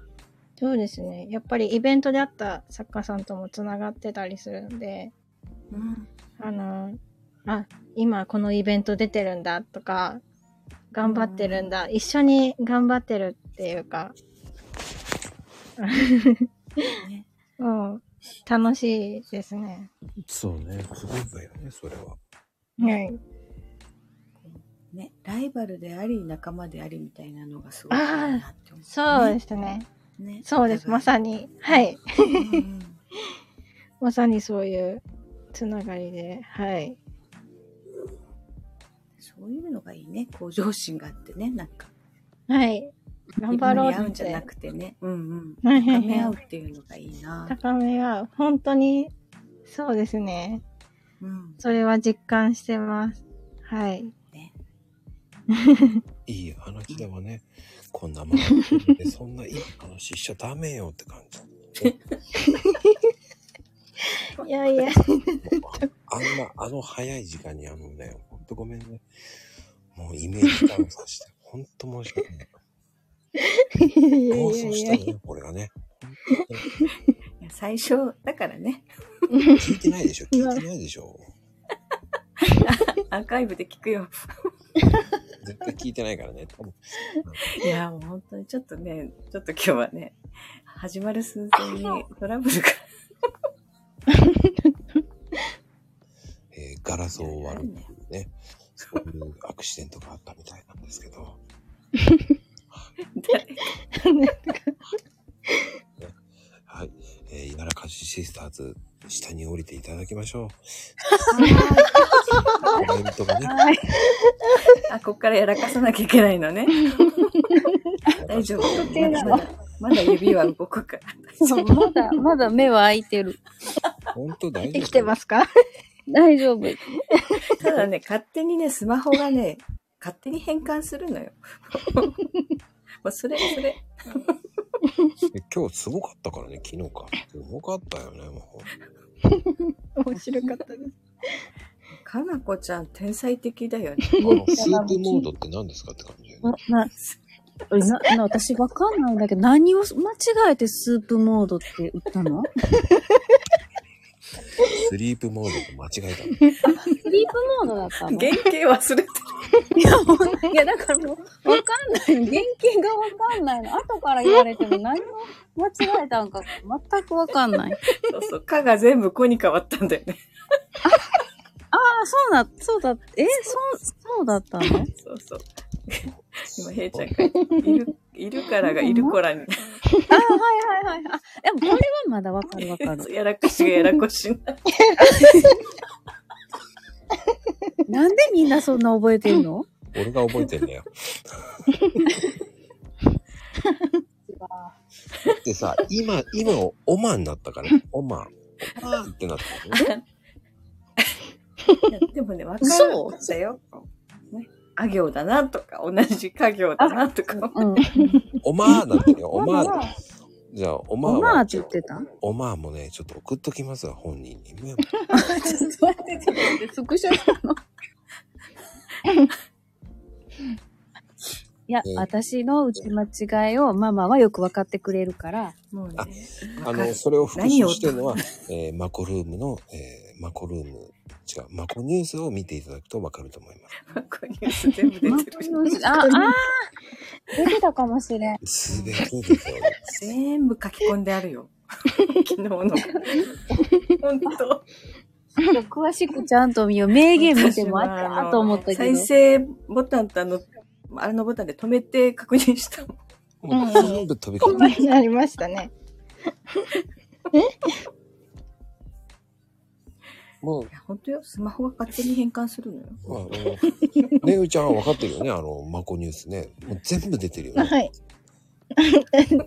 S3: そうですね。やっぱりイベントで会った作家さんともつながってたりするんで、
S4: うん。
S3: あの、あ、今このイベント出てるんだとか、頑張ってるんだ、一緒に頑張ってるっていうか、
S4: ね。
S3: うん、楽しいですね。
S1: そうね。すごいわよね、それは。
S3: はい。
S4: ね、ライバルであり、仲間でありみたいなのがすごいいいなって思う、ね。
S3: そうですね。
S4: ね
S3: そうです。まさ
S4: に。
S3: に。はい。
S4: うんうん
S3: まさにそういうつながりで。はい。
S4: そういうのがいいね。向上心があってね、なんか。
S3: はい。頑張ろう
S4: 今に合う
S3: っ
S4: んじゃな
S3: て。
S4: くてね。うん
S3: は
S4: う
S3: い
S4: ん。
S3: はいはい
S4: 高め合うっていうのがいいな。
S3: 高めは、本当に、そうですね。
S4: うん。
S3: それは実感してます。はい。
S4: ね。
S1: いい話だわね。こんなもん。でそんないい話しちゃダメよって感じ。
S3: いやいや、
S1: あん な、あの早い時間にあのね、ほんとごめんね。もうイメージダウンさせて、ほんと申し訳ない。
S3: いやいや
S1: 妄
S3: いや
S1: 想
S3: い
S1: した
S3: や
S1: のね、これがね。
S4: いや最初、だから ね。
S1: 聞いてないでしょ聞いてないでしょ
S4: アーカイブで聞くよ。
S1: 絶対聞いてないからね。多分
S4: いや、もう本当にちょっとね、ちょっと今日はね、始まる寸前にトラブルが。
S1: えーガラスを割るっていうね、そういうアクシデントがあったみたいなんですけど、
S4: 誰
S1: はい。えー、やらかしシスターズ、下に降りていただきましょう。コメントがね、
S4: あ、こっからやらかさなきゃいけないのね。 大丈夫。まだまだ、まだ指は動く から。
S5: そうまだ、まだ目は開いてる。
S1: 本当大丈夫。。
S3: 生きてますすか
S5: 大丈夫。
S4: ただね、勝手にね、スマホがね、勝手に変換するのよ。 もうそれ、それ。
S1: 今日すごかったからね、昨日か。すごかったよね、も
S3: 面白かったです。
S4: かなこちゃん、天才的だよ ね。
S1: う。あの、スープモードって何ですかって感じだよね。
S5: な、な、な私わかんないんだけど、何を間違えてスープモードって打ったの
S1: スリープモードと間違えたの。
S5: スリープモードだったの
S4: 原型忘れて
S5: いや、ほんいや、だからもう、わかんない。原型がわかんないの。後から言われても何を間違えたんか、全くわかん ない。
S4: そうそう。かが全部こに変わったんだよね。
S5: ああ、そうだ、そうだ、え、そう、そうだったの
S4: そうそう。 今、へいちゃんが、いる、いるからがいるこらに、
S5: ああ、はいはいはい。あ、でもこれはまだわかるわか る。
S4: やらかしがやらこしな。
S5: なんでみんなそんな覚えてるの
S1: 俺が覚えてんだよ。だってさ、今、今、オマンになったから、オマン。オマンってなったからね。
S4: でもね、わかるんだよ。ね。あ行だなとか、同じ家業だなとか。
S5: うん。
S1: オマーなんだよ、オマー
S5: ま
S1: だ。じゃあ、オマー
S5: お
S1: は。
S5: まあって言ってた
S1: オマーもね、ちょっと送っときますわ、本人にね。
S5: ちょっと待って、ちょっと待って、スクショなの いや、
S1: えー
S5: 私の打ち間違いをママはよく分かってくれる から、
S4: もうね。
S1: あ
S4: わか
S1: の、
S4: る
S1: それを復習してるのは、えーマコルームの、えーマコルーム、違う、マコニュースを見ていただくとわかると思いま
S4: ここにニュース全部出てる。
S5: あ、ああー出てたかもしれん。
S1: す。すべてですよ。
S4: 全部書き込んであるよ。 昨日の。本当。
S5: 詳しくちゃんと見よう。名言見てもあったなと思ったけど。
S4: 再生ボタンとあの、あれのボタンで止めて確認したもん。
S1: もう全部飛び交
S3: こん
S1: う
S3: なになりましたね。
S1: もう
S4: い、や、本当よ。スマホが勝手に変換するのよ。
S1: まあ、あの、ねうちゃんは分かってるよね、あの、マコニュースね。もう全部出てるよ ね。
S3: はい。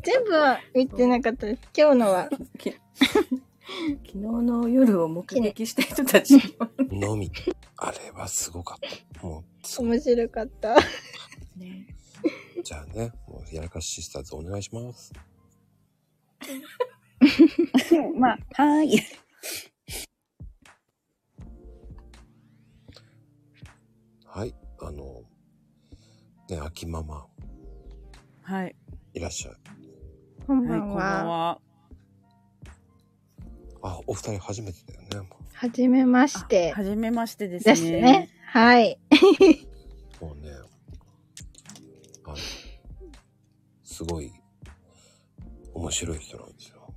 S3: 全部は見てなかったです。今日のは。
S4: き 昨日の夜を目撃した人たちも
S1: のみ。あれはすごかった。もう、すごい
S3: 面白かった。
S4: ね。
S1: じゃあね、もう、やらかしシスターズお願いします。
S5: まあ、はーい。
S1: はい、あの、ね、秋ママ、
S7: はい。
S1: いらっしゃい。
S6: こんば
S7: はい、こ
S6: ん
S7: んばん
S6: は。
S7: は。
S1: あ、お二人初めてだよね。
S3: はじめま
S7: あ
S3: して
S7: はじめましてですね。
S3: ですね。はい。
S1: もうね、あの、すごい、面白い人なんですよ。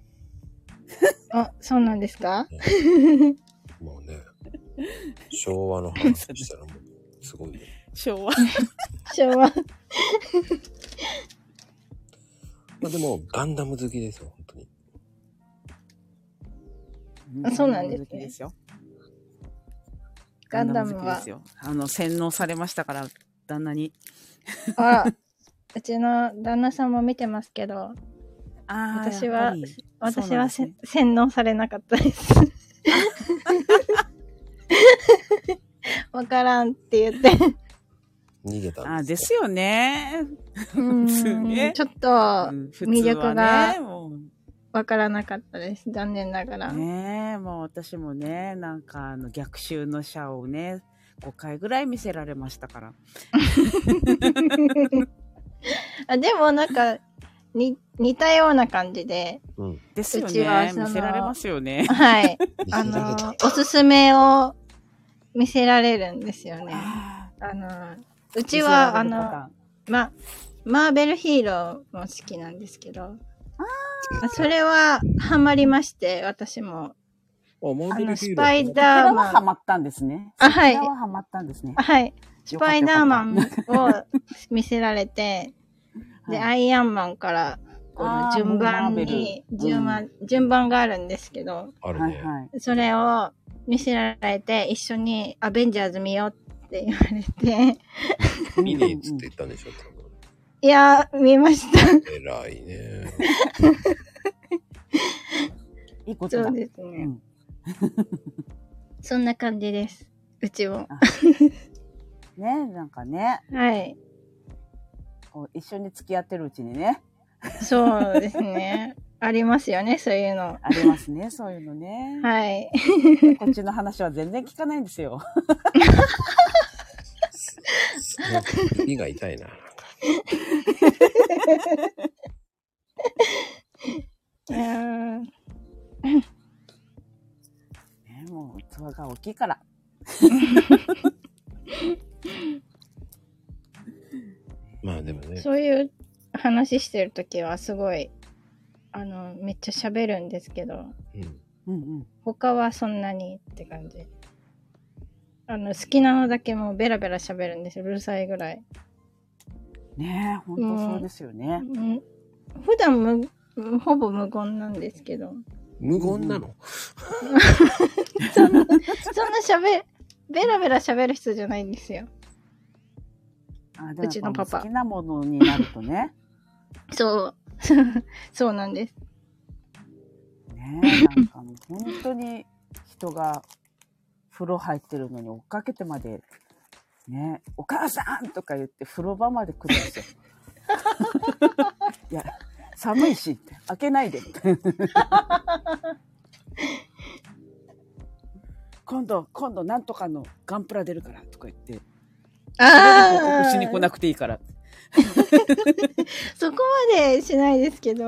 S3: あ、そうなんですか
S1: も うね、昭和の話したらもう、すごいよ。
S7: 昭和。
S3: 昭和。
S1: まあでも、ガンダム好きですよ、本当に。
S3: あそうなんですね
S7: 好きですよ。
S3: ガンダムは
S7: ガ好きですよ。あの、洗脳されましたから、旦那に。
S3: あ、うちの旦那さんも見てますけど、
S7: あ
S3: 私は、
S7: そう
S3: 私
S7: なん
S3: は
S7: です
S3: せ、
S7: ね
S3: 洗脳されなかったです。わからんって言って。
S1: 逃げた
S7: あ
S1: ん
S7: ー
S1: で
S7: ですすよね。
S3: うん
S7: 通ね
S3: ちょっ
S7: う
S3: と
S7: ん普
S3: 魅力が
S7: ね、もう
S3: わからなかったです。残念ながら。
S7: ねえ、もう私もね、なんかあの逆襲のシャアをね、5回ぐらい見せられましたから。
S3: あでもなんか、に、似たような感じで、
S1: うん。
S7: ですよ
S3: うちは
S7: ね。
S3: その
S7: 見せられますよね。
S3: はい。あ
S1: 逃げられた
S3: の、おすすめを見せられるんですよね。
S7: あ
S3: あの、うちは、あ
S7: 見せられるパター
S3: の、
S7: ン
S3: ま、マーベルヒーローも好きなんですけど、あそれはハマりまして、私も。あの、スパイ
S7: こち
S3: ダー
S7: らは
S3: マ
S7: ハ
S3: ン。
S7: マったんですね。
S3: あはい
S7: こちらはハマったんですね。
S3: はい。スパイダーマン
S7: よ
S3: を見せられて、で、
S7: は
S3: アイアンマンから、この
S7: あー
S3: 順番
S7: もうマー
S3: に、
S7: ベル
S3: 順番、順番があるんですけど、
S1: ある
S7: はい
S1: ね。
S7: はい。
S3: それを見せられて、一緒にアベンジャーズ見ようって言われて、
S1: 見ねえっつって言ったんでしょ、多分。
S3: いやー、見ました。
S1: 偉いね。
S7: いいこと
S3: そ
S7: だ。
S3: うです
S7: う
S3: ね。
S7: ん
S3: そんな感じです。うちも。
S7: ねなんかね、
S3: はい。
S7: こう一緒に付き合ってるうちにね、
S3: そうですね。ありますよね、そういうの。
S7: あります ね、そういうのね。
S3: はい。
S7: こっちの話は全然聞かないんですよ。
S1: 胃が痛いな。
S3: いやー
S7: ねもう器が大きいから。
S1: まあでもね、
S3: そういう話してるときはすごい、あの、めっちゃ喋るんですけど、
S1: うん、
S7: うんうん。
S3: 他はそんなにって感じ。あの、好きなのだけもうベラベラ喋るんですよ。うるさいぐらい。
S7: ねえ、本当そうですよ
S3: う
S7: ね。
S3: ん、普段む、ほぼ無言なんですけど、
S1: 無言なの。
S3: そんな喋、ベラベラ喋る人じゃないんですよ。
S7: あ
S3: うちのパパ
S7: でもやっぱ好きなものになるとね。
S3: そう。 そうなんです。
S7: ねえ、なんかもう本当に人が風呂入ってるのに追っかけてまで、ねえ、お母さんとか言って風呂場まで来るんで すよ。いや、寒いし、開けないで って。今度、今度、なんとかのガンプラ出るからとか言って、うちに来なくていいから。
S3: そこまでしないですけ ど、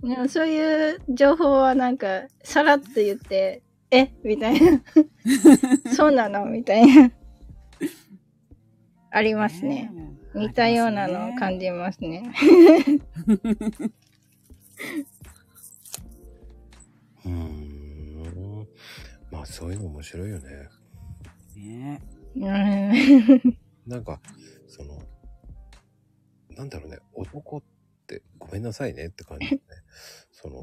S3: でもそういう情報はなんか、さらっと言って、えみたいな。 そうなのみたいな。ありますね。
S7: え
S3: 似たようなのを
S7: あり
S3: 感じますね。
S1: うーん。まあそういうの面白いよね。
S7: ますねね
S3: うん
S1: なんか、その、なんだろうね、男ってごめんなさいねって感じでね。その、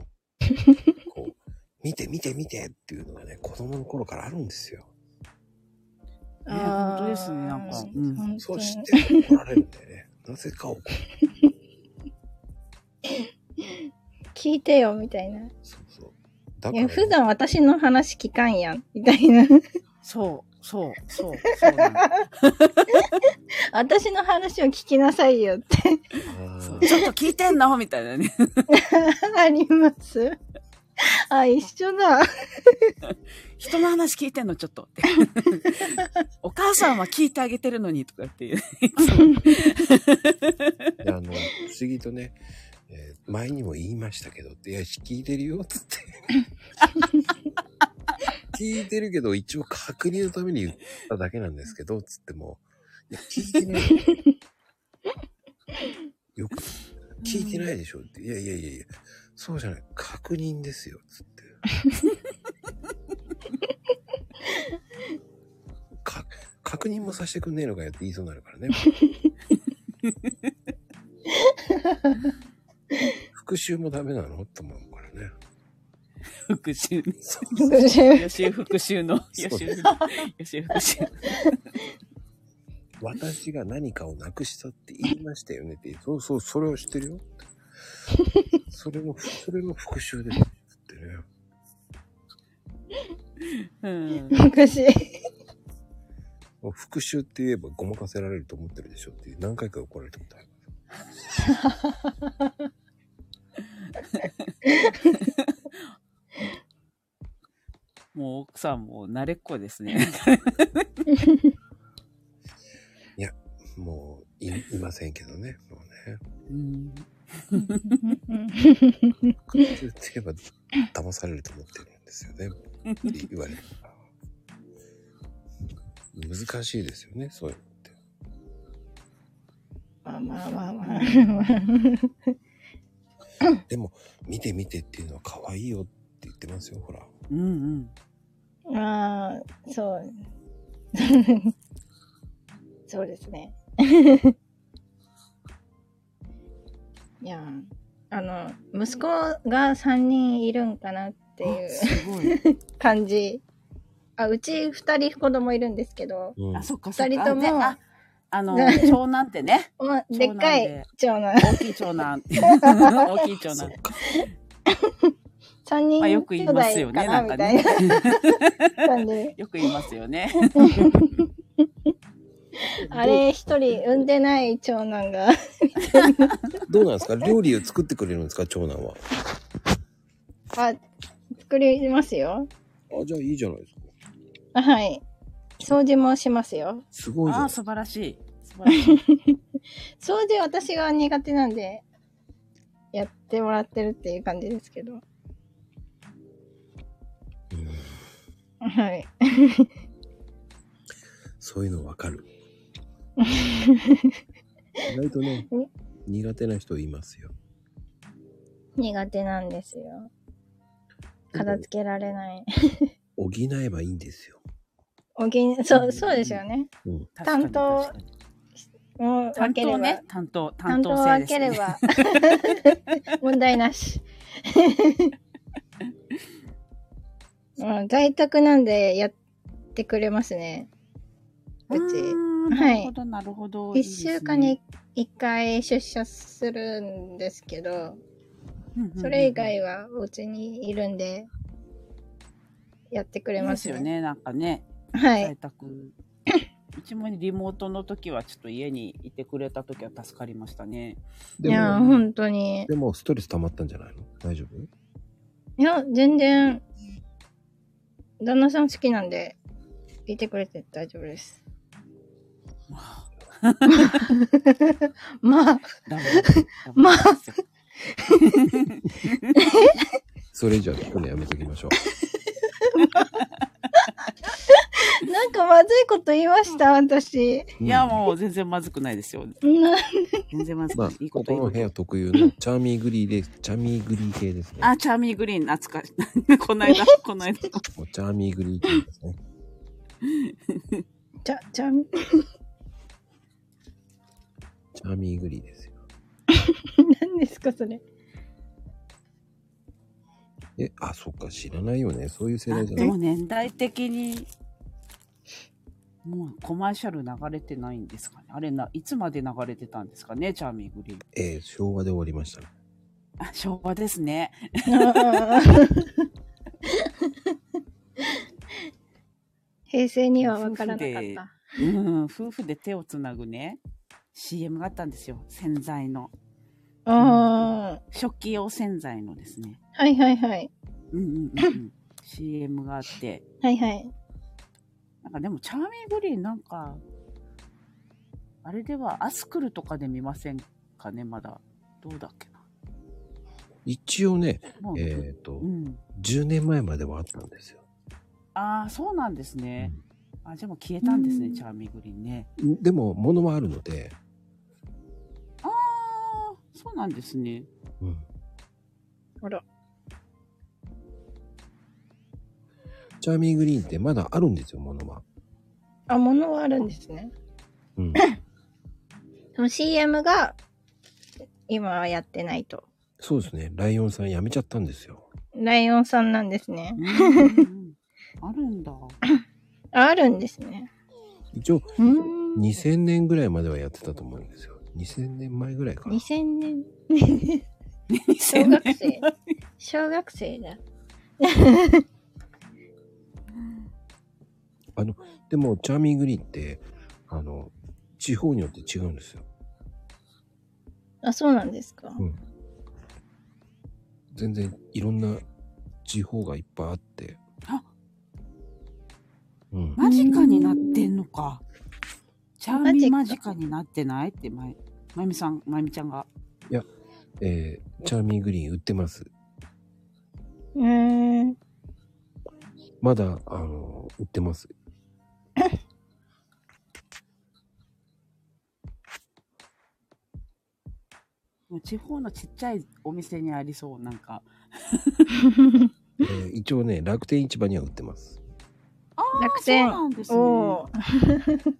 S1: こう、見て見て見てっていうのがね、子供の頃からあるんですよ。
S7: え本当ですねなんかうん
S3: 本当
S1: そう
S3: に
S1: して怒られるんだよね。なぜか怒る。
S3: 聞いてよ、みたいな。
S1: そうそう。だ
S3: い
S1: から、
S3: や普段私の話聞かんやん、みたいな。
S7: そう、そう、そう、そうなの
S3: 私の話を聞きなさいよって
S1: あ
S7: そう
S1: ー
S7: ちょっと聞いてんのみたいな ね。
S3: あり ます。あ、一緒だ。
S7: 人の話聞いてんのちょっと って。お母さんは聞いてあげてるのにとかって いう。
S1: であの、不思議とね、えー前にも言いましたけどって、いや、聞いてるよ、つって。聞いてるけど、一応確認のために言っただけなんですけど、つっても、いや、聞いてないよ。よく、聞いてないでしょって。いやいやいやいや、そうじゃない。確認ですよ、つって。か確認もさせてくんねえのかよって言いそうになるからね。復習もダメなのと思うからね。
S7: 復習ね。
S3: う
S7: 予習復習 の。
S1: そ
S7: 予
S1: う
S7: 習。予習復習。
S1: 私が何かをなくしたって言いましたよねって、そうそう、それを知ってるよ。それも、それの復習でってね。
S7: うん。
S3: 昔。
S1: もう復習って言えばごまかせられると思ってるでしょって何回か怒られたことある。
S7: もう奥さんも慣れっこですね。
S1: もうい、いませんけどね。もうね。
S7: うん。
S1: 復習って言えば騙されると思ってるんですよね。って言われるから。難しいですよね、そういうのって。
S6: あまあまあまあ。
S1: でも、見て見てっていうのは可愛いよって言ってますよ、ほら。
S7: うんうん。
S3: ああ、そう。 そうですね。 いやー、あの、息子が3人いるんかなってい
S7: あ
S3: う
S7: す ごい。
S3: 感じ。あ、うち2人子供いるんですけど、
S1: うん
S7: あ、そっかそっか。
S3: 二人とも
S7: ねあ、あの、
S3: ね
S7: 長男ってね。
S3: まあ、
S7: そう
S3: で
S7: なん
S3: っかい長男。
S7: 大きい長男。 大きい長
S1: そっ
S7: 男。
S1: か。
S3: 3
S7: ま
S3: 人
S7: あ、
S3: 兄
S7: よく言いますよ
S3: 弟
S7: ね。
S3: か
S7: な
S3: な、
S7: ん
S3: み
S7: か
S3: たい
S7: ね
S3: な。 感じ。
S7: よく言いますよね。
S3: あれ、一人産んでない長男が。
S1: どうなんですか料理を作ってくれるんですか長男は。
S3: あ、作りますよ。
S1: あ、じゃあいいじゃないですか。
S3: あはい。掃除もしますよ。
S1: すごいじゃな
S7: ああ、
S1: いですか。
S7: 素晴らしい。素晴らしい。
S3: 掃除私が苦手なんで、やってもらってるっていう感じですけど。はい。
S1: そういうのわ かる。意外とね、苦手な人いますよ。
S3: 苦手なんですよ。片付けられない。
S1: 補えばいいんですよ。
S3: おぎん、そう、そうですよね。
S1: うん。
S3: 担当
S7: 確かに確か
S3: もう分
S7: に担
S3: けれ
S7: 当
S3: ば。
S7: ね。担当。
S3: 担
S7: 担
S3: 当
S7: 当制
S3: 分
S7: です
S3: け
S7: ね、
S3: れば。 問題な し。まあ在宅なんでやってくれますね。うち。
S7: うち
S3: は
S7: ないるほど、なるほど。いい
S3: 一
S7: ですね
S3: 週間に、一回出社するんですけど、
S7: うんうんうん
S3: それ以外はお家にいるんで、やってくれま
S7: ですす
S3: ね。
S7: よね、なんかね。
S3: はい
S7: 在。宅。うちも リモートの時はちょっと家にいてくれた時は助かりまし たね。
S3: い
S1: で
S3: やー、
S1: も、
S3: 本当に。
S1: でもストレス溜まったんじゃないの大丈夫
S3: いや、全然、旦那さん好きなんで、いてくれて大丈夫です。 まあ、
S7: ダブル。ダブルですよ
S1: それじゃあ聞くのやめときましょう。
S3: なんかまずいこと言いました、私。
S1: うん
S7: いや、もう全然まずくないですよ。
S3: な
S7: 全然まずく
S1: まあ
S7: ない。いい、こ
S1: ことこ
S7: いい
S1: の
S7: こ
S1: 部
S7: と。
S1: 屋特有のチャーミーグリーで、チャーミーグリー系ですね。
S7: あ、チャーミーグリーン、懐かしい。この間、この間。
S1: もうチャーミーグリー系ですね。
S3: ちゃ、ちゃん、
S1: チャーミーグリーですよ。
S3: 何ですか、それ。
S1: え、あ、そっか、知らないよね。そういう世
S7: あ
S1: 代じゃな
S7: で
S1: い
S7: も。年代的に、もうコマーシャル流れてないんですかね。あれな、いつまで流れてたんですかね、チャーミーグリーン。
S1: えー昭和で終わりましたね。
S7: あ、昭和ですね。
S3: 平成には分からなかった。
S7: うん、夫婦で手をつなぐね、CM があったんですよ。洗剤の。
S3: ああ、
S7: 食器用洗剤のですね。
S3: はいはいはい。
S7: うんうんうんうん。CM があって。
S3: はいはい。
S7: なんかでも、チャーミーグリーンなんか、あれでは、アスクルとかで見ませんかね、まだ。どうだっけな。
S1: 一応ね、
S7: もう、
S1: えっ、と
S7: う、ん。
S1: 10年前まではあったんですよ。
S7: ああ、そうなんですね。あ、じゃあもう消えたんですね、チャーミーグリーンね。
S1: うんでも、物はあるので、
S7: ああ、そうなんです ね。
S1: うん
S3: あら。
S1: チャーミーグリーンってまだあるんですよ、物は。
S3: あ、物はあるんですね。
S1: うん。
S3: その CM が今はやってないと。
S1: そうですね。ライオンさん辞めちゃったんですよ。
S3: ライオンさんなんですね。
S7: うんうんうんあるんだ。
S3: ああるんですね。
S1: 一応、
S3: うーん。
S1: 2000年ぐらいまではやってたと思うんですよ。2000年前ぐらいかな。
S3: 2000年。小
S7: 2000
S3: 学
S7: 年
S3: 生。小学生だ。
S1: でも、チャーミーグリーンって、あの、地方によって違うんですよ。
S3: あ、そうなんですか。
S1: 全然いろんな地方がいっぱいあって。
S7: あ
S1: うん。
S7: 間近になってんのか。チャーミー間近になってないって、まゆまゆみさん、まゆみちゃんが。
S1: えーチャーミーグリーン売ってます。
S3: うーん。
S1: まだ、あの、売ってます。
S7: もう地方のちっちゃいお店にありそう、なんか。
S1: えー一応ね、楽天市場には売ってます。
S7: あー
S4: 楽天
S7: そうなんですね。
S4: おー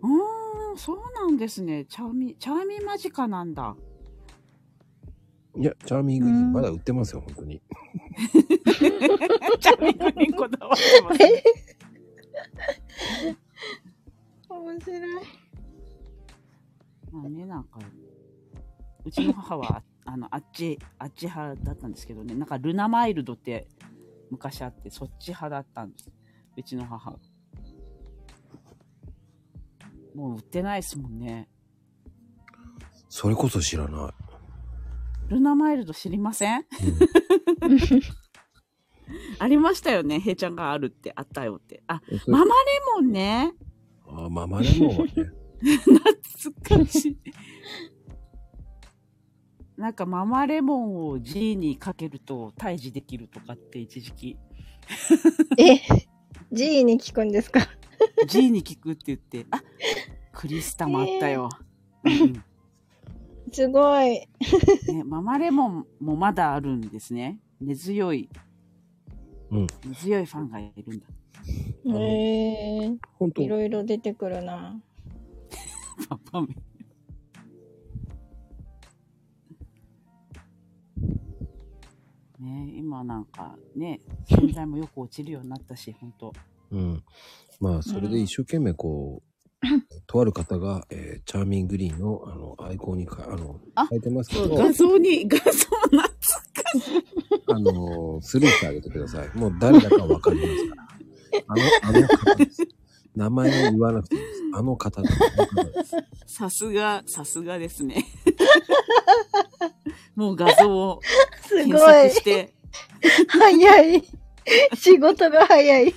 S7: うーん、そうなんですね。チャーミ、チャーミー間近なんだ。
S1: いや、チャーミングにまだ売ってますよ、本当に。
S7: チャーミーグにこだわってますね。
S4: 面白い。
S7: まあね、なんか、うちの母は、あの、あっち、あっち派だったんですけどね、なんかルナマイルドって昔あって、そっち派だったんです。うちの母が。もう売ってないですもんね。
S8: それこそ知らな
S7: ルナマイルド知りません
S8: い。うん
S7: ありましたよね、へいちゃんがあるって、あったよって。あ、
S1: えそれ
S7: ママレモンね。
S8: あまあまあでもね。
S7: 懐かしい。なんかママレモンを G にかけると退治できるとかって一時期
S3: え、G に聞くんですか
S7: G に聞くって言って、あクリスタもあったよ。うん
S3: すごい。
S7: ね、ママレモンもまだあるんですね。根強い、
S1: うん
S7: 根強いファンがいるんだ。
S3: へえ
S1: 本
S3: ー、
S1: 当
S3: いろいろ出てくるな。
S7: パパめね今なんかね、洗剤もよく落ちるようになったし、ほんと。
S1: うん。まあ、それで一生懸命こう、とある方が、えーチャーミングリーンの、あの、アイコンにか、あの、
S7: あ
S1: 書いてますけど、
S7: 画像に、 画像な
S1: あの、スルーしてあげてください。もう誰だかわかりますから。あの、あの方です。名前を言わなくていいです。あの方です。あの方です
S7: さすが、さすがです ね。もう画像を
S3: すごい
S7: 検。索して、
S3: 早い。仕事が早 い。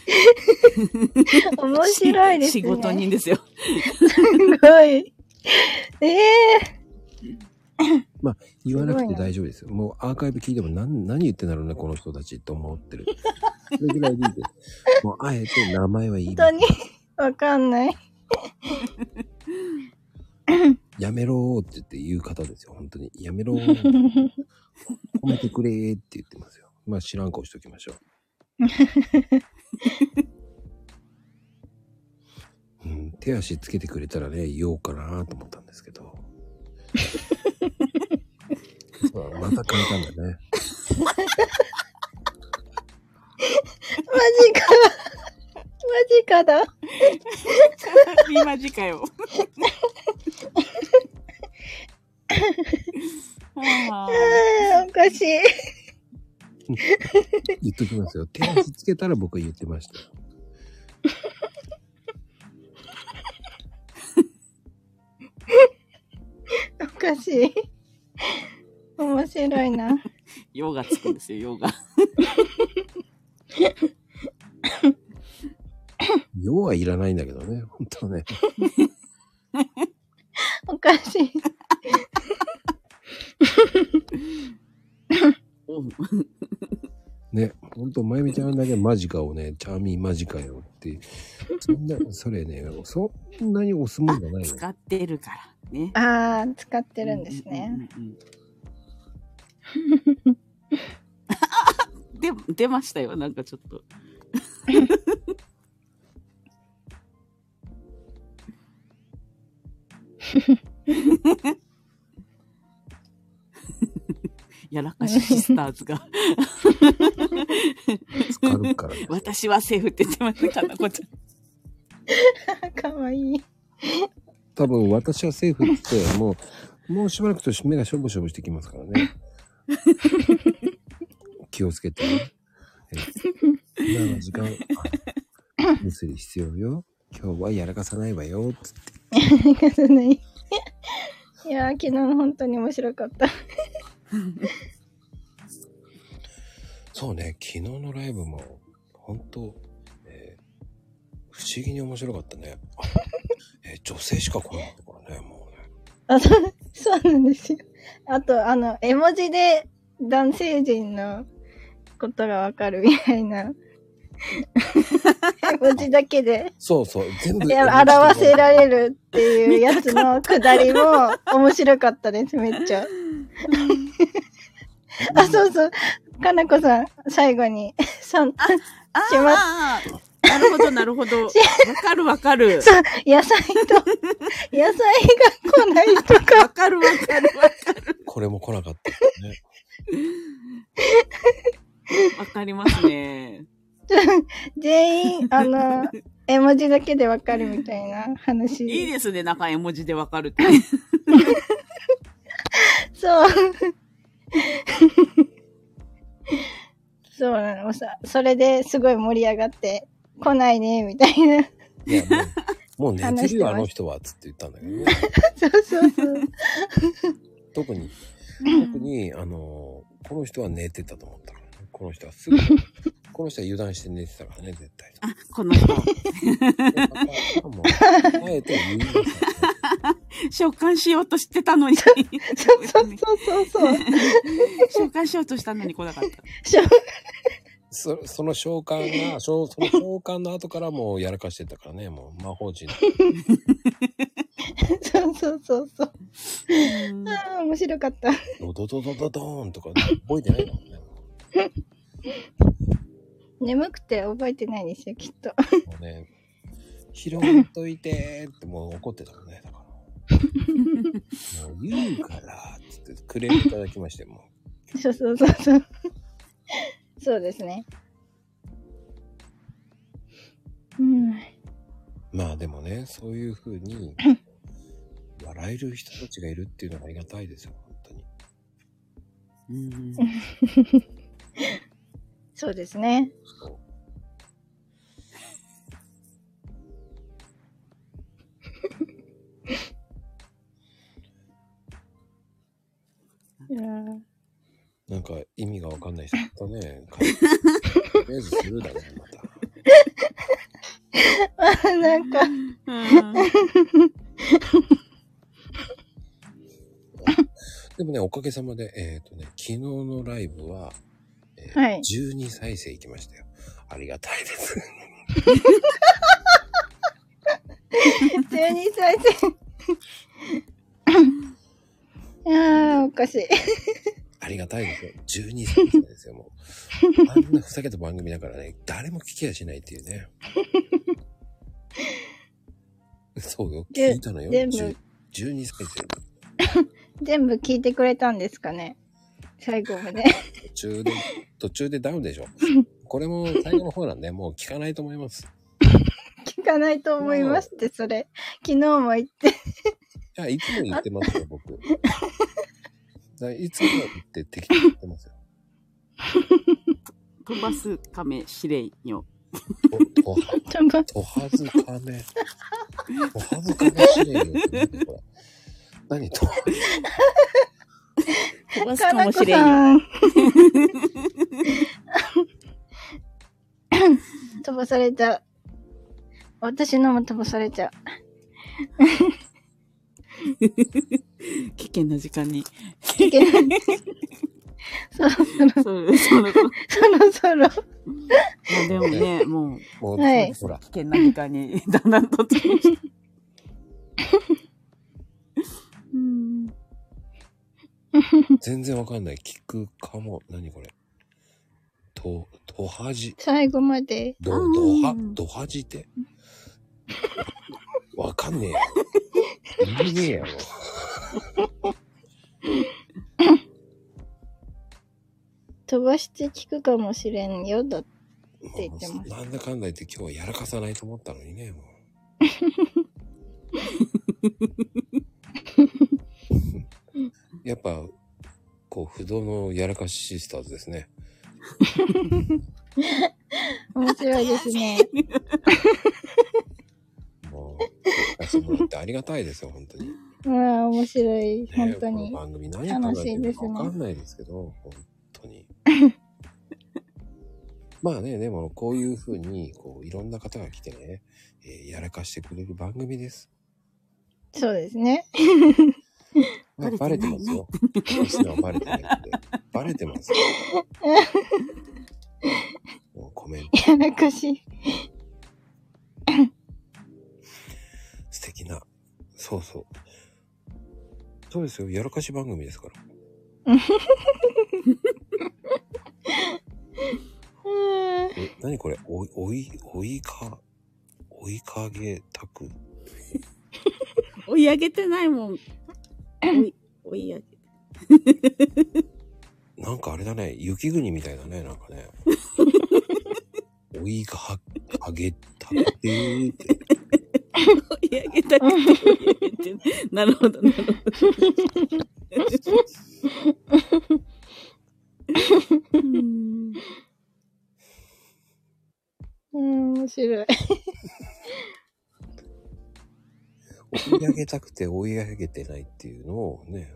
S3: 面白いですね。
S7: 仕事 人ですよ。
S3: すごい。ええ
S1: 言わなくて大丈夫ですよ。もうアーカイブ聞いても何、何言ってんだろうね、この人たちと思ってる。それぐらいでいい です。もう、あえて名前は言いま
S3: 本当
S1: せん
S3: にわかんない。
S1: やめろーって言って言う方ですよ、本当に。やめろー。褒めてくれーって言ってますよ。まあ知らん顔しときましょう。うん、手足つけてくれたらね、言おうかなと思ったんですけど。そうまた変えたんだね。
S3: マジか。マジかだ。
S7: 今時 かよ。 あ
S3: うんおかしい。
S1: 言っときますよ。手足つけたら僕は言ってました。
S3: おかしい。面白いな。
S7: ー用がつくんですよ、用が。
S1: 要はいらないんだけどね、本当はね。
S3: おかしい。
S7: うん
S1: ね、ほんと、まゆみちゃんだけマジかをね、チャーミーマジかよって、そんな、それね、そんなに押すもんじゃないの。
S7: 使ってるからね。
S3: ああ、使ってるんですね。
S7: うんうんうんうん。 で、出ましたよ、なんかちょっと。やらかしシスターズが、
S1: 使うからね。
S7: 私はセーフって言ってました、かなこちゃん。
S3: かわいい。
S1: 多分、私はセーフって、もう、もうしばらくと目がしょぼしょぼしてきますからね。気をつけてね。え今の時間、あ無理必要よ。今日はやらかさないわよ。つって
S3: なんかそんないいやー、昨日本当に面白かった。
S8: そうね、昨日のライブも、本当、えー不思議に面白かった ね。あえー女性しか来なかったからね、もうね。
S3: あそうそうなんですよ。あと、あの、絵文字で男 性陣のことがわかるみたいな。絵文文字だけで。
S1: そうそう、全部。
S3: いや表せられるっていうやつのくだりも面白かったです、めっちゃ。あ、そうそう。かなこさん、最後に、さん、
S7: あ
S3: しま
S7: あーなるほど、なるほ ど。わかる、わかる。
S3: そう、野菜 と、野菜が来ないと
S7: わ
S3: か、
S7: かる、わかる、わかる。
S1: これも来なかった、ね。
S7: わかりますね。
S3: 全員、あの、絵文字だけでわかるみたいな話。
S7: いいですね、なんか絵文字でわかるって。
S3: そう。 そうなのさ。それですごい盛り上がって、来ないね、みたいな。
S1: いや、もう、も う寝
S3: 話
S1: て
S3: し
S1: る
S3: て
S1: よ、
S3: ま
S1: あ
S3: す
S1: の人は、つって言ったんだけどね。
S3: そうそうそう。
S1: 特に、特に、あのーこの人は寝てたと思ったからね。この人はす ぐ、この人は油断して寝てたからね、絶対。
S7: こ の人。
S1: でパパもうあえて言いましたね
S7: 召喚しようとしてた のに。
S3: そうそうそうそう。
S7: 召喚しようとしたのに来なかった。
S1: そその召喚が、そその召喚の後からもうやらかしてたからね、もう魔法陣。
S3: そうそうそうそう。
S7: うん
S3: ああ、面白かった。
S1: ドドドドドドーンとか覚えてないもんね。
S3: 眠くて覚えてないですよ、きっと。
S1: もうね、拾っといてーってもう怒ってたからね、だから。もう言うからっつってクレームいただきまして、も
S3: そうそうそうそう。そうですね。うん。
S1: う。まあでもね、そういう風に、笑える人たちがいるっていうのがありがたいですよ、本当に。
S9: うん
S3: そうですね。
S1: そう
S3: いやー
S1: なんか意味がわかんない人とね、帰ってとりあえずするだね、また。
S3: あなんか、
S7: うん
S1: でもね、おかげさまで、えっ、とね、昨日のライブは、えー
S3: はい
S1: 12再生いきましたよ。ありがたいです。
S3: 12歳生。いやー、おかしい。
S1: ありがたいですよ。12歳ですよ、も う。あんなふざけた番組だからね、誰も聞きやしないっていうね。 そうよ、
S3: で
S1: 聞いたのよ。
S3: 全部
S1: 10 12歳生
S3: 全部聞いてくれたんですかね最後まで。
S1: 途 中で、途中でダウンでしょ。これも最後の方なんで、もう聞かないと思います。
S3: 聞かないと思いますって、それ。昨日も言って。
S1: いや、いつも言ってますよ、 僕。だからいつも言って適当に言ってますよ。
S7: 飛ばす亀試練よ。
S1: と、とは、
S3: ちょんぼ
S1: とはずかめ。とはずかめしれよって何これ。何と、
S7: 飛ばす
S3: か
S7: かも
S3: なこ
S7: しれんよ。
S3: さん。 飛ばされちゃう。私のも飛ばされちゃう。
S7: 危険な時間に。
S3: いけない。 そろそろ、
S7: そう、そう。ま
S3: そろそろ。
S7: あでもね、もう、
S1: もう、
S3: はい
S1: ほら、
S9: 危険な時間 にだんだんと突入して
S1: 全然わかんない。聞くかも。何これ。と、とはじ。
S3: 最後まで。
S1: ど、
S7: うん
S1: どは、どはじって。わかんねえよ。言えねえやろ。
S3: 飛ばして聞くかもしれんよ。だって言ってます
S1: なんだかんだ言って今日はやらかさないと思ったのに ね、もう。やっぱ、こう、不動のやらかしシスターズですね。
S3: 面白いです ね。
S1: もう、そういうのってありがたいですよ、本当に。ね
S3: うわあ、面白い。本当
S1: この
S3: に。
S1: 番組何考えてるのかわ
S3: 楽しいですね
S1: かんないですけど、本当に。まあね、でもこういうふうに、こう、いろんな方が来てね、えーやらかしてくれる番組です。
S3: そうですね。
S1: まあバ
S7: バ
S1: レ
S7: レ
S1: て
S7: て
S1: ま
S7: ない
S1: すよ。リスナーはバレてないんで。バレて ますよ。もうコメント。
S3: やらかしい。
S1: そうそう。そうですよ。やらかし番組ですから。 え、何これおい、おい、おいか、おいかげたく。
S10: 追い上げてないもん。追い、追い上げ。
S1: なんかあれだね。雪国みたいだね。なんか ね。おいかは、あげたくてーって。
S10: 追い上げたくて追い上げてない。なるほど、なるほ ど。うん
S3: うん、面白い。
S1: 追い上げたくて追い上げてないっていうのをね、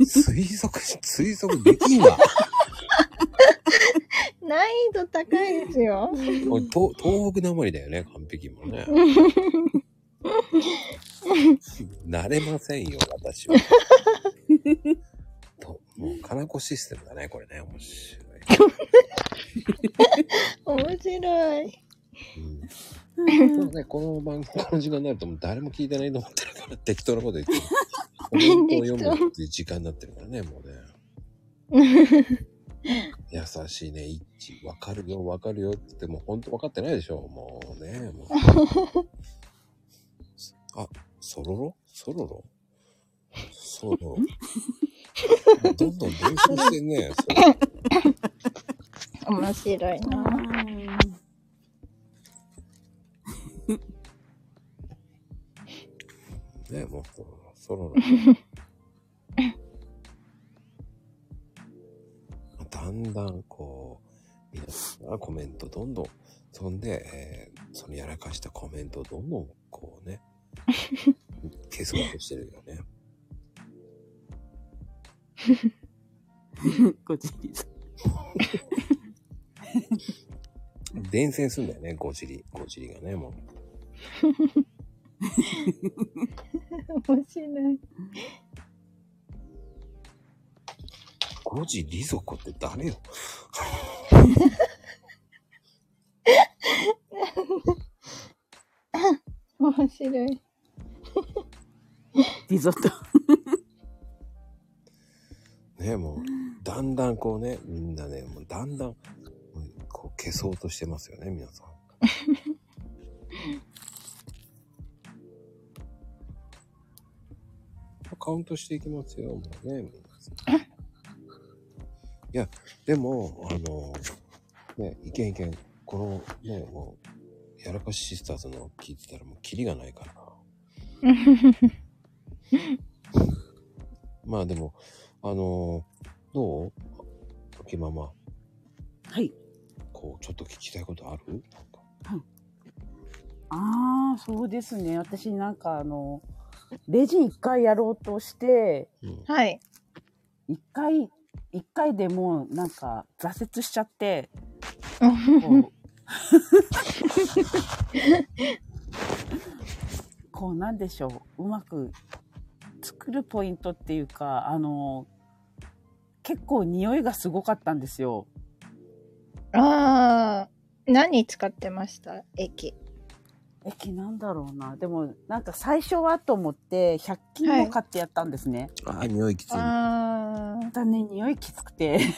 S1: 推測し、推測できんな。
S3: 難易度高いですよ。
S1: これ東東北なまりだよね、完璧もね。慣れませんよ、私は。ともう、金子システムだね、これね。面白い。
S3: 面白い。
S1: もうね、この番組、この時間になるともう誰も聞いてないと思ってるから、適当なこと言ってる。コメントを読むっていう時間になってるからね、もうね。優しいね、一致。わかるよ、わかるよって言って、もうほんとわかってないでしょ。もうね、もう。あ、そろろそろろそろろ。どんどん練習してんね。それ
S3: 面白いな。
S1: ね、もう、ソロの。だんだん、こう、皆さんがコメントどんどん、そんで、えーそのやらかしたコメントをどんどん、こうね、消そうとしてるよね。
S7: ごちにさ
S1: 伝染すんだよね、ゴジリ。ゴジリがね、もう。
S3: 面白い。
S1: ゴジリゾコって誰よ
S3: 面白い。
S7: リゾット。
S1: ねもう、だんだんこうね、みんなね、もうだんだん、もうこう消そうとしてますよね、皆さん。 カウントしていきますよ、もうね、皆さん。いや、でも、あの、ね、いけんいけん、この、ね、もう、やらかしシスターズの聞いてたらもうキリがないからな。まあでも、あのーどう秋ママ、
S7: はい。
S1: こう、ちょっと聞きたいことあるなんか。
S7: ああ、そうですね。私なんかあの、レジ一回やろうとして、
S1: うん。
S3: はい。
S7: 一回、一回でもうなんか挫折しちゃって、こうこうなんでしょううまく作るポイントっていうかあの結構匂いがすごかったんですよ
S3: ああ、何使ってました駅。
S7: 駅なんだろうなでもなんか最初はと思って100均も買ってやったんですね、
S2: ああ、匂いきつい。
S3: ああ、
S7: またね匂いきつくて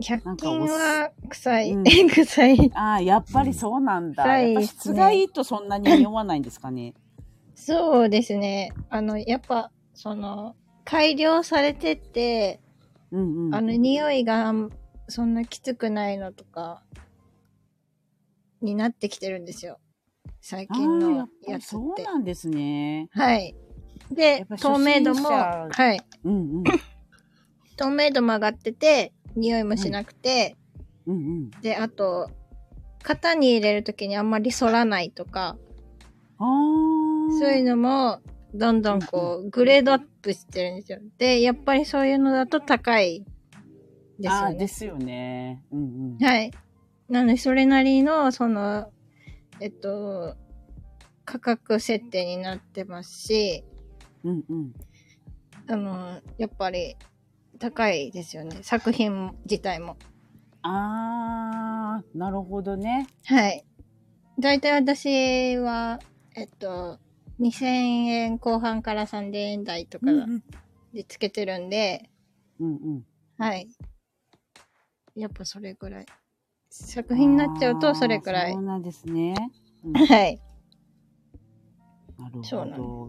S3: 100均は臭い。
S7: うん
S3: 臭い。
S7: ああやっぱりそうなんだ、
S3: うん
S7: やっぱ質がいいとそんなに匂わないんですかね
S3: そうですね。あの、やっぱ、その、改良されてって、
S7: うんうん
S3: あの、匂いがそんなきつくないのとか、になってきてるんですよ。最
S7: あ
S3: 近
S7: ーや
S3: の
S7: っぱ
S3: や
S7: り
S3: つっ
S7: そう
S3: て。
S7: なんですね
S3: はい。
S7: や
S3: で
S7: っぱ、初
S3: 透明度
S7: 心
S3: も、
S7: 者
S3: はい。
S7: うんうん
S3: 透明度も上がってて、匂いもしなくて、
S7: うんうん
S3: で、あと、型に入れるときにあんまり反らないとか、
S7: あー
S3: そういうのも、どんどんこう、グレードアップしてるんですよ。で、やっぱりそういうのだと高いですよ
S7: あーで
S3: ね。
S7: すよね。うんうん。
S3: はい。なので、それなりの、その、えっと、価格設定になってますし、
S7: うんうん。
S3: あの、やっぱり、高いですよね。作品自体も。
S7: ああ、なるほどね。
S3: はい。だいたい私は、えっと、2000円後半から3000円台とかでつけてるんで、
S7: うんうん。
S3: はい。やっぱそれぐらい。作品になっちゃう
S7: あ
S3: と
S7: ー
S3: それくらい
S7: そう。なんですね。うん
S3: はい。
S7: なる
S3: そう
S7: ほ
S3: なんです
S7: ど。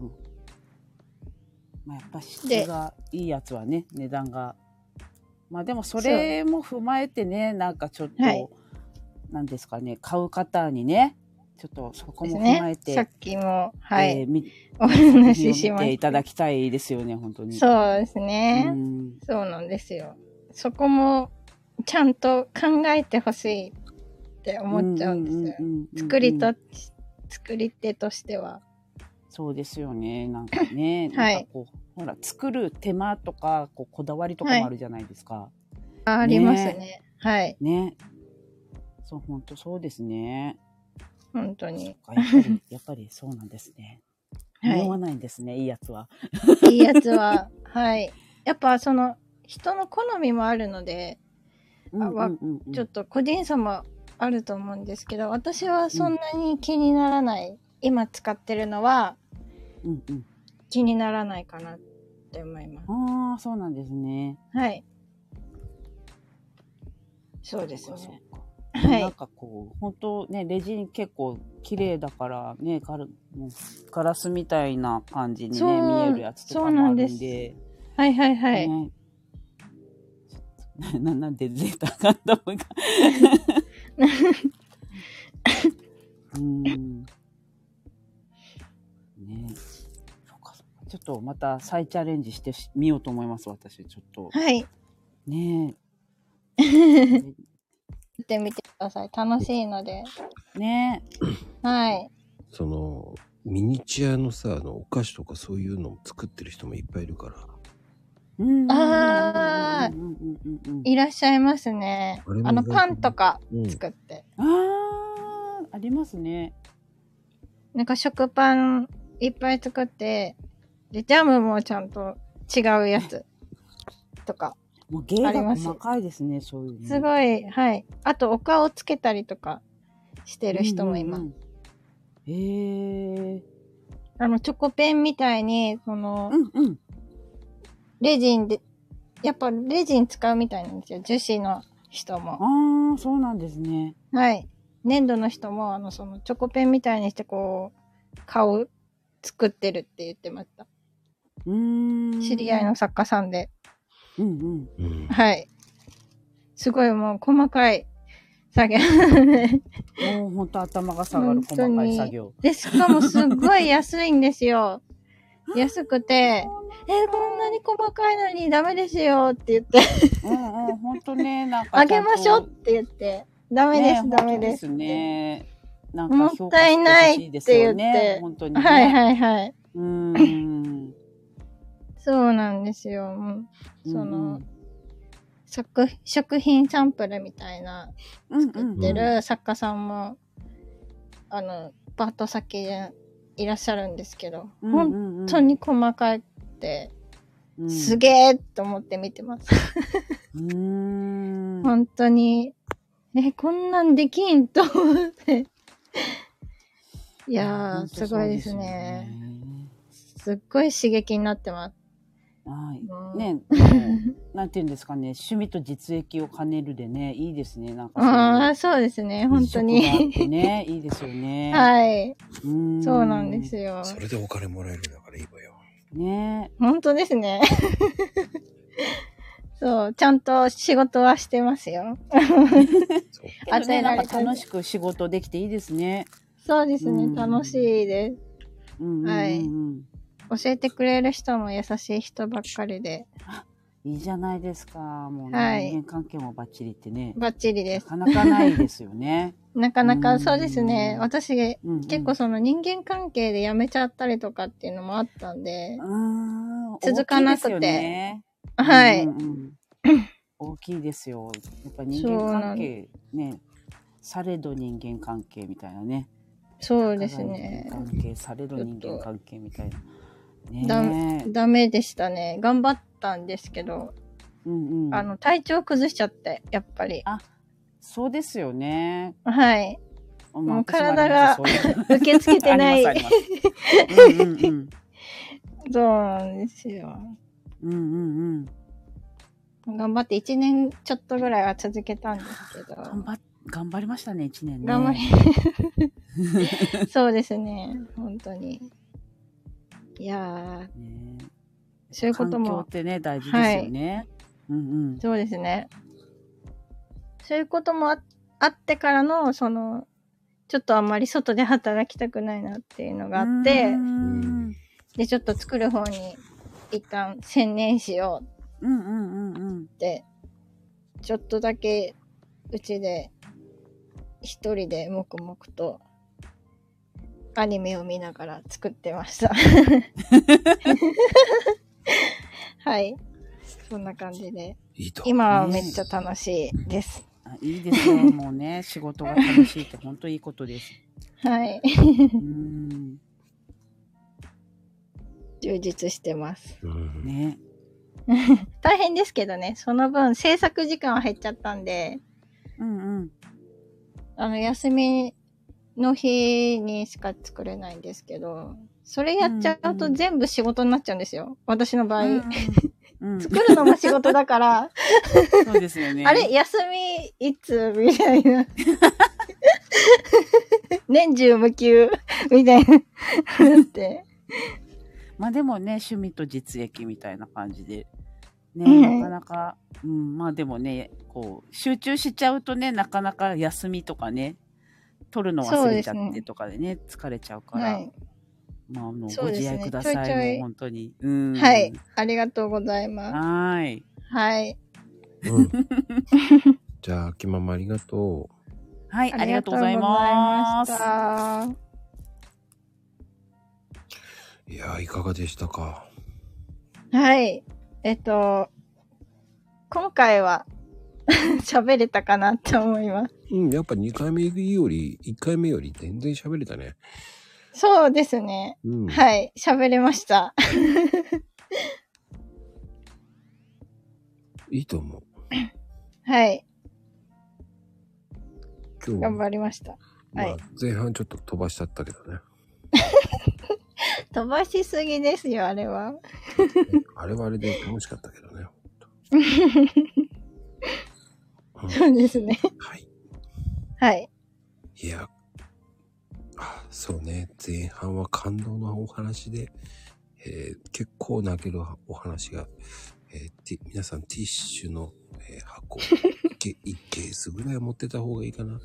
S7: まあ、やっぱ質
S3: で
S7: がいいやつはね、値段が。まあでもそれも踏まえてね、なんかちょっと、
S3: はい
S7: なんですかね、買う方にね、ちょっとそこ
S3: です
S7: も踏まえ
S3: ね。
S7: て、
S3: さっきも、は
S7: えー
S3: い。
S7: み
S3: お話ししま
S7: 見てい
S3: した
S7: だきたいですよね、本当に。
S3: た。そうです
S7: う
S3: ね。
S7: ん
S3: そうなんですよ。そこも、ちゃんと考えてほしいって思っちゃうんですよ。
S7: んんんうん
S3: 作りと、作り手としては。
S7: そうですよね。なんかね、
S3: はい
S7: なんかこう、ほら、作る手間とか、こう、こだわりとかもあるじゃないですか。
S3: あありますね。はい。
S7: ね。そう、本当そうですね。
S3: 本当に。
S7: そっかやっぱり、やっぱりそうなんですね。
S3: はい
S7: 匂わないんですね、いいやつは。
S3: いいやつは、はい。やっぱその、人の好みもあるので、
S7: うん
S3: わ
S7: うんうん
S3: ちょっと個人差もあると思うんですけど、私はそんなに気にならない。今使ってるのは
S7: うんうん。
S3: 気にならないかなって思います。
S7: ああ、そうなんですね。
S3: はい。そうです
S7: そっ
S3: ね。
S7: か。
S3: は
S7: なん
S3: い。
S7: かこう、本当ね、レジン結構綺麗だからね、ガラもうガラスみたいな感じに
S3: そ
S7: ね、
S3: う
S7: 見えるやつとかもあるんで。
S3: そうなんではいはいはい。
S7: ね なななんで出たガンダ ムが。うーん。ねそうかそうか。ちょっとまた再チャレンジしてしみようと思います、私。ちょっと。
S3: はい。や
S7: ね
S3: ってみてください。楽しいので。
S7: え。ねえ。
S3: はい。
S2: その、ミニチュアのさ、あの、お菓子とかそういうのを作ってる人もいっぱいいるから、
S7: うん
S3: あー
S7: うんうんうんうんうん
S3: いらっしゃいますね
S2: あれ。も
S3: あの、
S2: 意外と
S3: パンとか
S2: うん
S3: 作って。
S7: あーありますね。
S3: なんか食パンいっぱい作って、で、ジャムもちゃんと違うやつとか。
S7: もう芸が
S3: あります
S7: 細かいですね、そういうの。
S3: すごい、はい。あと、お顔つけたりとかしてる人もいます。
S7: うんうんうん。へえ。
S3: あの、チョコペンみたいに、その、
S7: うんうん。
S3: レジンで、やっぱレジン使うみたいなんですよ。樹脂の人も。
S7: ああ、そうなんですね。
S3: はい。粘土の人も、あの、その、チョコペンみたいにして、こう、顔作ってるって言ってました。
S7: うーん。
S3: 知り合いの作家さんで。
S7: うんうん。
S2: うん。
S3: はい。すごいもう細かい作業。
S7: もう本当頭が下がる
S3: 本当に
S7: 細かい作業。
S3: で、しかもすっごい安いんですよ。安くて、え、こんなに細かいのにダメですよって言って、
S7: うんうん、本当ね、なんか。
S3: あげましょうって言って、ダ
S7: ダ
S3: メです、ダメです。
S7: ね。なん
S3: も
S7: か評
S3: った
S7: 価
S3: い
S7: して
S3: な
S7: ほ
S3: い
S7: しい
S3: っ
S7: で
S3: て
S7: す
S3: 言
S7: よ
S3: っ
S7: ね
S3: て。。
S7: 本当にね。
S3: はいはいはい。
S7: うーん。
S3: そうなんですよ。うんその、食、食品サンプルみたいな
S7: うんうん、
S3: 作っ
S2: で
S3: てる作家さんも、あの、パート先でいらっしゃるんですけど、
S7: うんうん
S3: 本
S7: うん、本
S3: 当に細かって、
S7: うん、
S3: すげえと思って見てます。
S7: うーん。
S3: 本当に、え、こんなんできんと思って。い
S7: い
S3: やー、すごいですね。。すっごい刺激になってます。
S7: はい。
S3: うん
S7: ね、あのなんていうんですかね、趣味と実益を兼ねるでね、いいですね、なんかそういう。
S3: ああ、そうですね、本当
S7: 食があっ
S3: に。
S7: てね、いいですよね。
S3: はい、
S7: うん
S3: そうなんですよ。
S1: それでお金もらえるんだからいいわよ。
S7: ね
S3: 本当ですね。 そう、ちゃんと仕事はしてますよ。
S1: そう
S3: あ
S7: ね。なんか楽しく仕事できていいですね。
S3: そうです
S7: う
S3: ね、
S7: ん
S3: 楽しいで
S7: うんうんうんうん
S3: はいす。教えてくれる人も優しい人ばっかりで、
S7: いいじゃないですか。もうね、
S3: はい
S7: 人間関係もバッチリってね。
S3: バッチリで
S7: な
S3: す。
S7: かなかないですよ ね。
S3: なかな
S7: う
S3: か
S7: ん
S3: そうですね、私、
S7: うんうん
S3: 結構その人間関係で辞めちゃったりとかっていうのもあったんで、
S7: うん
S3: 続かなくて
S7: 大きいですよね
S3: はい、
S7: うんうん大きいですよ。やっぱ人
S3: そう
S7: 間
S3: な
S7: 関
S3: の
S7: 係ね。されど人間関係みたいなね。
S3: そうですね
S7: 互い。人間関係されど人間関係みたいな。
S3: だ
S7: ねえ。
S3: ダメでしたね。頑張ったんですけど、
S7: うんうん。
S3: あの、体調崩しちゃって、やっぱり。
S7: そうですよね。
S3: はい。もう体が受け付けてない
S7: ありますあります うんうんうん
S3: そうなんですよ。
S7: うんうんうん
S3: 頑張って1年ちょっとぐらいは続けたんですけど。
S7: 頑張っ頑張りましたね一年ね
S3: 頑張り そうですね。本当に。いや
S7: ね
S3: ー、そういうこと
S7: 環境
S3: も
S7: っ、てね大事ですよね、うんうん
S3: そうですね。そういうこともああってからの、その、ちょっとあんまり外で働きたくないなっていうのがあって、
S7: うん
S3: で、ちょっと作る方に一旦専念しよう
S7: うんうんうんうん
S3: って、ちょっとだけうちで一人で黙々とアニメを見ながら作ってました。はい。そんな感じで。
S11: いいと。
S3: 今はめっちゃ楽しいです。
S7: あいいですよも うね仕事が楽しいって本当いいことです
S3: はい。
S7: うん
S3: 充実してます。
S11: うん
S7: ね
S3: 大変ですけどね、その分制作時間は減っちゃったんで、
S7: うんうん
S3: あの、休みの日にしか作れないんですけど、それやっちゃう
S7: うんう
S3: と
S7: ん
S3: 全部仕事になっちゃうんですよ。私の場合。
S7: うん、
S3: 作るのも仕事だから、
S7: そうですよ ね。
S3: あれ休みいつみたいな。 年中無休みたいな。だって。
S7: まあでもね、趣味と実益みたいな感じで、ね、
S3: うん
S7: なかなか、うん、まあでもね、こう、集中しちゃうとね、なかなか休みとかね、取るの忘れちゃ
S3: そう
S7: っ
S3: です
S7: てとかでね、疲れちゃうから、
S3: はい。
S7: まあもう
S3: そ
S7: ご
S3: うです
S7: 自
S3: ね
S7: 愛ください、
S3: ちょいちょい
S7: もう本当に。うん。
S3: はい。ありがとうございます。
S7: はーい。
S3: はい。
S1: うん。じゃあ、秋ママありがとう。
S7: はい、ありがとうございま
S3: あり
S7: す。
S3: がとうございました
S11: いやー、いかがでしたか。
S3: はい。えっと、今回は 喋れたかなと思います。
S1: うん、やっぱ2回目より、1回目より全然喋れたね。
S3: そうですね。
S1: うん。
S3: はい。喋れました。
S1: いいと思う。
S3: はい。
S1: 今日は
S3: 頑張りました。
S1: まあ
S3: はい
S1: 前半ちょっと飛ばしちゃったけどね。
S3: 飛ばしすぎですよ、あれは。
S1: あれはあれで楽しかったけどね。うん
S3: そうですね。
S1: はい。
S3: はい。
S1: いや、あそうね。前半は感動のお話で、えー結構泣けるお話が、えーティ皆さんティッシュの、えー箱1ケ一ケースぐらいは持ってた方がいいかな。うん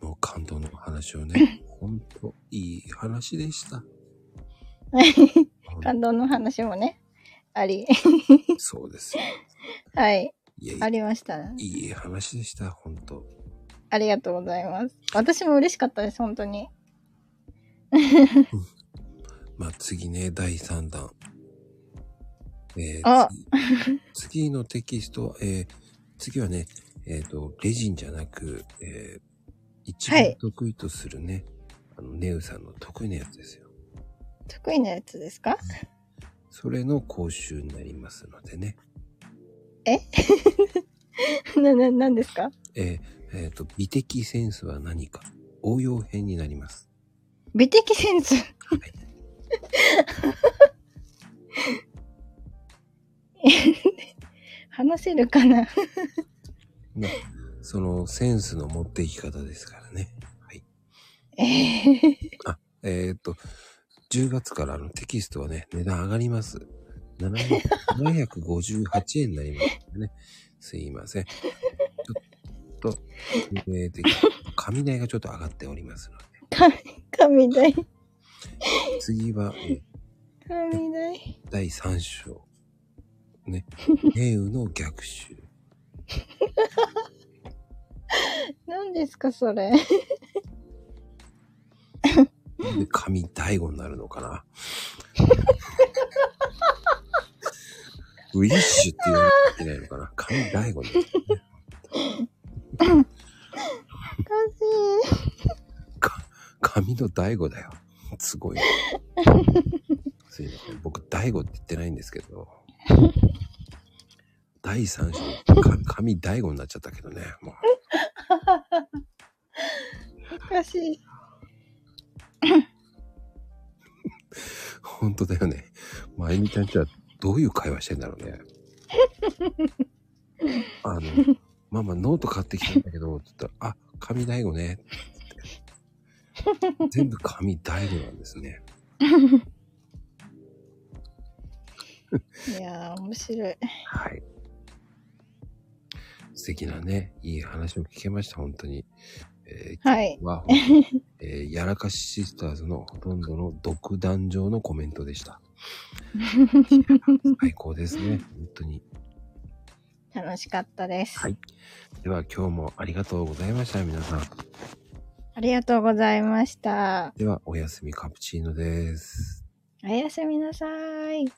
S1: もう感動のお話をね、ほんといい話でした。
S3: 感動の話もね、あり。
S1: そうですよ。
S3: はい。
S1: いやい
S3: あ
S1: や
S3: りました。
S1: いい話でした、本当。
S3: ありがとうございます。私も嬉しかったです、本当に。
S1: まあ、次ね、第3弾。えー
S3: あ
S1: 次次のテキストは、えー次はね、えっ、と、レジンじゃなく、えー一
S3: は
S1: 番
S3: い
S1: 得意とするね、あの、ネウさんの得意なやつですよ。
S3: 得意なやつですか
S1: それの講習になりますのでね。
S3: な、な、なんですか
S1: えーえっ、と、美的センスは何か応用編になります。
S3: 美的センス。
S1: はい。
S3: 話せるか
S1: ま
S3: な
S1: あ、そのセンスの持っていき方ですからね。はい。
S3: えー
S1: えーっと、10月からあのテキストはね、値段上がります。700 758円になりますのでね。すいません。ちょっと、えー、的雷がちょっと上がっておりますので、
S3: 神代。
S1: 次は、えー
S3: 神代。
S1: 第3章。 ね。英雨の逆襲。
S3: 何ですか、それ。
S1: で、神大悟になるのかな。ウィッシュって言わなきゃいけないのかな。神大悟になるね。
S3: おかしい。
S1: か、紙の大悟だよ。すごいね。すいません。僕、大悟って言ってないんですけど。第三章、か神第五になっちゃったけどね。もう
S3: おかしい。
S1: 本当だよね。まゆみちゃんちはどういう会話してんだろうね。あの、ママノート買ってきたんだけど、つったら、あ、紙大悟ね。って全部紙大悟なんですね。
S3: いやー、面白い。
S1: はい。素敵なね、いい話を聞けました、本当に。えー
S3: はい。
S1: は、本当にえーやらかしシスターズのほとんどの独壇場のコメントでした。最高ですね、本当に。
S3: 楽しかったです。
S1: はいでは今日もありがとうございました、皆さん。
S3: ありがとうございました。
S1: では、おやすみカプチーノです。
S3: おやすみなさい。